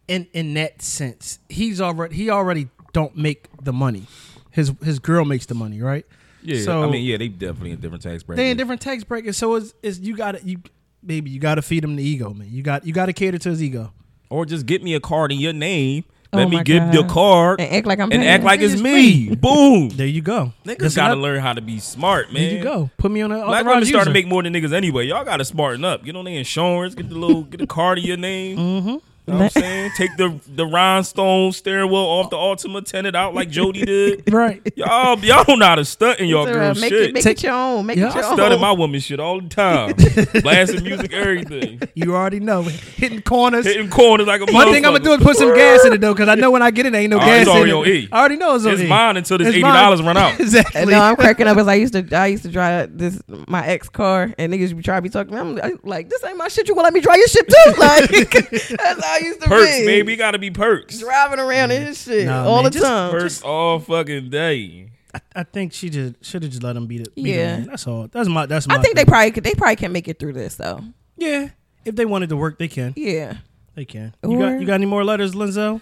A: In in that sense, he's already he already don't make the money. His his girl makes the money, right?
C: yeah,
A: So
C: I mean, yeah, they definitely in different tax brackets.
A: they in different tax brackets. So it's, it's you got to you baby, you got to feed him the ego, man. You got you got to cater to his ego.
C: or just get me a card in your name.
B: Oh
C: Let me
B: my
C: give the
B: God.
C: card
B: and act like I'm
C: and
B: paying.
C: act like it's
A: It's
C: me. Boom.
A: There you go.
C: Niggas
A: That's
C: gotta
A: another-
C: learn how to be smart, man.
A: There you go. Put me on a
C: Black
A: authorized
C: women starting
A: user.
C: to make more than niggas anyway. Y'all gotta smarten up. Get on their insurance. Get the little get the card in your name. Mm-hmm. Know what I'm saying? Take the the rhinestone steering wheel off the Ultima, ten it out like Jody did.
A: right.
C: Y'all y'all don't know how to stunt in y'all
B: So, uh,
C: girl
B: make
C: shit.
B: it make
A: Take-
B: it your own. Make
A: Yeah.
B: it your own.
C: Stunting my woman shit all the time. Blasting music, everything.
A: You already know. Hitting corners.
C: Hitting corners like a
A: One thing I'm gonna do is put some gas in it though, because I know when I get it, there ain't no
C: Oh,
A: gas
C: it's
A: in
C: already
A: it.
C: on E.
A: I already know it's on
C: It's
A: E.
C: mine until this
A: It's
C: $80
A: mine.
C: run out.
A: exactly.
B: No, I'm cracking up because I used to I used to drive this my ex car and niggas be trying to be talking. I'm I'm like, this ain't my shit. You gonna let me drive your shit too? Like that's how I used to
C: Perks,
B: be.
C: baby. Gotta be perks.
B: driving around in his shit
A: Nah,
B: all
A: man,
B: the
A: just
B: time.
C: Perks all fucking day.
A: I, I think she just should have just let him be the be the
B: Yeah.
A: man. That's all. That's my. That's my.
B: I think they
A: thing.
B: probably could, they probably can make it through this though.
A: yeah. If they wanted to work, they can.
B: Yeah.
A: They can. You got
B: Or-
A: you got any more letters, Linzo?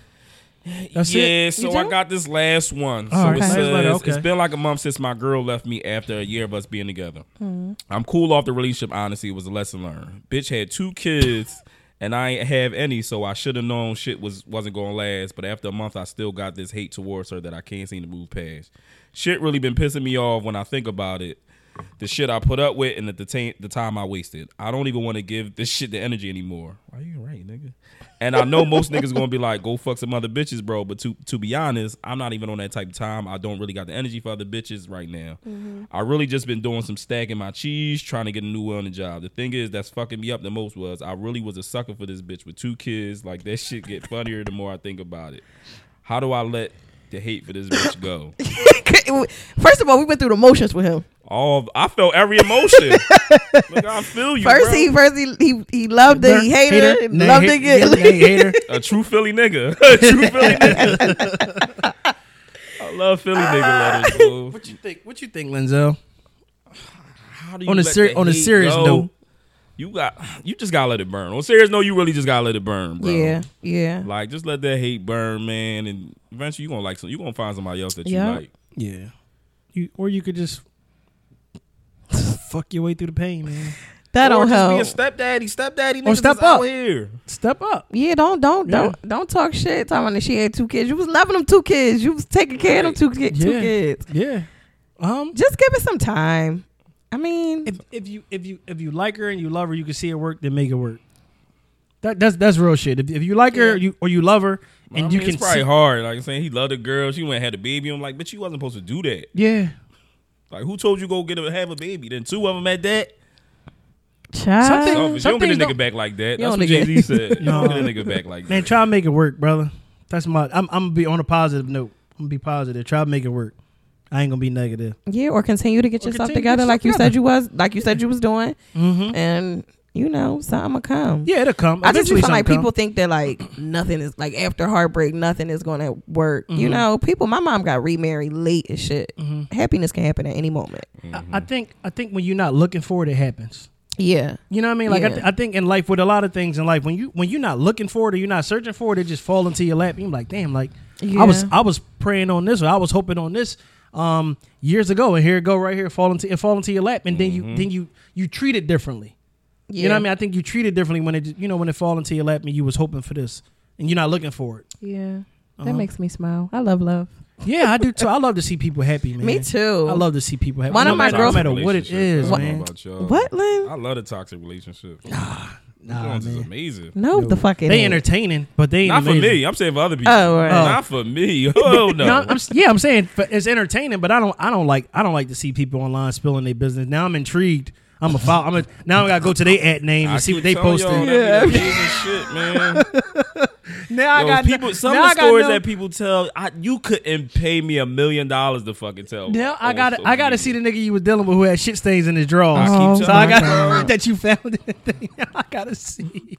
A: That's
C: yeah,
A: it.
C: so
B: You
C: I
B: do?
C: got this last one.
A: Oh,
C: so
A: okay.
C: it
A: Last
C: says,
A: letter, okay.
C: it's been like a month since my girl left me after a year of us being together. I'm cool off the relationship. Honestly, it was a lesson learned. Bitch had two kids, and I ain't have any, so I should have known shit was wasn't gonna last. But after a month, I still got this hate towards her that I can't seem to move past. Shit really been pissing me off when I think about it. The shit I put up with and the, ta- the time I wasted. I don't even want to give this shit the energy anymore. Why you right, nigga? And I know most niggas gonna be like, go fuck some other bitches, bro. But to to be honest, I'm not even on that type of time. I don't really got the energy for other bitches right now.
B: Mm-hmm.
C: I really just been doing some stacking my cheese, trying to get a new one on the job. The thing is, that's fucking me up the most was I really was a sucker for this bitch with two kids. Like that shit get funnier the more I think about it. How do I let the hate for this bitch go?
B: First of all, we went through the motions with him.
C: All of- I felt every emotion. Look, I feel you.
B: First
C: bro.
B: he first he he, he loved it, he hated it, and
A: Nay,
B: loved
A: hate-
B: it again.
A: nay, hate her.
C: a true Philly nigga. a true Philly nigga. I love Philly nigga letters, bro.
A: What you think? What you think, Linzo?
C: How do
A: On a
C: you let
A: ser-
C: that
A: on a
C: hate
A: serious
C: go?
A: note.
C: you got you just gotta let it burn. On a serious note, you really just gotta let it burn, bro.
B: yeah, yeah.
C: Like just let that hate burn, man, and eventually you gonna like some. You gonna find somebody else that you
B: Yeah.
C: like.
A: Yeah. You or you could just fuck your way through the pain, man.
B: That
C: or
B: don't
C: just
B: help.
C: Be a stepdaddy, stepdaddy.
A: Or
C: Niggas
A: step
C: is out
A: up.
C: here.
A: Step up.
B: Yeah, don't don't
A: Yeah.
B: don't don't talk shit. Talking about that she had two kids. You was loving them two kids. You was taking care of them two, ki- two
A: Yeah.
B: kids.
A: Yeah. Um.
B: Just give it some time. I mean,
A: If if you if you if you like her and you love her, you can see it work. Then make it work. That that's that's real shit. If, if you like her,
B: Yeah.
A: you or you love her, and
C: I
A: you
C: mean,
A: can
C: it's probably
A: see-
C: hard. Like I'm saying, he loved a girl. She went and had a baby. I'm like, but you wasn't supposed to do that.
A: Yeah.
C: Like, who told you go get a have a baby? Then two of them at that.
A: Something-
B: Child.
C: Oh, but you don't get a
A: things
C: nigga
A: don't-
C: back like that.
B: You
C: That's
B: don't
C: what
B: get-
C: Jay Z said. You don't
A: No.
C: get a nigga back like
A: Man,
C: that.
A: try to make it work, brother. That's my. I'm, I'm gonna be on a positive note. I'm gonna be positive. Try to make it work. I ain't gonna be negative.
B: Yeah, or continue to get
C: Or
B: yourself
C: continue to get
B: together
C: yourself
B: like you
C: together.
B: said you was, like you said you was doing,
A: Mm-hmm.
B: and you know something will come.
A: Yeah, it'll come.
B: I just feel
A: Eventually,
B: like
A: something
B: people think that like nothing is like after heartbreak nothing is going to work. You
A: Mhm.
B: know, people. My mom got remarried late and shit.
A: come. Mhm.
B: Happiness can happen at any moment.
A: I, I think. I think when you're not looking for it, it happens.
B: Yeah,
A: You know what I mean? Like I,
B: Yeah.
A: th- I think in life with a lot of things in life, when you when you're not looking for it or you're not searching for it, it just fall into your lap. You're like, damn, like I was
B: Yeah.
A: I was praying on this or I was hoping on this um years ago, and here it go right here, fall into it fall into your lap, and then you then you you treat it differently.
B: yeah.
A: You know what I mean? I think you treat it differently when it you know when it fall into your lap and you was hoping for this and you're not looking for it.
B: Yeah, that
A: Uh-huh.
B: makes me smile. I love love.
A: Yeah, I do too. I love to see people happy, man.
B: Me too.
A: I love to see people happy.
B: One
A: no
B: of my
A: matter-
B: girls-
A: no matter what it is,
C: I don't know
A: man.
C: about y'all.
B: What, Lynn?
C: I love the toxic relationship.
A: Nah,
C: Those is
A: man.
C: amazing.
B: No, the fuck it.
A: They
B: ain't.
A: entertaining, but they ain't
C: Not for
A: amazing.
C: me. I'm saying for other people.
B: Oh, right.
A: Oh.
C: Not for me. Oh no.
A: No, I'm, yeah, I'm saying f- it's entertaining, but I don't, I don't like, I don't like to see people online spilling their business. Now I'm intrigued. I'm a follow. I'm a, now I gotta go to their ad name and see what they posted.
C: Yeah. shit, man.
A: Now I
C: Yo,
A: got
C: people, some
A: now
C: of
A: I
C: the
A: gotta
C: stories
A: know-
C: that people tell, I, you couldn't pay me a million dollars to fucking tell.
A: Now I
C: on
A: got,
C: social
A: I gotta
C: media.
A: see the nigga you was dealing with who had shit stains in his
C: I
A: drawers.
C: keep
B: Oh,
C: telling
A: so I
B: my
A: got
B: God.
A: that you found it. Now I gotta see.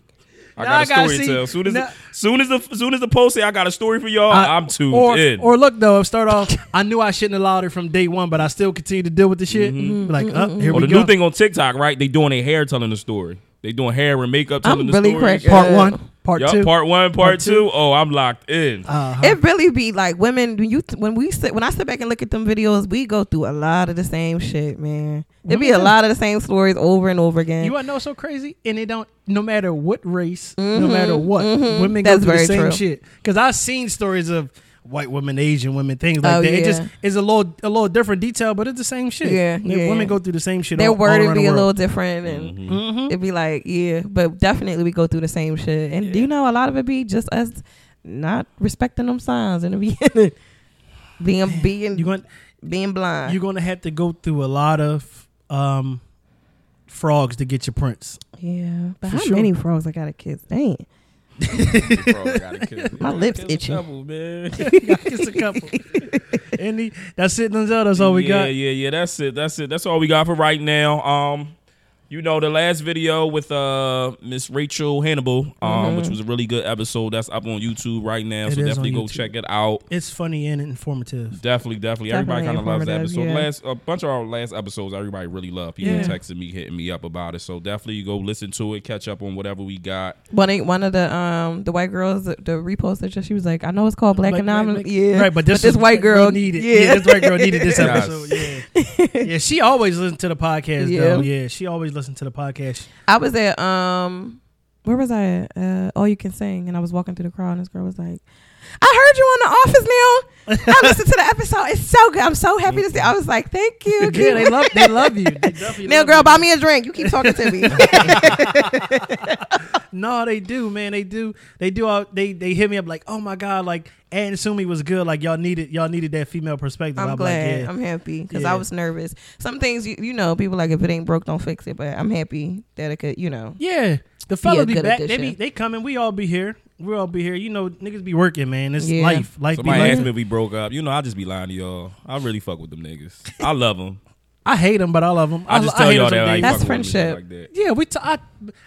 A: Now
C: I got
A: I
C: a
A: gotta
C: story
A: see-
C: to tell. Soon as,
A: now-
C: soon as the soon as the post say I got a story for y'all, I,
A: I-
C: am tuned
A: or,
C: in.
A: Or look though, start off. I knew I shouldn't allowed it from day one, but I still continue to deal with the shit. Be Like,
B: Mm-hmm.
A: uh, here
C: Or
A: we
C: Mm-hmm. the
A: go.
C: new thing on TikTok, right? They doing their hair telling the story. They doing hair and makeup telling
B: I'm
C: the
B: really
C: story.
B: cracking.
A: part
B: Yeah.
A: one, part
C: Yup,
A: two.
C: part one, part,
A: Part
C: two.
A: two.
C: Oh, I'm locked in.
A: uh-huh.
B: It really be like women when you when we sit when I sit back and look at them videos, we go through a lot of the same shit, man. It be
A: Women
B: a
A: do.
B: lot of the same stories over and over again.
A: You want to know what's so crazy? And it don't. No matter what race, no matter what, women go through the
B: Mm-hmm. That's very
A: same
B: true.
A: shit. Because I've seen stories of white women, Asian women, things like
B: Oh,
A: that. It
B: yeah.
A: just is a little a little different detail, but it's the same shit.
B: Yeah,
A: The
B: yeah.
A: Women go through the same shit.
B: Their
A: all, all
B: word
A: around
B: would be
A: the
B: a little
A: world.
B: different, and
C: Mm-hmm.
A: Mhm.
B: it'd be like, yeah, but definitely we go through the same shit. And you know, a lot of it be just us not respecting them signs in the beginning, being being
A: You going
B: being blind.
A: you're going to have to go through a lot of um, frogs to get your prints.
B: yeah, but
A: For
B: how
A: sure.
B: many frogs I got to kiss? Dang, My lips itching.
A: it's a couple. and the, that's it, Denzel. That's all we
C: yeah,
A: got.
C: Yeah, yeah, that's it. That's it. That's all we got for right now. Um, you know, the last video with uh Miss Rachel Hannibal, um, which was a really good episode. That's up on YouTube right now.
A: Mm-hmm. It
C: so
A: is
C: definitely
A: on
C: go
A: YouTube.
C: check it out.
A: It's funny and informative.
C: Definitely, definitely. everybody kind
B: Definitely
C: of loves that episode.
B: informative, yeah.
C: Last a bunch of our last episodes, everybody really loved. People
A: Yeah.
C: texting me, hitting me up about it. So definitely go listen to it, catch up on whatever we got.
B: one of, one of the um the white girls the reposted she was like, I know it's called Black
A: Like,
B: Anomaly,
A: like-
B: yeah,
A: Right, but this,
B: this
A: is-
B: white
A: we
B: girl
A: needed.
B: yeah.
A: Yeah. this white girl needed this
C: Yes.
A: episode. Yeah, yeah. She always listened to the podcast though.
B: Yeah.
A: Yeah, she always listened to the podcast.
B: I was at um where was I at? Uh, All You Can Sing and I was walking through the crowd and this girl was like, I heard you on the office now. I listened to the episode. It's so good. I'm so happy to see I was like, Thank you.
A: Yeah, they love they love you. They definitely
B: now
A: love
B: girl,
A: you.
B: buy me a drink. You keep talking to me.
A: No, they do, man. They do. They do. All, they they hit me up like, oh my god, like and Sumi was good. Like y'all needed y'all needed that female perspective.
B: I'm
A: I'm
B: glad.
A: Like, yeah.
B: I'm happy because
A: Yeah.
B: I was nervous. Some things you, you know, people like if it ain't broke, don't fix it. But I'm happy that it could, you know.
A: yeah, the fella
B: a
A: be
B: good
A: back. They
B: addition.
A: be they coming. We all be here. We all be here. You know, niggas be working, man. It's
B: Yeah.
A: life. Life be
C: Somebody
A: life.
C: asked me if we broke up. You know, I just be lying to y'all. I really fuck with them niggas. I love them.
A: I hate them, but I love them.
C: I just
A: I
C: tell
A: hate 'em
C: y'all
A: some
C: that. I
A: days.
C: ain't
B: That's
C: fucking with them and shit
B: friendship.
C: Like that.
A: Yeah, we. T- I,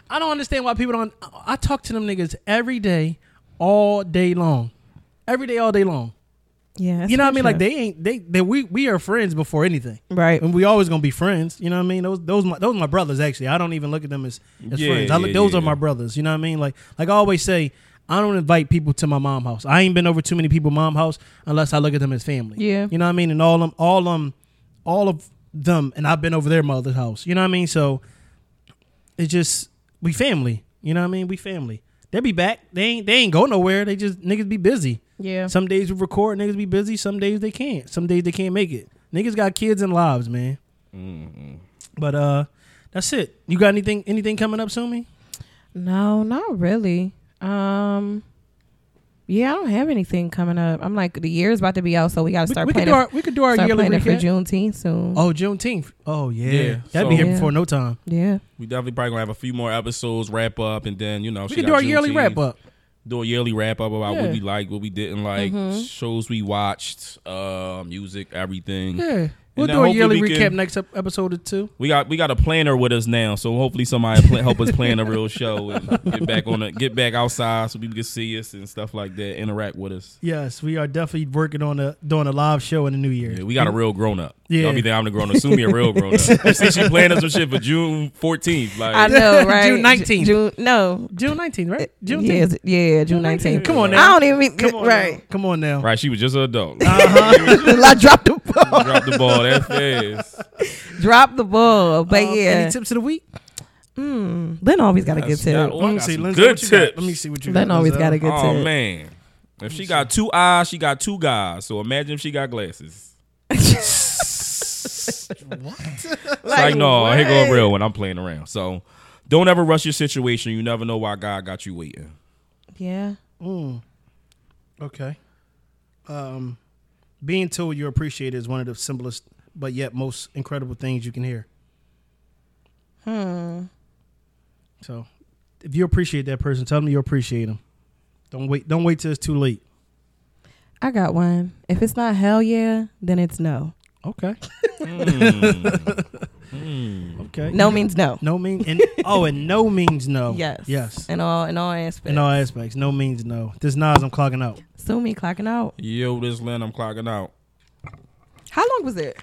A: I don't understand why people don't. I talk to them niggas every day, all day long, every day, all day long.
B: Yeah.
A: you know what I mean? Like they ain't they. they we we are friends before anything,
B: Right.
A: and we always gonna be friends. You know what I mean? Those those my, those my brothers actually. I don't even look at them as as
C: Yeah,
A: friends. I look,
C: yeah,
A: those
C: yeah.
A: are my brothers. You know what I mean? Like like I always say, I don't invite people to my mom house. I ain't been over too many people mom house unless I look at them as family.
B: Yeah.
A: you know what I mean? And all them all them all of them, and I've been over their mother's house. You know what I mean? So it's just we family. You know what I mean? We family. They be back. They ain't they ain't go nowhere. They just niggas be busy.
B: Yeah.
A: Some days we record, niggas be busy. Some days they can't. Some days they can't make it. Niggas got kids and lives, man. But uh, that's it. You got anything anything coming up soon, me?
B: No, not really. Um Yeah, I don't have anything coming up. I'm like the year's about to be out, so we got to
A: We,
B: start
A: we could
B: planning.
A: do our we could do our
B: start
A: yearly
B: planning for
A: recap.
B: Juneteenth soon.
A: Oh, Juneteenth. Oh yeah, Oh,
C: Yeah,
A: that'd be
C: so-
A: here
B: Yeah.
A: before no time.
B: Yeah,
C: We definitely probably gonna have a few more episodes wrap up, and then you know
A: We
C: she
A: could
C: got
A: do our yearly
C: Juneteenth.
A: wrap up.
C: do a yearly wrap up about
A: Yeah. Mm-hmm.
C: what we liked, what we didn't like, shows we watched, uh, music, everything.
A: Yeah, we'll
C: then
A: do a
C: hopefully
A: yearly
C: we
A: recap
C: can-
A: next ep- episode or two.
C: We got we got a planner with us now, so hopefully somebody pla help us plan a real show and get back on the get back outside so people can see us and stuff like that, interact with us.
A: Yes, we are definitely working on a doing a live show in the new year.
C: Yeah, we got a real grown up.
A: Yeah.
C: Y'all be there. I'm the grown up. Sue me a real grown up. See, she planning some shit for June 14th. Like,
B: I know, right?
A: June 19th.
B: June no.
A: June nineteenth, right? June
B: yeah, is it- yeah, June
A: 19th.
B: nineteenth.
A: Come on now.
B: I don't even mean,
A: Come on
B: right.
A: now. Come on now.
C: right? She was just an adult.
B: I dropped the ball.
C: Drop the ball that fast.
B: Drop the ball. But
A: Um,
B: yeah,
A: Any tips of the week?
B: mm, Lynn always got a good
C: That's not
B: tip.
C: all- Oh, I got some
A: Lindsay,
C: good
A: what you got?
C: tips.
A: Let me see what you
B: Lynn
A: got,
B: always
A: Lindsay.
B: got a good
C: oh
B: tip.
C: man, if she got two eyes, she got two guys. So imagine if she got glasses. It's like, no, here go a real one. I'm playing around. So don't ever rush your situation. You never know why God got you waiting.
B: Yeah.
A: Mm. Okay. Um, being told you're appreciated is one of the simplest but yet most incredible things you can hear.
B: Hmm.
A: So, if you appreciate that person, tell them you appreciate them. Don't wait. Don't wait till it's too late.
B: I got one. If it's not hell yeah, then it's no.
A: Okay. Okay.
B: No means no.
A: No mean and oh, and no means no.
B: Yes.
A: Yes.
B: In all in all aspects.
A: In all aspects, no means no. This Nas, I'm clogging out.
B: Sue me clocking out.
C: Yo, this Lynn, I'm clocking out.
B: How long was it?